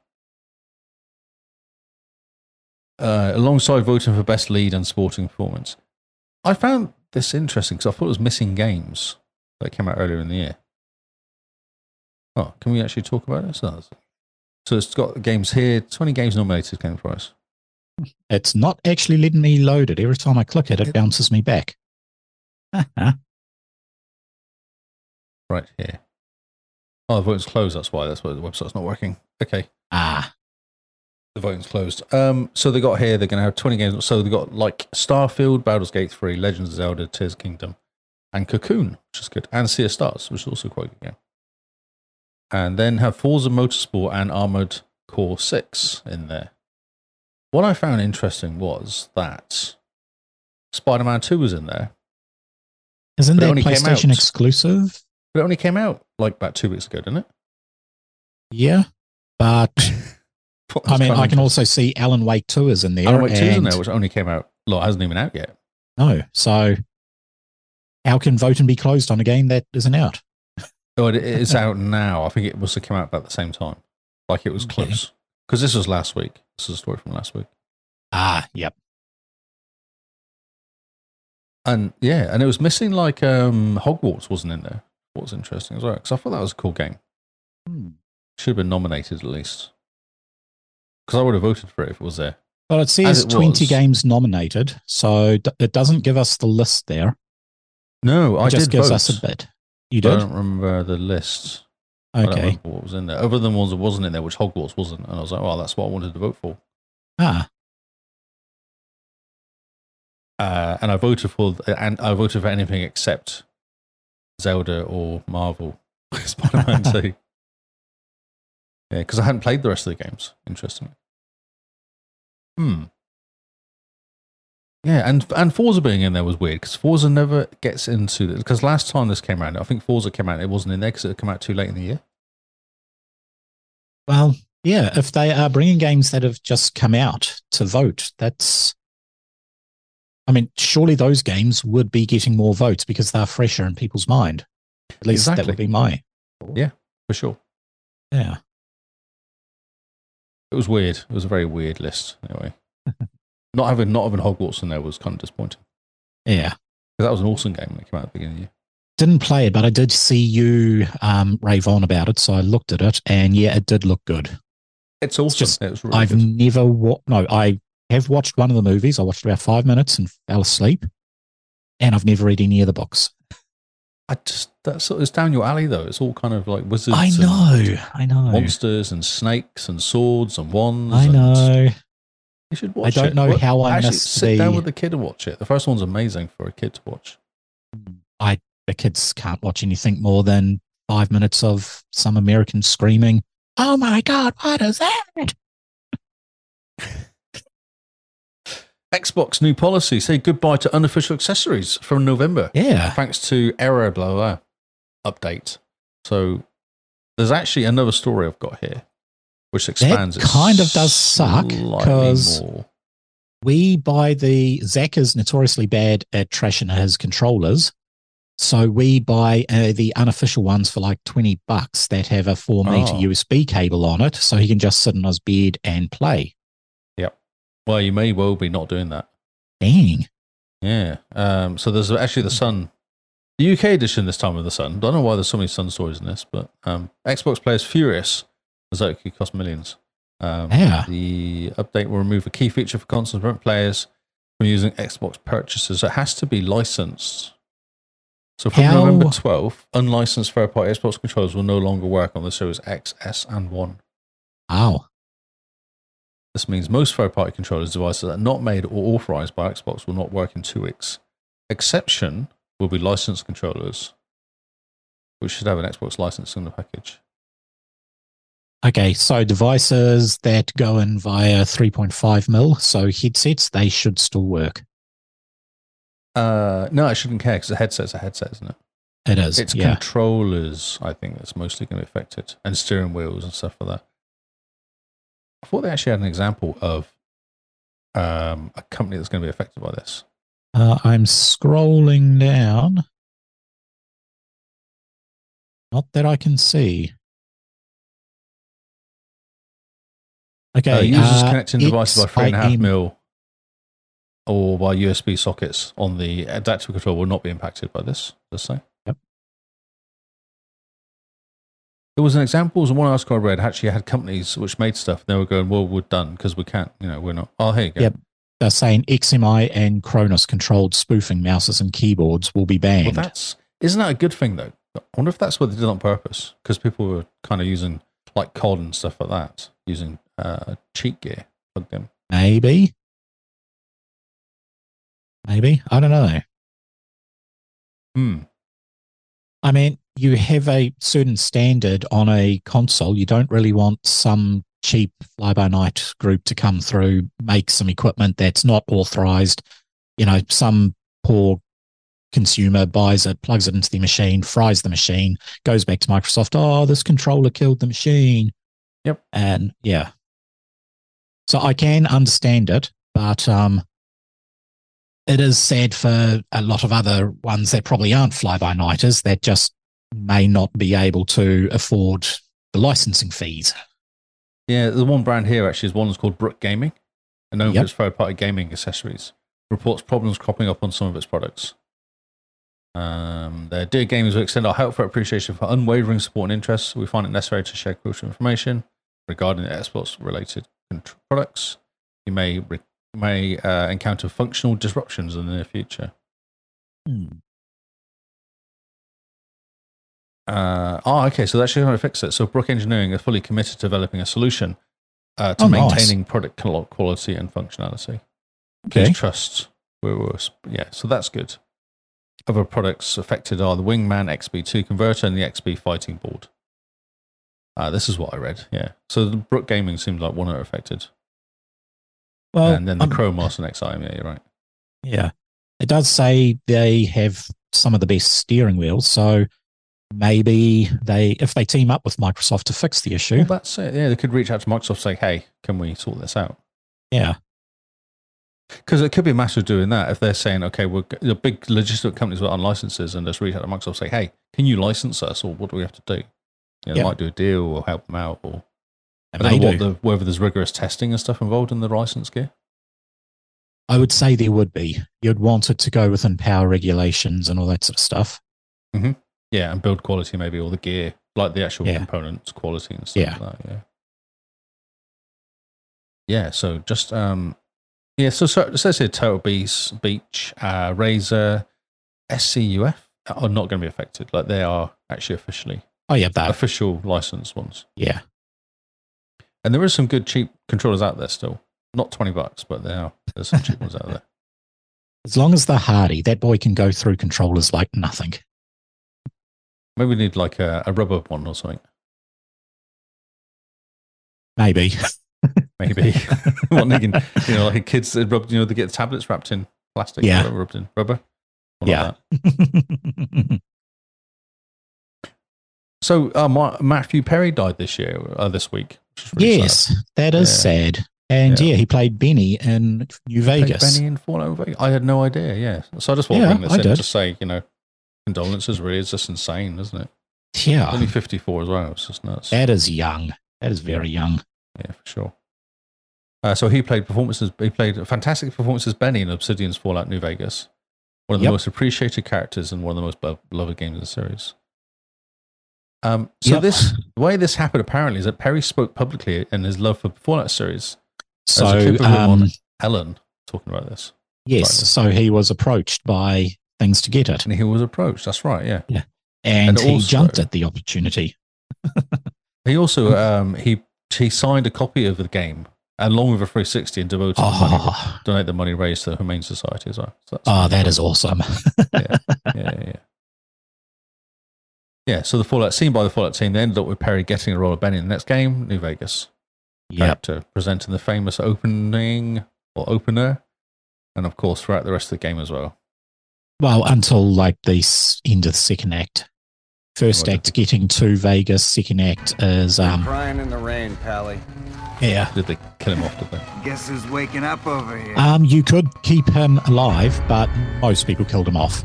Speaker 3: Uh, alongside voting for best lead and sporting performance, I found this interesting because I thought it was missing games that came out earlier in the year. Oh, can we actually talk about this? No. So it's got games here. Twenty games nominated came for us.
Speaker 4: It's not actually letting me load it. Every time I click it, it bounces me back.
Speaker 3: right here. Oh, the voting's closed. That's why. That's why the website's not working. Okay,
Speaker 4: ah,
Speaker 3: the voting's closed. Um, so they got here. They're going to have twenty games. So they got like Starfield, Baldur's Gate Three, Legends of Zelda, Tears of the Kingdom, and Cocoon, which is good, and Sea of Stars, which is also quite a good game. And then have Forza Motorsport and Armored Core Six in there. What I found interesting was that Spider-Man Two was in there,
Speaker 4: isn't
Speaker 3: But it
Speaker 4: that
Speaker 3: only came
Speaker 4: PlayStation
Speaker 3: out.
Speaker 4: exclusive?
Speaker 3: but it only came out like about two weeks ago, didn't it? [laughs]
Speaker 4: Yeah. But
Speaker 3: Thought that
Speaker 4: I
Speaker 3: was
Speaker 4: mean,
Speaker 3: kind of
Speaker 4: I can also see Alan Wake 2 is in there.
Speaker 3: Alan Wake 2 is in
Speaker 4: and-
Speaker 3: there, which only came out, well, hasn't even out yet.
Speaker 4: No. So how can voting be closed on a game that isn't out?
Speaker 3: Oh, it, it
Speaker 4: [laughs]
Speaker 3: is out now. I think it must have come out about the same time. Like it was
Speaker 4: Okay.
Speaker 3: close. Because this was last week. This is a story from last week.
Speaker 4: Ah, yep.
Speaker 3: And yeah, and it was missing like um, Hogwarts wasn't in there. What's interesting as well. Because I thought that was a cool game.
Speaker 4: Hmm.
Speaker 3: Should have been nominated at least. Because I would have voted for it if it was there.
Speaker 4: Well, it says
Speaker 3: it
Speaker 4: 20
Speaker 3: was.
Speaker 4: games nominated. So d- it doesn't give us the list there.
Speaker 3: No,
Speaker 4: It
Speaker 3: I
Speaker 4: just
Speaker 3: did
Speaker 4: gives
Speaker 3: vote.
Speaker 4: us a bit. You
Speaker 3: but I
Speaker 4: did?
Speaker 3: don't remember the list. I don't
Speaker 4: Okay.
Speaker 3: remember what was in there. Other than ones that wasn't in there, which Hogwarts wasn't. And I was like, oh, that's what I wanted to vote for.
Speaker 4: [laughs] Ah,
Speaker 3: uh, and I voted for and I voted for anything except Zelda or Marvel [laughs] Spider
Speaker 4: [laughs]
Speaker 3: Man Two. Yeah, because I hadn't played the rest of the games. Interestingly, hmm. Yeah, and and Forza being in there was weird because Forza never gets into this. Because last time this came around, I think Forza came out, it wasn't in there because it had come out too late in the year.
Speaker 4: well, yeah. If they are bringing games that have just come out to vote, that's. I mean, surely those games would be getting more votes because they're fresher in people's mind. At least that would
Speaker 3: Exactly.
Speaker 4: be my.
Speaker 3: For sure,
Speaker 4: Yeah.
Speaker 3: it was weird. It was a very weird list. Anyway, not having not having Hogwarts in there was kind of disappointing.
Speaker 4: Yeah.
Speaker 3: 'Cause That was an awesome game that came out at the beginning of the year.
Speaker 4: Didn't play it, but I did see you um, rave on about it. So I looked at it and yeah, it did look good.
Speaker 3: It's awesome.
Speaker 4: just-
Speaker 3: it was really
Speaker 4: I've
Speaker 3: good.
Speaker 4: never watched. No, I have watched one of the movies. I watched about five minutes and fell asleep. And I've never read any of the books.
Speaker 3: I just that's sort of- it's down your alley though. It's all kind of like wizards.
Speaker 4: I
Speaker 3: and
Speaker 4: know. I know.
Speaker 3: monsters and snakes and swords and wands.
Speaker 4: I
Speaker 3: and-
Speaker 4: know.
Speaker 3: You should watch
Speaker 4: don't
Speaker 3: it.
Speaker 4: know
Speaker 3: Well,
Speaker 4: how I
Speaker 3: actually
Speaker 4: missed
Speaker 3: sit
Speaker 4: the-
Speaker 3: down with the kid and watch it. The first one's amazing for a kid to watch.
Speaker 4: The kids can't watch anything more than five minutes of some American screaming, Oh my God, what is that?
Speaker 3: Xbox new policy: say goodbye to unofficial accessories from November,
Speaker 4: Yeah.
Speaker 3: thanks to error blah blah blah, update. So there's actually another story I've got here, which expands. it
Speaker 4: kind of does suck,
Speaker 3: slightly
Speaker 4: 'cause-
Speaker 3: more.
Speaker 4: We buy the Zach is notoriously bad at trashing his controllers. So we buy uh, the unofficial ones for like 20 bucks that have a four meter
Speaker 3: Oh.
Speaker 4: USB cable on it. So he can just sit in his bed and play.
Speaker 3: well, you may well be not doing that.
Speaker 4: Dang.
Speaker 3: Yeah. Um, so there's actually the Sun, the UK edition this time of the Sun. I don't know why there's so many Sun stories in this, but um, Xbox players furious as though it could cost millions. Um,
Speaker 4: Yeah.
Speaker 3: The update will remove a key feature for console and players from using Xbox purchases. It has to be licensed. So from
Speaker 4: How-
Speaker 3: November 12th, unlicensed third-party Xbox controllers will no longer work on the Series X, S, and One.
Speaker 4: Wow.
Speaker 3: This means most third party controllers devices that are not made or authorized by Xbox will not work in two weeks. Exception will be licensed controllers which should have an Xbox license in the package.
Speaker 4: Okay, so devices that go in via 3.5 mil, so headsets, they should still work.
Speaker 3: Uh, no, I shouldn't care because a headset's a headset, isn't it?
Speaker 4: It is.
Speaker 3: It's
Speaker 4: yeah.
Speaker 3: controllers, I think, that's mostly going to affect it, and steering wheels and stuff like that. I thought they actually had an example of um, a company that's going to be affected by this.
Speaker 4: Uh, I'm scrolling down. Not that I can see. Okay.
Speaker 3: Uh, users
Speaker 4: uh,
Speaker 3: connecting devices by three and a half
Speaker 4: XIM.
Speaker 3: mil or by USB sockets on the adaptive control will not be impacted by this. Let's say.
Speaker 4: Yep.
Speaker 3: There was an example. Was one article I read actually had companies which made stuff. And they were going, "Well, we're done because we can't. You know, we're not." Oh, here you go.
Speaker 4: Yep. They're uh, saying XMI and Kronos controlled spoofing mouses and keyboards will be
Speaker 3: Well,
Speaker 4: banned.
Speaker 3: that's isn't that a good thing though? I wonder if that's what they did on purpose because people were kind of using like COD and stuff like that, using uh, cheat gear. Bug them.
Speaker 4: Maybe. Maybe. I don't know.
Speaker 3: Hmm.
Speaker 4: I mean, you have a certain standard on a console. You don't really want some cheap fly by night group to come through, make some equipment that's not authorized. You know, some poor consumer buys it, plugs it into the machine, fries the machine, goes back to Microsoft. Oh, this controller killed the machine.
Speaker 3: Yep.
Speaker 4: And yeah. So I can understand it, but um, it is sad for a lot of other ones that probably aren't fly by nighters that just may not be able to afford the licensing fees.
Speaker 3: Yeah, the one brand here actually is one that's called Brook Gaming, and known
Speaker 4: Yep.
Speaker 3: for its third party gaming accessories. Reports problems cropping up on some of its products. Um, their dear gamers will extend our helpful appreciation for unwavering support and interest. We find it necessary to share crucial information regarding the Xbox related products. You may re- may uh, encounter functional disruptions in the near future. Hmm. Uh, oh, okay. So that's actually how to fix it. So Brook Engineering are fully committed to developing a solution uh, to
Speaker 4: Oh, nice.
Speaker 3: maintaining product qual- quality and functionality.
Speaker 4: Okay.
Speaker 3: Please trust. We're, we're- yeah, so that's good. Other products affected are the Wingman XB2 converter and the XB fighting board. Uh, this is what I read. Yeah. So the Brook Gaming seems like one that are affected.
Speaker 4: Well,
Speaker 3: and then the
Speaker 4: um,
Speaker 3: Chromos and XIM. Yeah, you're right.
Speaker 4: Yeah. It does say they have some of the best steering wheels. So maybe they, if they team up with Microsoft to fix the issue.
Speaker 3: Well, that's it. Yeah, they could reach out to Microsoft say, hey, can we sort this out?
Speaker 4: yeah.
Speaker 3: Because it could be a matter of doing that if they're saying, okay, we're g- the big legitimate companies with on licenses and just reach out to Microsoft say, hey, can you license us or what do we have to do? You know, They
Speaker 4: Yeah.
Speaker 3: might do a deal or help them out or I
Speaker 4: And
Speaker 3: don't know
Speaker 4: they
Speaker 3: what
Speaker 4: do.
Speaker 3: the, whether there's rigorous testing and stuff involved in the license gear.
Speaker 4: I would say there would be. You'd want it to go within power regulations and all that sort of stuff.
Speaker 3: Yeah, and build quality maybe or the gear, like the actual
Speaker 4: Yeah.
Speaker 3: components quality and stuff
Speaker 4: Yeah.
Speaker 3: like that. Yeah. Yeah, so just um yeah, so, so it says here Total Beast, Beach, uh Razor, SCUF uh, are not going to be affected. Like they are actually officially
Speaker 4: Oh, yeah, that.
Speaker 3: official license ones.
Speaker 4: Yeah.
Speaker 3: And there is some good cheap controllers out there still. Not 20 bucks, but there are there's some cheap ones out
Speaker 4: [laughs]
Speaker 3: there.
Speaker 4: As long as they're hardy, that boy can go through controllers like nothing.
Speaker 3: Maybe we need like a, a rubber one or something.
Speaker 4: Maybe. [laughs]
Speaker 3: Maybe [laughs] one they can, you know, like kids that rub, you know, they get tablets wrapped in plastic,
Speaker 4: Yeah.
Speaker 3: whatever, rubbed in rubber. One like
Speaker 4: Yeah.
Speaker 3: that. So uh, Ma- Matthew Perry died this year, uh, this week. Which is really
Speaker 4: yes, that is
Speaker 3: Yeah.
Speaker 4: sad. And
Speaker 3: Yeah.
Speaker 4: yeah. he played Benny in New
Speaker 3: sad. Played
Speaker 4: Vegas.
Speaker 3: Benny in Fallout Vegas. I had no idea. Yeah. So I just want to
Speaker 4: Yeah,
Speaker 3: bring this
Speaker 4: I
Speaker 3: in
Speaker 4: did.
Speaker 3: to say, you know, condolences. Really, it's just insane, isn't it? Only
Speaker 4: Yeah,
Speaker 3: 54 as well. It's just nuts.
Speaker 4: that is young. That is very young.
Speaker 3: Yeah, for sure. Uh, so he played performances. He played fantastic performances. Benny in Obsidian's Fallout New Vegas, one of the
Speaker 4: Yep.
Speaker 3: most appreciated characters and one of the most be- beloved games in the series. Um, so
Speaker 4: Yep.
Speaker 3: this the way this happened apparently is that Perry spoke publicly in his love for Fallout series.
Speaker 4: So,
Speaker 3: a clip of him on
Speaker 4: um,
Speaker 3: Ellen talking about this,
Speaker 4: yes, so he was approached by things to get it,
Speaker 3: and he was approached. That's right. Yeah.
Speaker 4: and,
Speaker 3: And
Speaker 4: he
Speaker 3: also-
Speaker 4: jumped at the opportunity.
Speaker 3: He also
Speaker 4: Hmm.
Speaker 3: um, he he signed a copy of the game along with a 360 and devoted the money,
Speaker 4: Oh,
Speaker 3: donate the money raised to the Humane Society
Speaker 4: ah,
Speaker 3: as well. So that's
Speaker 4: oh that is awesome.
Speaker 3: yeah, yeah, yeah. Yeah, so the Fallout seen by the Fallout team, they ended up with Perry getting a role of Benny in the next game, New Vegas. Character presenting the famous opening or opener, and of course throughout the rest of the game as well.
Speaker 4: Well, until like the s- end of the second act. First
Speaker 3: Right.
Speaker 4: act getting to Vegas. Second act is um
Speaker 5: Crying in the rain, Pally.
Speaker 4: yeah.
Speaker 3: Did they kill him off? Did they?
Speaker 6: Guess who's waking up over here?
Speaker 4: Um, you could keep him alive, but most people killed him off.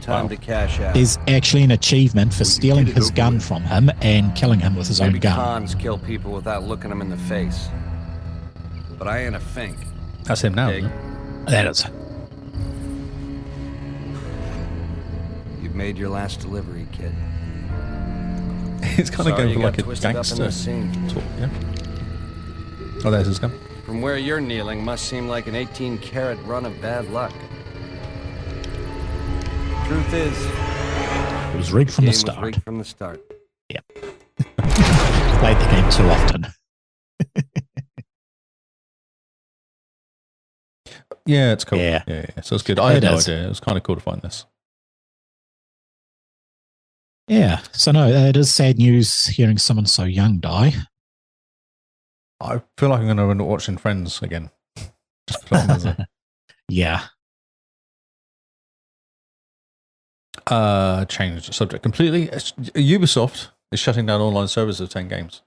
Speaker 5: Time to cash out.
Speaker 4: There's actually an achievement for stealing his gun from him and killing him with his own
Speaker 5: Maybe
Speaker 4: gun.
Speaker 5: cons kill people without looking them in the face. But I ain't a fink.
Speaker 3: That's him now.
Speaker 5: Dig.
Speaker 3: isn't it? [laughs]
Speaker 4: That is.
Speaker 5: You've made your last delivery, kid.
Speaker 3: He's kind of
Speaker 5: Sorry
Speaker 3: going
Speaker 5: you
Speaker 3: for
Speaker 5: got
Speaker 3: like a
Speaker 5: twisted up in
Speaker 3: gangster
Speaker 5: this scene.
Speaker 3: talk. Yeah. Oh, there's his gun.
Speaker 5: From where you're kneeling must seem like an 18 carat run of bad luck. Truth is,
Speaker 4: It was rigged from
Speaker 5: game
Speaker 4: the
Speaker 5: was
Speaker 4: start.
Speaker 5: rigged from the start.
Speaker 4: Played the game too often.
Speaker 3: Yeah, it's cool.
Speaker 4: Yeah.
Speaker 3: yeah, yeah. So it's good. I had
Speaker 4: It
Speaker 3: no
Speaker 4: is.
Speaker 3: idea. It was kind of cool to find this.
Speaker 4: Yeah. So no, it is sad news hearing someone so young die.
Speaker 3: I feel like I'm going to end up watching Friends again. [laughs] Just put it on as a-
Speaker 4: Yeah.
Speaker 3: Uh, changed the subject completely. It's- Ubisoft is shutting down online services of 10 games.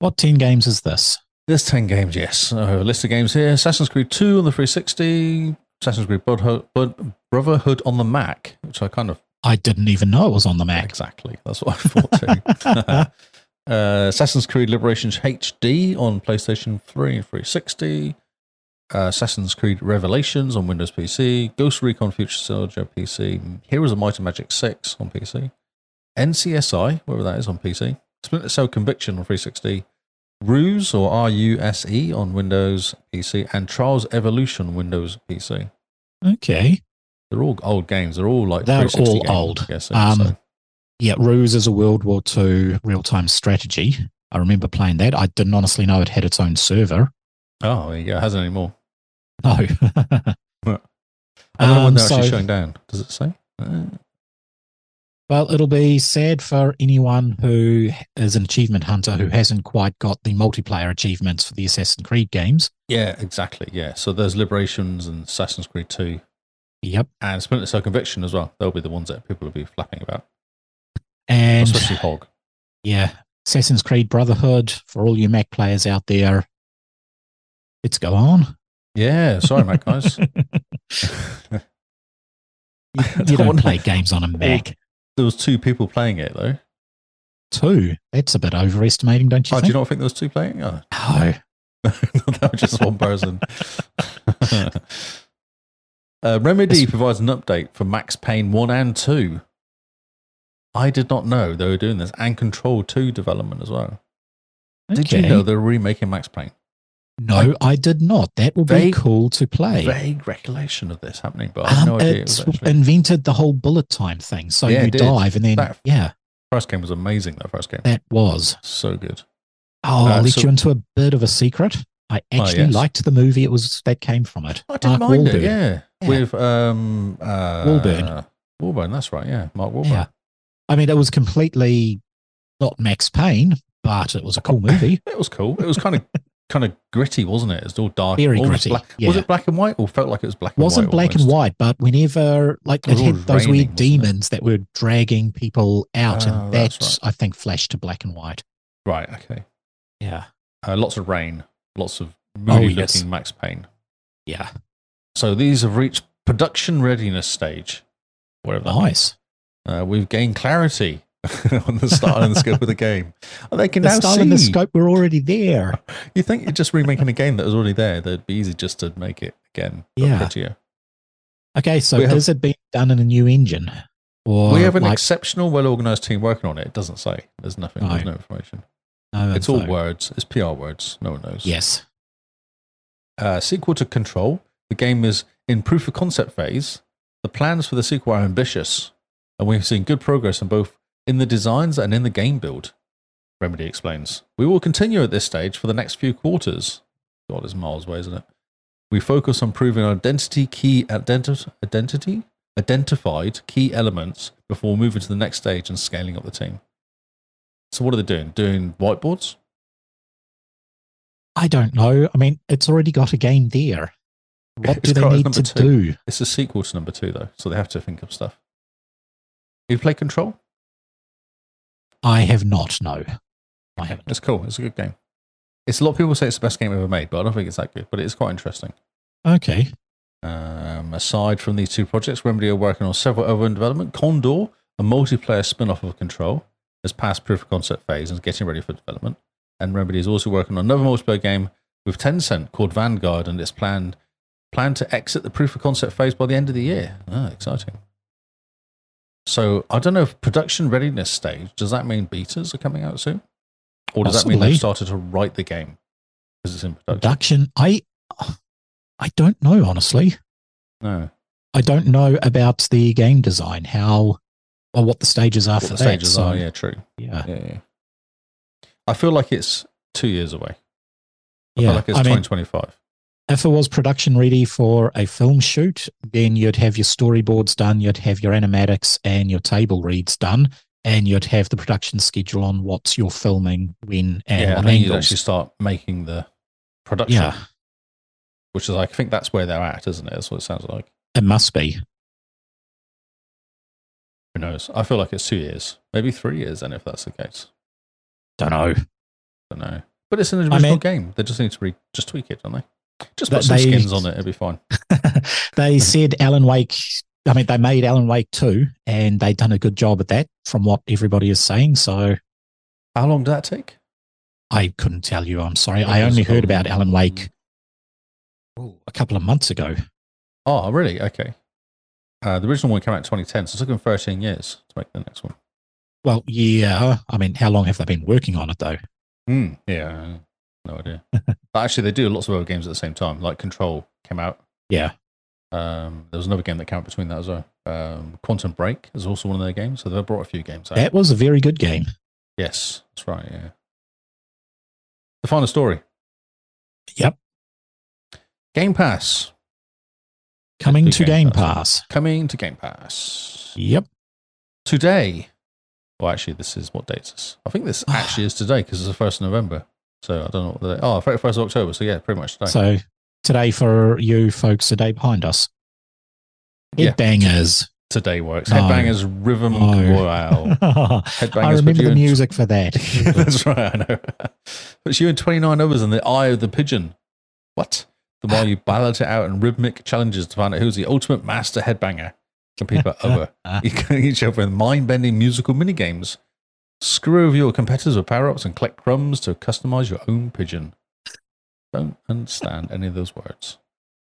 Speaker 4: What ten games is this?
Speaker 3: There's 10 games, yes. So a list of games here Assassin's Creed 2 on the 360, Assassin's Creed Brotherhood, Bud- Brotherhood on the Mac, which I kind of.
Speaker 4: I didn't even know it was on the Mac.
Speaker 3: Exactly. That's what I thought too.
Speaker 4: [laughs]
Speaker 3: uh, Assassin's Creed Liberations HD on PlayStation 3 and 360. Uh, Assassin's Creed Revelations on Windows PC, Ghost Recon Future Soldier PC, Heroes of Might and Magic 6 on PC, NCSI, wherever that is on PC, Splinter Cell Conviction on 360, Ruse or RUSE E on Windows PC, and Trials Evolution Windows PC.
Speaker 4: Okay.
Speaker 3: They're all old games. They're all like
Speaker 4: They're
Speaker 3: 360
Speaker 4: all
Speaker 3: games, I'm
Speaker 4: old.
Speaker 3: guessing,
Speaker 4: Um,
Speaker 3: so.
Speaker 4: Yeah, Ruse is a World War II real time strategy. I remember playing that. I didn't honestly know it had its own server.
Speaker 3: Oh, there you go. It hasn't anymore.
Speaker 4: [laughs] No.
Speaker 3: I don't know when
Speaker 4: Um,
Speaker 3: they're actually
Speaker 4: so-
Speaker 3: shutting down. Does it say? Uh,
Speaker 4: Well, it'll be sad for anyone who is an achievement hunter who hasn't quite got the multiplayer achievements for the Assassin's Creed games.
Speaker 3: yeah, exactly. Yeah. So there's Liberations and Assassin's Creed 2
Speaker 4: Yep.
Speaker 3: and Splinter Cell Conviction as well. They'll be the ones that people will be flapping about,
Speaker 4: And
Speaker 3: especially Hog.
Speaker 4: yeah, Assassin's Creed Brotherhood for all you Mac players out there. Let's go on.
Speaker 3: Yeah. Sorry, Mac, [laughs]
Speaker 4: [laughs]
Speaker 3: guys.
Speaker 4: You
Speaker 3: I
Speaker 4: don't
Speaker 3: wonder-
Speaker 4: play games on a Mac.
Speaker 3: [laughs] There was two people playing it, though.
Speaker 4: Two. That's a bit overestimating, don't you
Speaker 3: Oh, do you
Speaker 4: think?
Speaker 3: not think there was two playing? Oh,
Speaker 4: No.
Speaker 3: [laughs] that was just one person. [laughs] uh, Remedy
Speaker 4: It's-
Speaker 3: provides an update for Max Payne 1 and 2. I did not know they were doing this, and Control 2 development as well. Did you
Speaker 4: Okay.
Speaker 3: know they're remaking Max Payne?
Speaker 4: No, I did not. That will
Speaker 3: They-
Speaker 4: be cool to play.
Speaker 3: Vague recollection of this happening, but I had
Speaker 4: um,
Speaker 3: no idea it was
Speaker 4: it's
Speaker 3: actually.
Speaker 4: invented the whole bullet time thing. So
Speaker 3: Yeah, it
Speaker 4: you
Speaker 3: did.
Speaker 4: dive and then,
Speaker 3: That-
Speaker 4: yeah,
Speaker 3: first game was amazing. That first game,
Speaker 4: that was.
Speaker 3: so good.
Speaker 4: Oh,
Speaker 3: Uh,
Speaker 4: I'll let
Speaker 3: so- Oh,
Speaker 4: you into a bit of a secret. I actually
Speaker 3: yes.
Speaker 4: liked the movie. It was that came from it.
Speaker 3: I didn't
Speaker 4: Mark
Speaker 3: mind it.
Speaker 4: Wahlberg.
Speaker 3: Yeah.
Speaker 4: Yeah.
Speaker 3: with um, uh,
Speaker 4: Wahlberg.
Speaker 3: Wahlberg, that's right. Yeah, Mark Wahlberg.
Speaker 4: Yeah. I mean, it was completely not Max Payne, but it was a
Speaker 3: [laughs]
Speaker 4: cool movie.
Speaker 3: It was cool. It was
Speaker 4: [laughs]
Speaker 3: kind of kind of gritty, wasn't it? It was all dark.
Speaker 4: Very
Speaker 3: almost
Speaker 4: gritty,
Speaker 3: Black.
Speaker 4: yeah.
Speaker 3: Was it black and white, or felt like it was black?
Speaker 4: It wasn't
Speaker 3: and white
Speaker 4: black and
Speaker 3: almost?
Speaker 4: white, but whenever, like,
Speaker 3: It
Speaker 4: it,
Speaker 3: was
Speaker 4: had
Speaker 3: always
Speaker 4: those
Speaker 3: raining,
Speaker 4: weird
Speaker 3: wasn't it?
Speaker 4: demons that were dragging people out,
Speaker 3: Oh,
Speaker 4: and that,
Speaker 3: that's right.
Speaker 4: I think, flashed to black and white.
Speaker 3: Right. Okay.
Speaker 4: Yeah.
Speaker 3: Uh, lots of rain. Lots of moody looking
Speaker 4: Oh, yes.
Speaker 3: Max Payne.
Speaker 4: Yeah.
Speaker 3: So these have reached production readiness stage. Whatever. that
Speaker 4: Nice.
Speaker 3: Uh, we've gained clarity [laughs] on the style and the scope
Speaker 4: [laughs]
Speaker 3: of the game. And they can
Speaker 4: the
Speaker 3: now
Speaker 4: style
Speaker 3: see.
Speaker 4: and the scope were already there.
Speaker 3: You think you're just remaking a game that was already there? That'd be easy just to make it again, but
Speaker 4: Yeah.
Speaker 3: prettier.
Speaker 4: Okay, so
Speaker 3: We have-
Speaker 4: is it being done in a new engine? Or
Speaker 3: we have an
Speaker 4: like,
Speaker 3: exceptional, well-organized team working on it. It doesn't say. There's nothing. There's no information.
Speaker 4: no
Speaker 3: It's all
Speaker 4: info?
Speaker 3: words. It's PR words. No one knows.
Speaker 4: Yes.
Speaker 3: Uh, sequel to Control. The game is in proof of concept phase. The plans for the sequel are ambitious, and we've seen good progress in both in the designs and in the game build. Remedy explains. We will continue at this stage for the next few quarters. God, it's miles away, isn't it? We focus on proving our identity key identi- identity identified key elements before moving to the next stage and scaling up the team. So, what are they doing? Doing whiteboards?
Speaker 4: I don't know. I mean, it's already got a
Speaker 3: [laughs]
Speaker 4: game there. What
Speaker 3: It's
Speaker 4: do they
Speaker 3: got- it's
Speaker 4: need
Speaker 3: number
Speaker 4: to
Speaker 3: two.
Speaker 4: do?
Speaker 3: It's a sequel to number two, though, so they have to think of stuff. You play Control?
Speaker 4: I have not. No, I haven't.
Speaker 3: It's cool. It's a good game. It's a lot of people say it's the best game ever made, but I don't think it's that good. But it is quite interesting.
Speaker 4: Okay.
Speaker 3: Um, aside from these two projects, Remedy are working on several other in development. Condor, a multiplayer spin off of Control, has passed proof of concept phase and is getting ready for development. And Remedy is also working on another multiplayer game with Tencent called Vanguard, and it's planned planned to exit the proof of concept phase by the end of the year. Ah, exciting. So I don't know if production readiness stage, does that mean betas are coming out soon? Or does that mean
Speaker 4: Possibly.
Speaker 3: they've started to write the game because it's in production?
Speaker 4: Production. I. I don't know honestly.
Speaker 3: No.
Speaker 4: I don't know about the game design. How or what the stages are
Speaker 3: What
Speaker 4: for
Speaker 3: the
Speaker 4: that.
Speaker 3: stages
Speaker 4: so,
Speaker 3: are, yeah, true.
Speaker 4: yeah.
Speaker 3: yeah, yeah. I feel like it's two years away. I
Speaker 4: Yeah,
Speaker 3: feel like it's
Speaker 4: I mean-
Speaker 3: 2025.
Speaker 4: if it was production ready for a film shoot, then you'd have your storyboards done, you'd have your animatics and your table reads done, and you'd have the production schedule on what you're filming, when, and
Speaker 3: yeah,
Speaker 4: what
Speaker 3: and then you'd
Speaker 4: angles.
Speaker 3: actually start making the production,
Speaker 4: yeah,
Speaker 3: which is, I think that's where they're at, isn't it? That's what it sounds like.
Speaker 4: it must be.
Speaker 3: Who knows? I feel like it's two years, maybe three years then, if that's the case.
Speaker 4: Don't know. [laughs]
Speaker 3: don't know. But it's an original
Speaker 4: mean-
Speaker 3: game. They just need to re- just tweak it, don't they? Just
Speaker 4: But
Speaker 3: put some
Speaker 4: they-
Speaker 3: skins on it. It'll be fine. Mm-hmm.
Speaker 4: they said Alan Wake. I mean, they made Alan Wake two, and they done a good job at that, from what everybody is saying. So
Speaker 3: How long did that take?
Speaker 4: I couldn't tell you. I'm sorry.
Speaker 3: That Mm-hmm.
Speaker 4: I
Speaker 3: was
Speaker 4: only heard
Speaker 3: from-
Speaker 4: about Alan Wake oh, a couple of months ago.
Speaker 3: Oh, really? Okay. Uh, the original one came out in 2010, so it took them 13 years to make the next one.
Speaker 4: Well, yeah. I mean, how long have they been working on it though?
Speaker 3: Hmm. Yeah. No
Speaker 4: [laughs]
Speaker 3: idea. but actually, they do lots of other games at the same time. Like Control came out.
Speaker 4: Yeah.
Speaker 3: Um, there was another game that came out between that as well. Um, Quantum Break is also one of their games. So they've brought a few games out.
Speaker 4: That was a very good game.
Speaker 3: Yes, that's right. Yeah. The final story.
Speaker 4: Yep.
Speaker 3: Game Pass
Speaker 4: Coming
Speaker 3: Let's do
Speaker 4: to Game,
Speaker 3: Game
Speaker 4: Pass.
Speaker 3: coming to Game Pass
Speaker 4: Yep.
Speaker 3: today. Well, actually, this is what date is this? I think this
Speaker 4: [sighs]
Speaker 3: actually is today because it's the first of November. So I don't know what the oh, first of October. So yeah, pretty much today.
Speaker 4: So today for you folks, a day behind us.
Speaker 3: Yeah.
Speaker 4: Headbangers.
Speaker 3: today works.
Speaker 4: No.
Speaker 3: Headbangers Rhythm [laughs]
Speaker 4: No.
Speaker 3: Wow. Oh. Headbangers.
Speaker 4: [laughs] I
Speaker 3: put
Speaker 4: remember
Speaker 3: you
Speaker 4: the
Speaker 3: in-
Speaker 4: music for that.
Speaker 3: [laughs] That's right. I know. But you and 29 others in the eye of the pigeon. What? The while
Speaker 4: [laughs]
Speaker 3: you ballot it out in rhythmic challenges to find out who's the ultimate master headbanger. Compete by other.
Speaker 4: [laughs]
Speaker 3: You can each other with mind bending musical minigames. Screw over your competitors with power ups and collect crumbs to customize your own pigeon. Don't understand any of those words.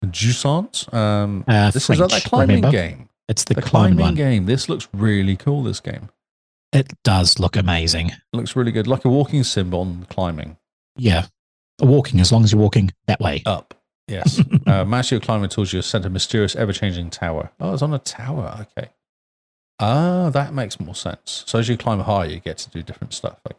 Speaker 3: Jussant? Um,
Speaker 4: Uh,
Speaker 3: this
Speaker 4: French,
Speaker 3: is like that climbing
Speaker 4: remember?
Speaker 3: game.
Speaker 4: It's the,
Speaker 3: The
Speaker 4: climb
Speaker 3: climbing
Speaker 4: one.
Speaker 3: game. This looks really cool, this game.
Speaker 4: It does look amazing.
Speaker 3: looks really good. Like a walking sim on climbing
Speaker 4: Yeah. Walking, as long as you're walking that way.
Speaker 3: up. [laughs] Yes. uh, master your climbing towards your center mysterious, ever changing tower. Oh, it's on a tower. Okay. Ah, that makes more sense. So as you climb higher, you get to do different stuff. Like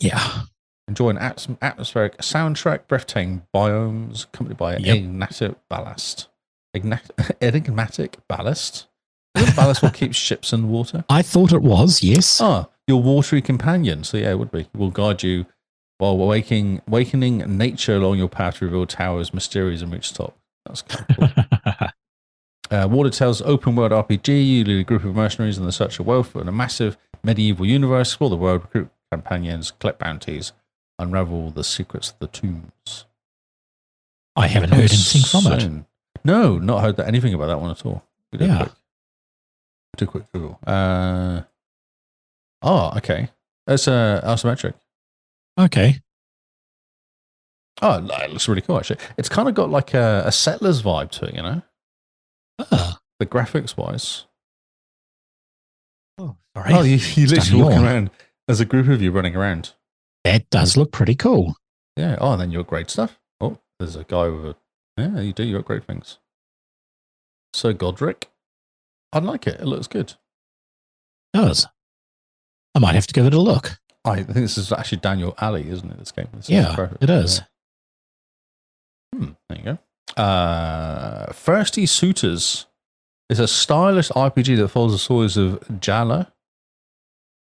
Speaker 4: Yeah.
Speaker 3: enjoy an atm- atmospheric soundtrack, breathtaking biomes, accompanied by
Speaker 4: Yep.
Speaker 3: ignatic ballast. Igna- [laughs] enigmatic ballast. Isn't ballast what keeps ships in water?
Speaker 4: I thought it was, yes.
Speaker 3: Ah, your watery companion. So yeah, it would be. Will guide you while waking, wakening nature along your path to reveal towers, mysteries, and reach top. That's kind of
Speaker 4: [laughs]
Speaker 3: cool. uh, Water Tales, open world RPG. You lead a group of mercenaries in the search of wealth in a massive medieval universe. Explore the world, recruit companions, collect bounties, unravel the secrets of the tombs.
Speaker 4: [laughs] I haven't
Speaker 3: Oh,
Speaker 4: heard anything from it.
Speaker 3: Soon. No, not heard that, anything about that one at all. We did a
Speaker 4: Yeah.
Speaker 3: quick- Do a quick Google. Uh, oh, okay. That's uh, isometric.
Speaker 4: Okay.
Speaker 3: Oh, no, it looks really cool, actually. It's kind of got like a, a settler's vibe to it, you know?
Speaker 4: Ah.
Speaker 3: The graphics wise.
Speaker 4: Oh,
Speaker 3: Oh, you, you
Speaker 4: Done
Speaker 3: literally walk
Speaker 4: yawn.
Speaker 3: around. There's a group of you running around.
Speaker 4: That does look pretty cool.
Speaker 3: Yeah. Oh, and then you upgrade stuff. Oh, there's a guy with a. Yeah, you do. You upgrade things. So, Godric. I like it. It looks good.
Speaker 4: does. I might have to give it a look.
Speaker 3: Oh, I think this is actually Daniel Alley, isn't it? This game. This is
Speaker 4: Yeah,
Speaker 3: perfect.
Speaker 4: it is.
Speaker 3: Yeah. Hmm, there you go. Uh, Thirsty Suitors It's a stylish RPG that follows the stories of Jala,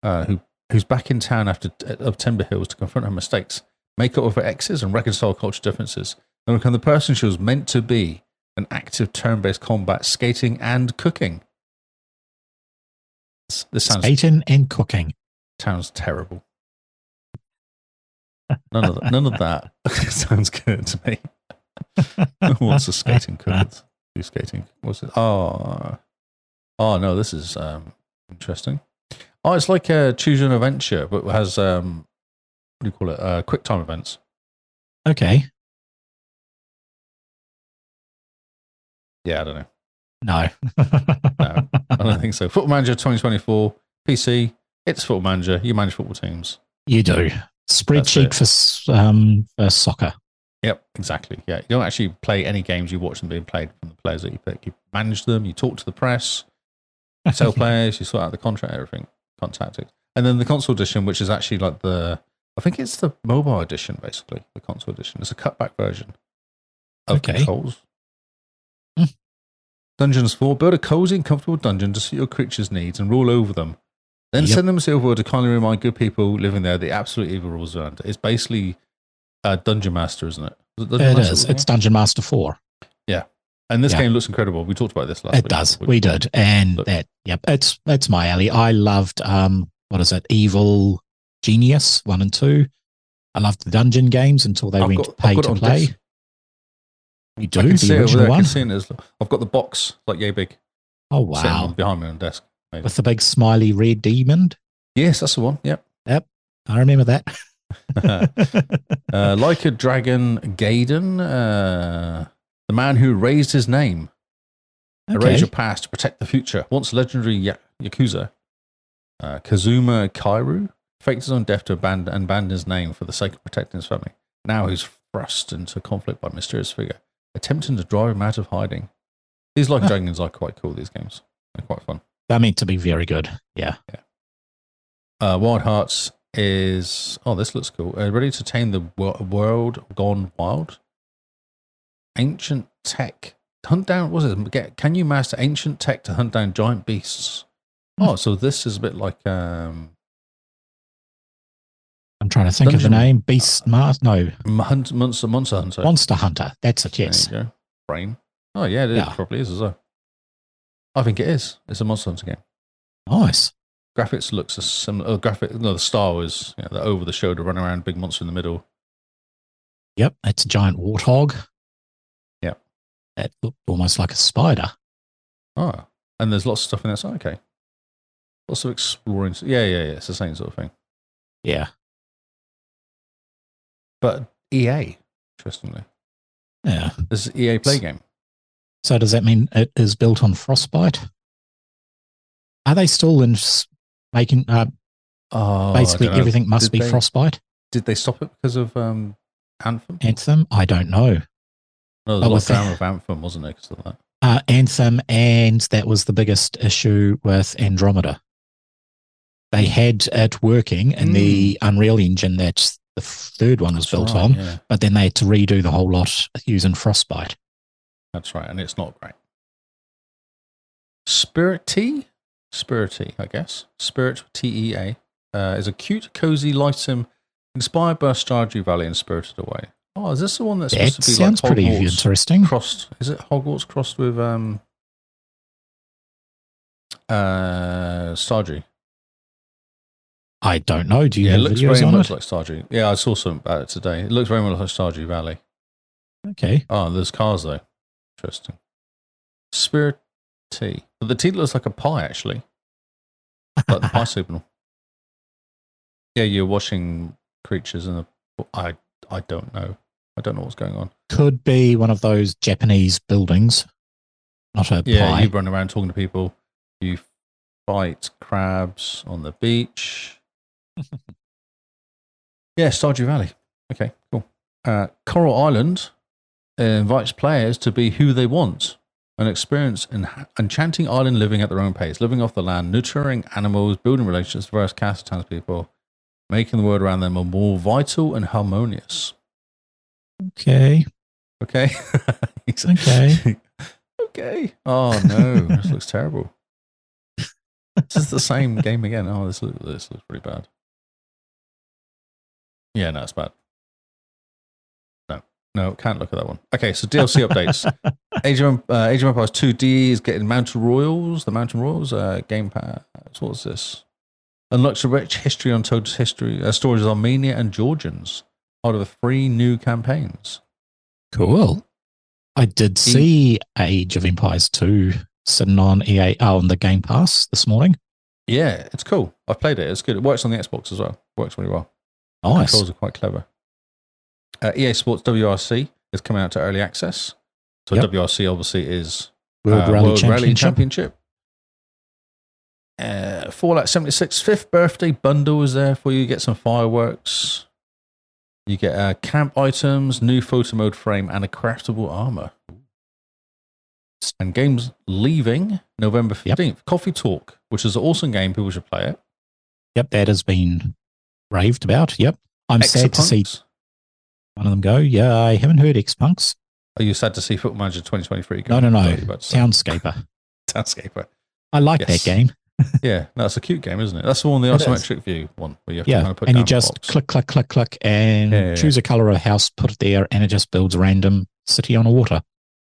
Speaker 3: uh, who who's back in town after of Timber Hills to confront her mistakes, make up for her exes, and reconcile culture differences, and become the person she was meant to be: an active turn-based combat, skating, and cooking. This, this sounds
Speaker 4: Skating and cooking.
Speaker 3: sounds terrible. None of that, none of [laughs] that [laughs] sounds good to
Speaker 4: [laughs]
Speaker 3: me. What's a skating cookies? Do skating? What's it? Oh, oh no, this is um, interesting. Oh, it's like a choose your own adventure, but it has um, what do you call it? Uh, quick time events.
Speaker 4: Okay.
Speaker 3: Yeah, I don't know.
Speaker 4: No.
Speaker 3: No. I don't think so. Football Manager 2024 PC. It's Football Manager. You manage football teams.
Speaker 4: you do. Spreadsheet
Speaker 3: it.
Speaker 4: for, s- um, for soccer.
Speaker 3: Yep, exactly. Yeah, you don't actually play any games. You watch them being played from the players that you pick. You manage them. You talk to the press. You tell players. You sort out the contract, everything, contact it. And then the console edition, which is actually like the, I think it's the mobile edition, basically the console edition. It's a cutback version of
Speaker 4: Okay.
Speaker 3: controls.
Speaker 4: Hmm.
Speaker 3: Dungeons four: build a cozy and comfortable dungeon to suit your creatures' needs and rule over them. Then
Speaker 4: Yep.
Speaker 3: send them to Silverwood to kindly remind good people living there the absolute evil rules around it. It's basically uh, Dungeon Master, isn't it? Is it Dungeon
Speaker 4: [laughs] It
Speaker 3: Master?
Speaker 4: is. It's Dungeon Master 4.
Speaker 3: and this
Speaker 4: yeah.
Speaker 3: game looks incredible. We talked about this last
Speaker 4: It
Speaker 3: week.
Speaker 4: does. We did. And
Speaker 3: Look.
Speaker 4: that, yep, it's that's my alley. I loved um what is it? Evil Genius 1 and 2. I loved the dungeon games until they
Speaker 3: I've
Speaker 4: went
Speaker 3: got-
Speaker 4: pay
Speaker 3: I've got it
Speaker 4: to
Speaker 3: on
Speaker 4: play.
Speaker 3: disc.
Speaker 4: You
Speaker 3: I
Speaker 4: do
Speaker 3: can see
Speaker 4: the
Speaker 3: it over
Speaker 4: original
Speaker 3: there. I
Speaker 4: one.
Speaker 3: can see it. It's- I've got the box like yay big.
Speaker 4: Oh
Speaker 3: sitting [laughs]
Speaker 4: wow.
Speaker 3: on- behind me on the desk.
Speaker 4: With the big smiley red demon.
Speaker 3: Yes, that's the one. Yep.
Speaker 4: I remember that.
Speaker 3: [laughs]
Speaker 4: [laughs]
Speaker 3: uh, like a dragon, Gaiden, uh, the man who raised his name, erase your past to protect the future. Once legendary ya- yakuza, uh, Kazuma Kairu faked his own death to abandon and abandon his name for the sake of protecting his family. Now he's thrust into conflict by a mysterious figure, attempting to drive him out of hiding. These like
Speaker 4: Huh.
Speaker 3: dragons are quite cool. These games, they're quite fun.
Speaker 4: They're meant to be very good. Yeah.
Speaker 3: Uh, Wild Hearts is oh, this looks cool. Uh, ready to tame the wo- world gone wild. Ancient tech hunt down. What is it? Get, can you master ancient tech to hunt down giant beasts?
Speaker 4: Hmm.
Speaker 3: Oh, so this is a bit like um,
Speaker 4: I'm trying to think
Speaker 3: Dungeon- Uh,
Speaker 4: of the name. Beast Mars. No,
Speaker 3: M- hunt, monster, monster hunter.
Speaker 4: Monster Hunter. That's it.
Speaker 3: There
Speaker 4: Yes.
Speaker 3: you go. Brain. Oh yeah, it is-
Speaker 4: Yeah.
Speaker 3: probably is as well. I think it is. It's a monster hunter game.
Speaker 4: Nice.
Speaker 3: Graphics looks a similar. Oh, graphic. No, the star was you know, the over the shoulder run around big monster in the middle.
Speaker 4: Yep. That's a giant warthog.
Speaker 3: Yep.
Speaker 4: That looked almost like a spider.
Speaker 3: Oh, and there's lots of stuff in there. So, okay. Lots of exploring. Yeah, yeah, yeah. It's the same sort of thing.
Speaker 4: Yeah.
Speaker 3: But EA, interestingly,
Speaker 4: Yeah.
Speaker 3: this is EA Play game.
Speaker 4: So does that mean it is built on Frostbite? Are they still in s- making uh,
Speaker 3: Oh,
Speaker 4: basically everything must
Speaker 3: Did
Speaker 4: be
Speaker 3: they-
Speaker 4: Frostbite
Speaker 3: Did they stop it because of um, Anthem?
Speaker 4: Anthem? I don't know.
Speaker 3: No, the
Speaker 4: Oh, was
Speaker 3: lockdown
Speaker 4: that-
Speaker 3: of Anthem wasn't it because of that.
Speaker 4: Uh, Anthem, and that was the biggest issue with Andromeda. They
Speaker 3: Hmm.
Speaker 4: had it working in the Unreal Engine that the third one was
Speaker 3: That's
Speaker 4: built
Speaker 3: right,
Speaker 4: on,
Speaker 3: Yeah,
Speaker 4: but then they had to redo the whole lot using Frostbite.
Speaker 3: that's right, and it's not great. Spirit Tea, Spirit Tea, I guess. Spirit T E A uh, is a cute, cozy life sim inspired by Stardew Valley and Spirited Away. Oh, is this the one that's
Speaker 4: That
Speaker 3: supposed to be like
Speaker 4: sounds pretty
Speaker 3: Hogwarts?
Speaker 4: interesting.
Speaker 3: crossed. Is it Hogwarts crossed with um uh Stardew?
Speaker 4: I don't know. Do you
Speaker 3: it
Speaker 4: have
Speaker 3: looks
Speaker 4: videos
Speaker 3: very
Speaker 4: on
Speaker 3: much
Speaker 4: it?
Speaker 3: like Stardew. Yeah, I saw something about it today. It looks very much like Stardew Valley.
Speaker 4: okay.
Speaker 3: Oh, there's cars though. Interesting. Spirit tea, but the tea looks like a pie actually, like the
Speaker 4: [laughs]
Speaker 3: pie signal. Yeah, you're watching creatures in the. I I don't know. I don't know what's going on.
Speaker 4: Could be one of those Japanese buildings, not a
Speaker 3: Yeah,
Speaker 4: pie.
Speaker 3: you run around talking to people. You fight crabs on the beach. [laughs] yeah, Stardew Valley. Okay, cool. Uh, Coral Island uh, invites players to be who they want and experience an enchanting island living at their own pace, living off the land, nurturing animals, building relationships with various cast of townspeople, making the world around them a more vital and harmonious.
Speaker 4: Okay.
Speaker 3: Okay. [laughs] He's-
Speaker 4: Okay.
Speaker 3: [laughs] okay. Oh no, this looks terrible. This is the same game again. Oh, this looks this looks pretty bad. Yeah, no, it's bad. No, no, can't look at that one. Okay, so DLC updates. Age of, uh, Age of Empires 2D is getting Mountain Royals, the Mountain Royals uh, game pass. What's this? Unlocks a rich history on Toad's history, uh, stories of Armenia and Georgians out of the three new campaigns.
Speaker 4: Cool. I did see Age of Empires 2 sitting on EA oh, on the Game Pass this morning.
Speaker 3: Yeah, it's cool. I've played it. It's good. It works on the Xbox as well. Works really well.
Speaker 4: Nice.
Speaker 3: Controls are quite clever. Uh, EA Sports WRC is coming out to early access. So
Speaker 4: Yep.
Speaker 3: WRC obviously is
Speaker 4: World
Speaker 3: uh,
Speaker 4: Rally
Speaker 3: World Rally
Speaker 4: Championship.
Speaker 3: Championship. Uh, Fallout 76 fifth birthday bundle is there for you. You get some fireworks. You get uh, camp items, new photo mode frame, and a craftable armor. And games leaving November 15th.
Speaker 4: Yep.
Speaker 3: Coffee Talk, which is an awesome game. People should play it.
Speaker 4: Yep, that has been raved about. Yep. I'm sad to see
Speaker 3: Exapunks.
Speaker 4: one of them go. Yeah, I haven't heard X Punks.
Speaker 3: Are you sad to see Football Manager 2023?
Speaker 4: No,
Speaker 3: gone?
Speaker 4: no,
Speaker 3: Is that
Speaker 4: no.
Speaker 3: what you're about to say?
Speaker 4: Townscaper.
Speaker 3: [laughs] Townscaper.
Speaker 4: I like
Speaker 3: Yes.
Speaker 4: that game.
Speaker 3: Yeah, that's a cute game, isn't it? That's the one, the
Speaker 4: It is.
Speaker 3: isometric view one, where you have to kind
Speaker 4: Yeah.
Speaker 3: of put
Speaker 4: And you
Speaker 3: down
Speaker 4: just
Speaker 3: blocks.
Speaker 4: click, click, click, click, and
Speaker 3: Yeah, yeah, yeah.
Speaker 4: choose a color of a house, put it there, and it just builds random city on a water.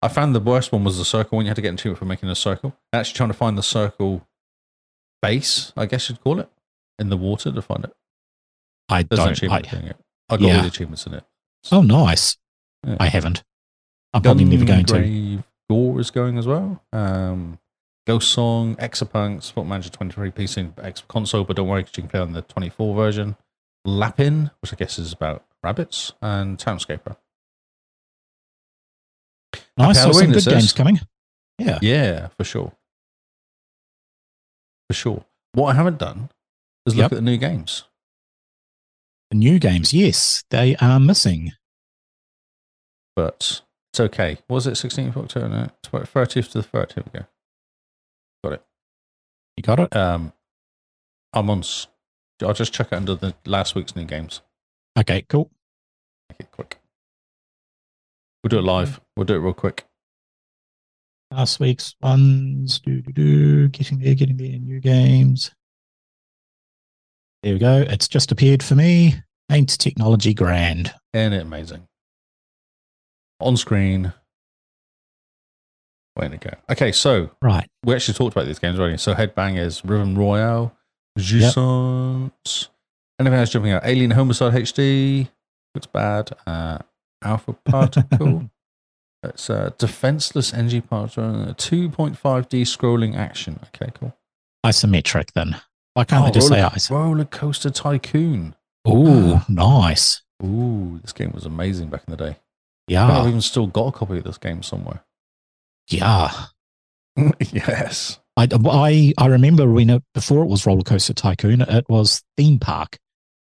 Speaker 3: I found the worst one was the circle one. You had to get into it for making a circle. Actually, trying to find the circle base, I guess you'd call it, in the water to find it.
Speaker 4: I
Speaker 3: There's an
Speaker 4: don't.
Speaker 3: achievement
Speaker 4: I-
Speaker 3: doing it. I got all
Speaker 4: yeah.
Speaker 3: the achievements in it.
Speaker 4: oh, nice.
Speaker 3: Yeah.
Speaker 4: I haven't. I'm probably never going to.
Speaker 3: Gungrave Gore is going as well. Um, Ghost Song, Exapunks, Sport Manager 23, PC and X console, but don't worry 'cause you can play on the 24 version. Lapin, which I guess is about rabbits, and Townscaper.
Speaker 4: Nice. So some
Speaker 3: Halloween, it
Speaker 4: good
Speaker 3: says.
Speaker 4: games coming. Yeah.
Speaker 3: Yeah, for sure. For sure. What I haven't done is look
Speaker 4: Yep.
Speaker 3: at the new games.
Speaker 4: The new games, yes, they are missing.
Speaker 3: but it's okay. Was it 16th of October? No, it's about 30th to the 30th. Here we go.
Speaker 4: You got it?
Speaker 3: Um, I'm on. s- I'll just check it under the last week's new games.
Speaker 4: Okay, cool.
Speaker 3: Make it quick. We'll do it live. We'll do it real quick.
Speaker 4: Last week's ones, do do do, getting there, getting there, new games. There we go. It's just appeared for me. Ain't technology grand?
Speaker 3: Ain't it amazing? On screen. Where to go? Okay, so
Speaker 4: Right.
Speaker 3: we actually talked about these games already. So Headbangers, Rhythm Royale, Jouissance, anything else jumping out? Alien Homicide HD looks bad. Uh, Alpha
Speaker 4: [laughs]
Speaker 3: Particle. That's uh, defenseless NG Particle. uh, Two point five D scrolling action. Okay, cool.
Speaker 4: Isometric then. Why can't
Speaker 3: Oh,
Speaker 4: they just
Speaker 3: roller,
Speaker 4: say ice?
Speaker 3: roller Coaster Tycoon.
Speaker 4: Ooh,
Speaker 3: Ah.
Speaker 4: nice.
Speaker 3: [gasps] Ooh, this game was amazing back in the day. I think I've
Speaker 4: Yeah.
Speaker 3: even still got a copy of this game somewhere. [laughs]
Speaker 4: Yeah.
Speaker 3: yes.
Speaker 4: I, I, I remember when it, before it was Roller Coaster Tycoon, it was theme park.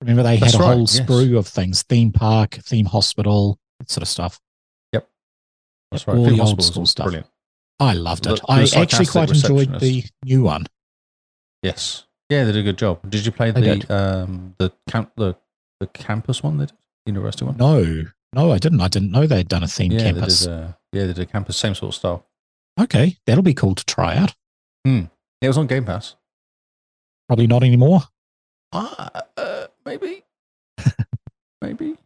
Speaker 4: Remember they
Speaker 3: That's
Speaker 4: had a
Speaker 3: right,
Speaker 4: whole
Speaker 3: yes.
Speaker 4: sprue of things: theme park, theme hospital, that sort of stuff.
Speaker 3: That's
Speaker 4: Yeah,
Speaker 3: right.
Speaker 4: all
Speaker 3: Field
Speaker 4: the old
Speaker 3: Hospital
Speaker 4: school
Speaker 3: was
Speaker 4: stuff.
Speaker 3: Brilliant.
Speaker 4: I loved
Speaker 3: The-
Speaker 4: it.
Speaker 3: the
Speaker 4: I actually
Speaker 3: sarcastic
Speaker 4: quite enjoyed the
Speaker 3: receptionist.
Speaker 4: new one.
Speaker 3: Yes. Yeah, they did a good job. Did you play
Speaker 4: They
Speaker 3: the
Speaker 4: did.
Speaker 3: um the camp the the campus one they did? University one?
Speaker 4: No, no, I didn't. I didn't know they'd done a theme
Speaker 3: yeah,
Speaker 4: campus.
Speaker 3: They did, uh, yeah, they did campus, same sort of style.
Speaker 4: okay, that'll be cool to try out.
Speaker 3: Yeah, it was on Game Pass.
Speaker 4: Probably not anymore.
Speaker 3: Ah, uh, maybe. [laughs] maybe.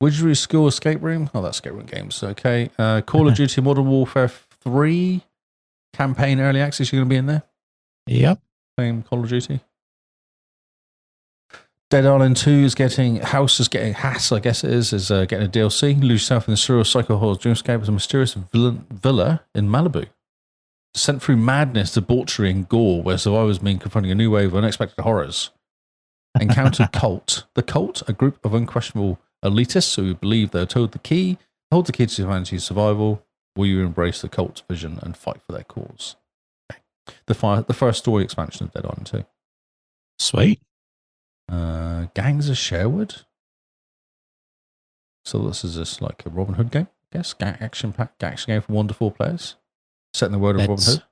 Speaker 3: Widgery School Escape Room. Oh, that's Escape Room Games. Okay. Uh, Call [laughs] of Duty Modern Warfare 3 campaign early access. You're going to be in there
Speaker 4: Yep.
Speaker 3: playing Call of Duty. Dead Island 2 is getting, House is getting, Hass, I guess it is, is uh, getting a DLC. Lose yourself in the surreal psycho horror's dreamscape as a mysterious villain, villa in Malibu. Sent through madness, debauchery, and gore, where survivors mean confronting a new wave of unexpected horrors. Encounter [laughs] Cult. The Cult, a group of unquestionable elitists who believe they're told the key, hold the key to humanity's survival. Will you embrace the cult's vision and fight for their cause? The, fi- the first story expansion of Dead Island 2.
Speaker 4: Sweet.
Speaker 3: Uh, Gangs of Sherwood. So this is just like a Robin Hood game, I guess. Ga- action pack, action game for one to four players. Set in the world of Robin
Speaker 4: That's,
Speaker 3: Hood.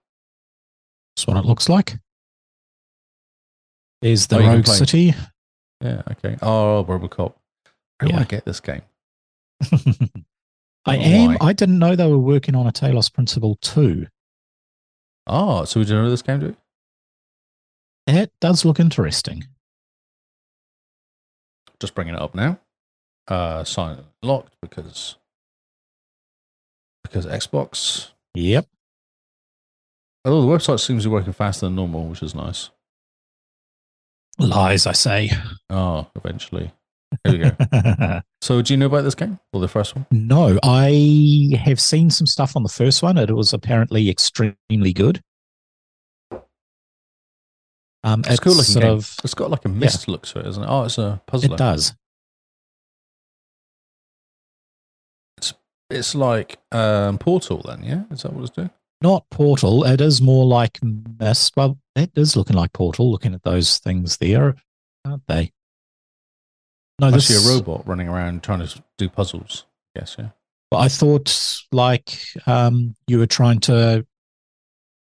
Speaker 4: that's what it looks like. There's the
Speaker 3: Oh, you can
Speaker 4: Rogue
Speaker 3: play. [laughs]
Speaker 4: City.
Speaker 3: Yeah, okay. Oh, RoboCop. I
Speaker 4: Yeah.
Speaker 3: want to get this game.
Speaker 4: I
Speaker 3: Oh,
Speaker 4: am.
Speaker 3: why?
Speaker 4: I didn't know they were working on a Talos Principle too.
Speaker 3: Oh, so we don't know this game, do we?
Speaker 4: That does look interesting.
Speaker 3: Just bringing it up now. Uh, silent locked because because Xbox.
Speaker 4: Yep.
Speaker 3: Although the website seems to be working faster than normal, which is nice.
Speaker 4: Lies, I say. [laughs]
Speaker 3: Oh, eventually. Here we go. so, do you know about this game or the first one?
Speaker 4: no, I have seen some stuff on the first one. It was apparently extremely good. Um,
Speaker 3: It's, a cool looking
Speaker 4: sort
Speaker 3: game.
Speaker 4: of
Speaker 3: it's got like a mist look to it, isn't it? Oh, it's a puzzler.
Speaker 4: it does.
Speaker 3: It's like um, Portal, then, yeah? Is that what it's doing?
Speaker 4: Not Portal. It is more like Mist. Well, it is looking like Portal. Looking at those things there, aren't they? No,
Speaker 3: I
Speaker 4: this
Speaker 3: see
Speaker 4: is
Speaker 3: a robot running around trying to do puzzles. Yes, yeah.
Speaker 4: But I thought like um, you were trying to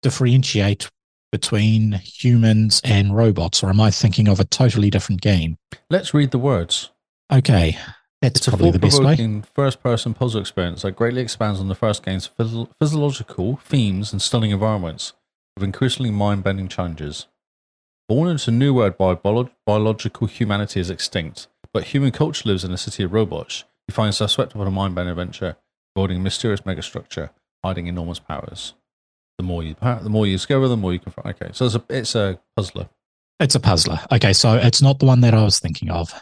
Speaker 4: differentiate between humans and robots, or am I thinking of a totally different game?
Speaker 3: Let's read the words.
Speaker 4: Okay, that's
Speaker 3: It's a
Speaker 4: probably the best way.
Speaker 3: thought-provoking first-person puzzle experience that greatly expands on the first game's phys- physiological themes and stunning environments, with increasingly mind-bending challenges. Born into a new world by bio- biological humanity is extinct, but human culture lives in a city of robots. You find yourself swept up on a mind-bending adventure, building a mysterious megastructure, hiding enormous powers. The more you, pa- the more you discover, the more you confront. Okay, so it's a, it's a puzzler.
Speaker 4: It's a puzzler. Okay, so it's not the one that I was thinking of.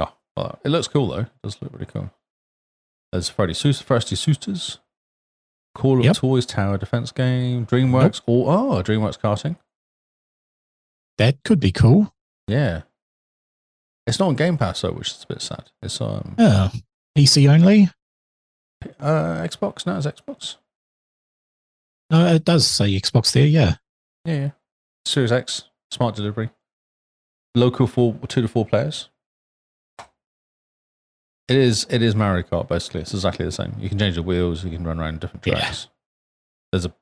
Speaker 3: Oh, well, it looks cool though. It does look really cool. There's Freddy Sous- Frosty Suitors, Call of
Speaker 4: Yep.
Speaker 3: Toys Tower Defense Game, DreamWorks, or oh, DreamWorks Karting.
Speaker 4: That could be cool.
Speaker 3: Yeah, it's not on Game Pass though, which is a bit sad. It's um,
Speaker 4: Yeah. PC only?
Speaker 3: uh, Xbox now. It's Xbox.
Speaker 4: No, it does say Xbox there. Yeah.
Speaker 3: Yeah, yeah. Series X, smart delivery, local four two to four players. It is it is Mario Kart basically. It's exactly the same. You can change the wheels. You can run around different
Speaker 4: Yeah.
Speaker 3: tracks. There's a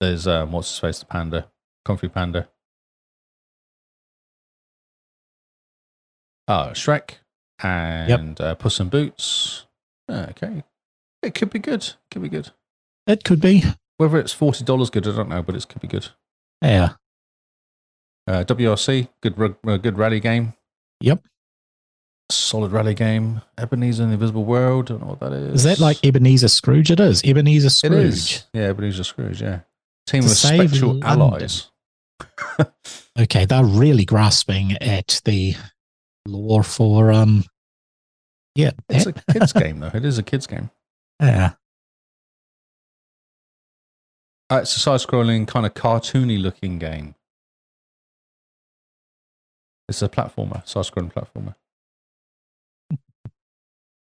Speaker 3: there's um, what's his face the panda, comfy panda. Oh, Shrek and uh, Puss in Boots. Ah, okay, it could be good. Could be good.
Speaker 4: It could be.
Speaker 3: Whether it's forty dollars good, I don't know, but it could be good.
Speaker 4: Yeah.
Speaker 3: Uh, WRC, good rug, uh, good rally game.
Speaker 4: Yep.
Speaker 3: Solid rally game. Ebenezer and the Invisible World. I don't know what that is.
Speaker 4: Is that like Ebenezer Scrooge? It is. Ebenezer
Speaker 3: It
Speaker 4: Scrooge.
Speaker 3: is. Yeah, Ebenezer Scrooge, yeah. Team
Speaker 4: To
Speaker 3: of
Speaker 4: save
Speaker 3: spectral
Speaker 4: London.
Speaker 3: allies.
Speaker 4: Okay, they're really grasping at the lore for um yeah,
Speaker 3: It's a
Speaker 4: that-
Speaker 3: kids game though. It is a kids game.
Speaker 4: yeah.
Speaker 3: Uh, it's a side-scrolling kind of cartoony looking game. It's a platformer, side-scrolling platformer.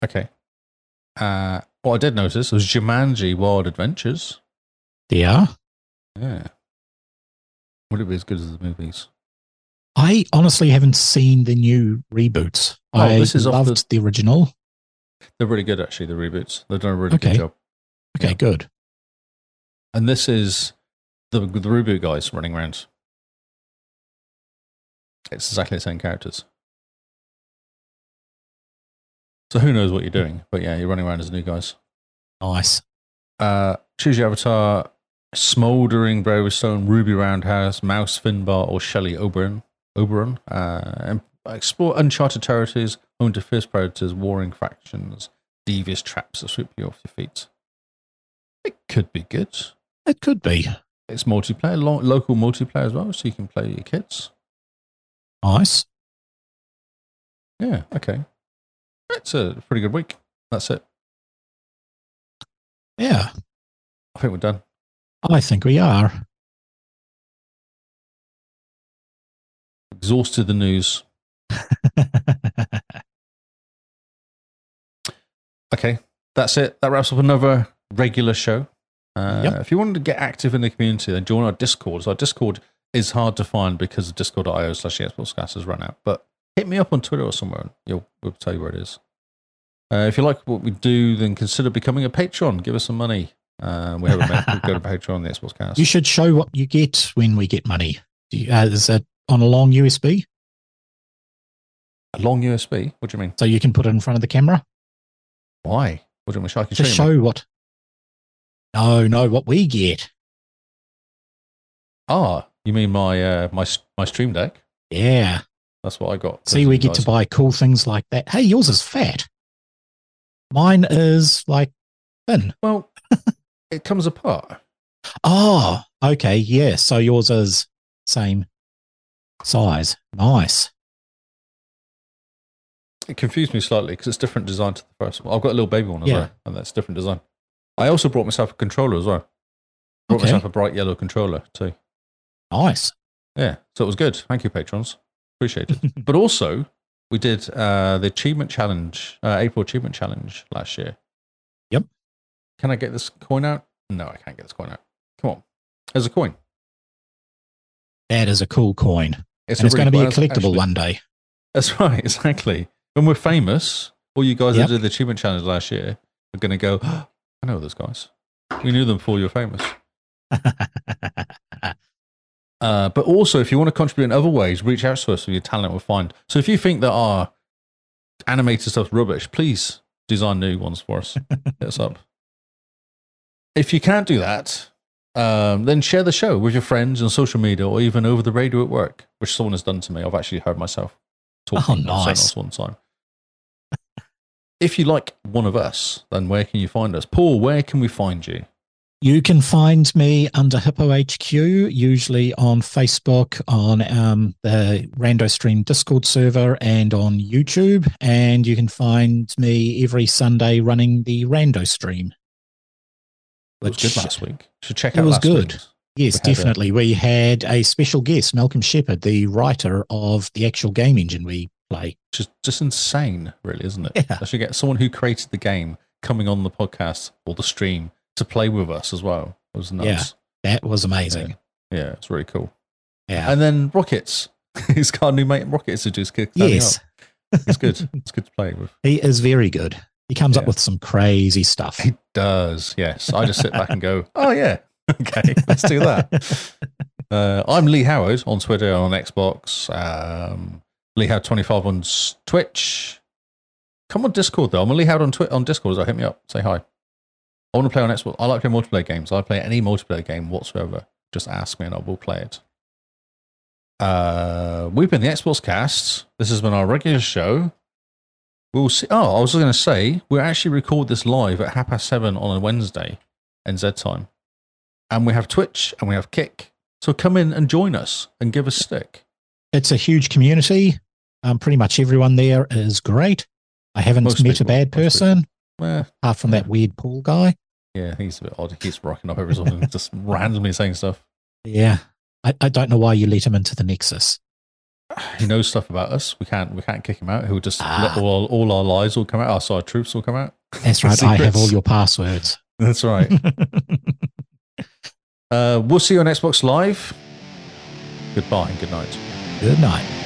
Speaker 3: Okay. Uh, what I did notice was Jumanji Wild Adventures.
Speaker 4: They are.
Speaker 3: Yeah. Would it be as good as the movies?
Speaker 4: I honestly haven't seen the new reboots.
Speaker 3: Oh,
Speaker 4: I
Speaker 3: this is off
Speaker 4: loved
Speaker 3: the-
Speaker 4: the original.
Speaker 3: They're really good, actually, the reboots. They've done a really
Speaker 4: Okay.
Speaker 3: good job.
Speaker 4: Okay,
Speaker 3: Yeah.
Speaker 4: good.
Speaker 3: And this is the, the reboot guys running around. It's exactly the same characters. So who knows what you're doing? But yeah, you're running around as new guys.
Speaker 4: Nice.
Speaker 3: Uh, choose your avatar Smouldering Brave-Stone, Ruby Roundhouse, Mouse Finbar, or Shelley Oberon. Oberon. Uh, and explore uncharted territories, home to fierce predators, warring factions, devious traps that sweep you off your feet. It could be good.
Speaker 4: It could be.
Speaker 3: It's multiplayer, lo- local multiplayer as well, so you can play your kids.
Speaker 4: Nice.
Speaker 3: Yeah, okay. It's a pretty good week. That's it.
Speaker 4: Yeah.
Speaker 3: I think we're done.
Speaker 4: I think we are. [laughs]
Speaker 3: Exhausted the news. Okay, that's it. That wraps up another regular show. Uh,
Speaker 4: Yep.
Speaker 3: If you wanted to get active in the community, then join our Discord. So our Discord is hard to find because discord.io slash Xboxcast has run out. But hit me up on Twitter or somewhere, and you'll, we'll tell you where it is. Uh, if you like what we do, then consider becoming a patron. Give us some money. Uh, we have a we go to
Speaker 4: [laughs]
Speaker 3: Patreon, the Xboxcast.
Speaker 4: you should show what you get when we get money. Do you, uh, is it on a long USB
Speaker 3: a long USB. What do you mean?
Speaker 4: so you can put it in front of the camera?
Speaker 3: Why? What do you want me to show? I can
Speaker 4: to
Speaker 3: show you.
Speaker 4: show what. No, no, what we get.
Speaker 3: my- Ah, you mean my uh, my s- my stream deck?
Speaker 4: Yeah.
Speaker 3: That's what I got.
Speaker 4: See, we get to buy cool things like that. Hey, yours is fat. Mine is like thin. [laughs]
Speaker 3: Well, it comes apart.
Speaker 4: Oh, okay. Yeah. So yours is same size. Nice.
Speaker 3: It confused me slightly because it's different design to the first one. I've got a little baby one as
Speaker 4: Yeah.
Speaker 3: well, and that's different design. I also brought myself a controller as well. Brought
Speaker 4: Okay.
Speaker 3: myself a bright yellow controller too.
Speaker 4: Nice.
Speaker 3: Yeah, so it was good. Thank you, patrons. Appreciate it.
Speaker 4: [laughs]
Speaker 3: but also, we did uh, the achievement challenge, uh, April achievement challenge last year.
Speaker 4: Yep.
Speaker 3: Can I get this coin out? No, I can't get this coin out. Come on, there's a coin.
Speaker 4: That is a cool coin.
Speaker 3: It's
Speaker 4: and it's going to be a
Speaker 3: well,
Speaker 4: collectible
Speaker 3: actually-
Speaker 4: one day.
Speaker 3: That's [laughs] right, exactly. When we're famous, all you guys
Speaker 4: Yep.
Speaker 3: that did the achievement challenge last year are going to go. [gasps] "Oh, I know those guys. We knew them before you were famous. [laughs] Uh, but also, if you want to contribute in other ways, reach out to us with your talent we'll find. So if you think that our animated stuff's rubbish, please design new ones for
Speaker 4: [laughs]
Speaker 3: us. Hit us up. If you can't do that, um, then share the show with your friends on social media or even over the radio at work, which someone has done to me. I've actually heard myself talking
Speaker 4: Oh,
Speaker 3: on
Speaker 4: nice.
Speaker 3: Sonos one time. If you like one of us, then where can you find us? Paul, where can we find you?
Speaker 4: You can find me under Hippo HQ, usually on Facebook, on um, the RandoStream Discord server, and on YouTube. And you can find me every Sunday running the RandoStream.
Speaker 3: It was good last week. Should check
Speaker 4: It
Speaker 3: out
Speaker 4: was
Speaker 3: last
Speaker 4: good.
Speaker 3: week's.
Speaker 4: Yes,
Speaker 3: We had a-
Speaker 4: definitely. we had a special guest, Malcolm Shepherd, the writer of the actual game engine we play.
Speaker 3: just just insane, really, isn't it?
Speaker 4: Yeah.
Speaker 3: I should get someone who created the game coming on the podcast or the stream to play with us as well. It was nuts.
Speaker 4: That was amazing.
Speaker 3: Yeah, it's really cool.
Speaker 4: Yeah.
Speaker 3: And then Rockets. [laughs] He's got a new mate Rockets who just kicks
Speaker 4: yes,
Speaker 3: It's good. it's good to play with.
Speaker 4: [laughs] he is very good. He comes up
Speaker 3: Yeah.
Speaker 4: with some crazy stuff.
Speaker 3: He does, yes. I just sit back and go, Oh yeah. [laughs] Okay, let's do
Speaker 4: [laughs]
Speaker 3: that. Uh, I'm Lee Howard on Twitter and on Xbox. Um, Lee Howard 25 on s- Twitch. Come on Discord though. I'm a Lee Howard on Twi- on Discord. So hit me up. Say hi. I want to play on Xbox. I like playing multiplayer games. I play any multiplayer game whatsoever. Just ask me and I will play it. Uh, we've been the Xbox Cast. This has been our regular show. We'll see. Oh, I was going to say we actually record this live at half past seven on a Wednesday, NZ time, and we have Twitch and we have Kick. So come in and join us and give us stick.
Speaker 4: it's a huge community. Um, pretty much everyone there is great. I haven't
Speaker 3: Most
Speaker 4: met
Speaker 3: people,
Speaker 4: a bad
Speaker 3: most
Speaker 4: person
Speaker 3: Eh,
Speaker 4: apart from that weird Paul guy.
Speaker 3: yeah, he's a bit odd. He keeps rocking up every so
Speaker 4: [laughs]
Speaker 3: often, just randomly saying stuff.
Speaker 4: Yeah. I, I don't know why you let him into the Nexus.
Speaker 3: He knows stuff about us. We can't we can't kick him out. He'll just
Speaker 4: Ah.
Speaker 3: let all, all our lies all come out. Our side truths will come out. [laughs]
Speaker 4: That's right. I have
Speaker 3: Secrets.
Speaker 4: all your passwords.
Speaker 3: That's
Speaker 4: [laughs]
Speaker 3: right. uh, we'll see you on Xbox Live. Goodbye and good night.
Speaker 4: Good night.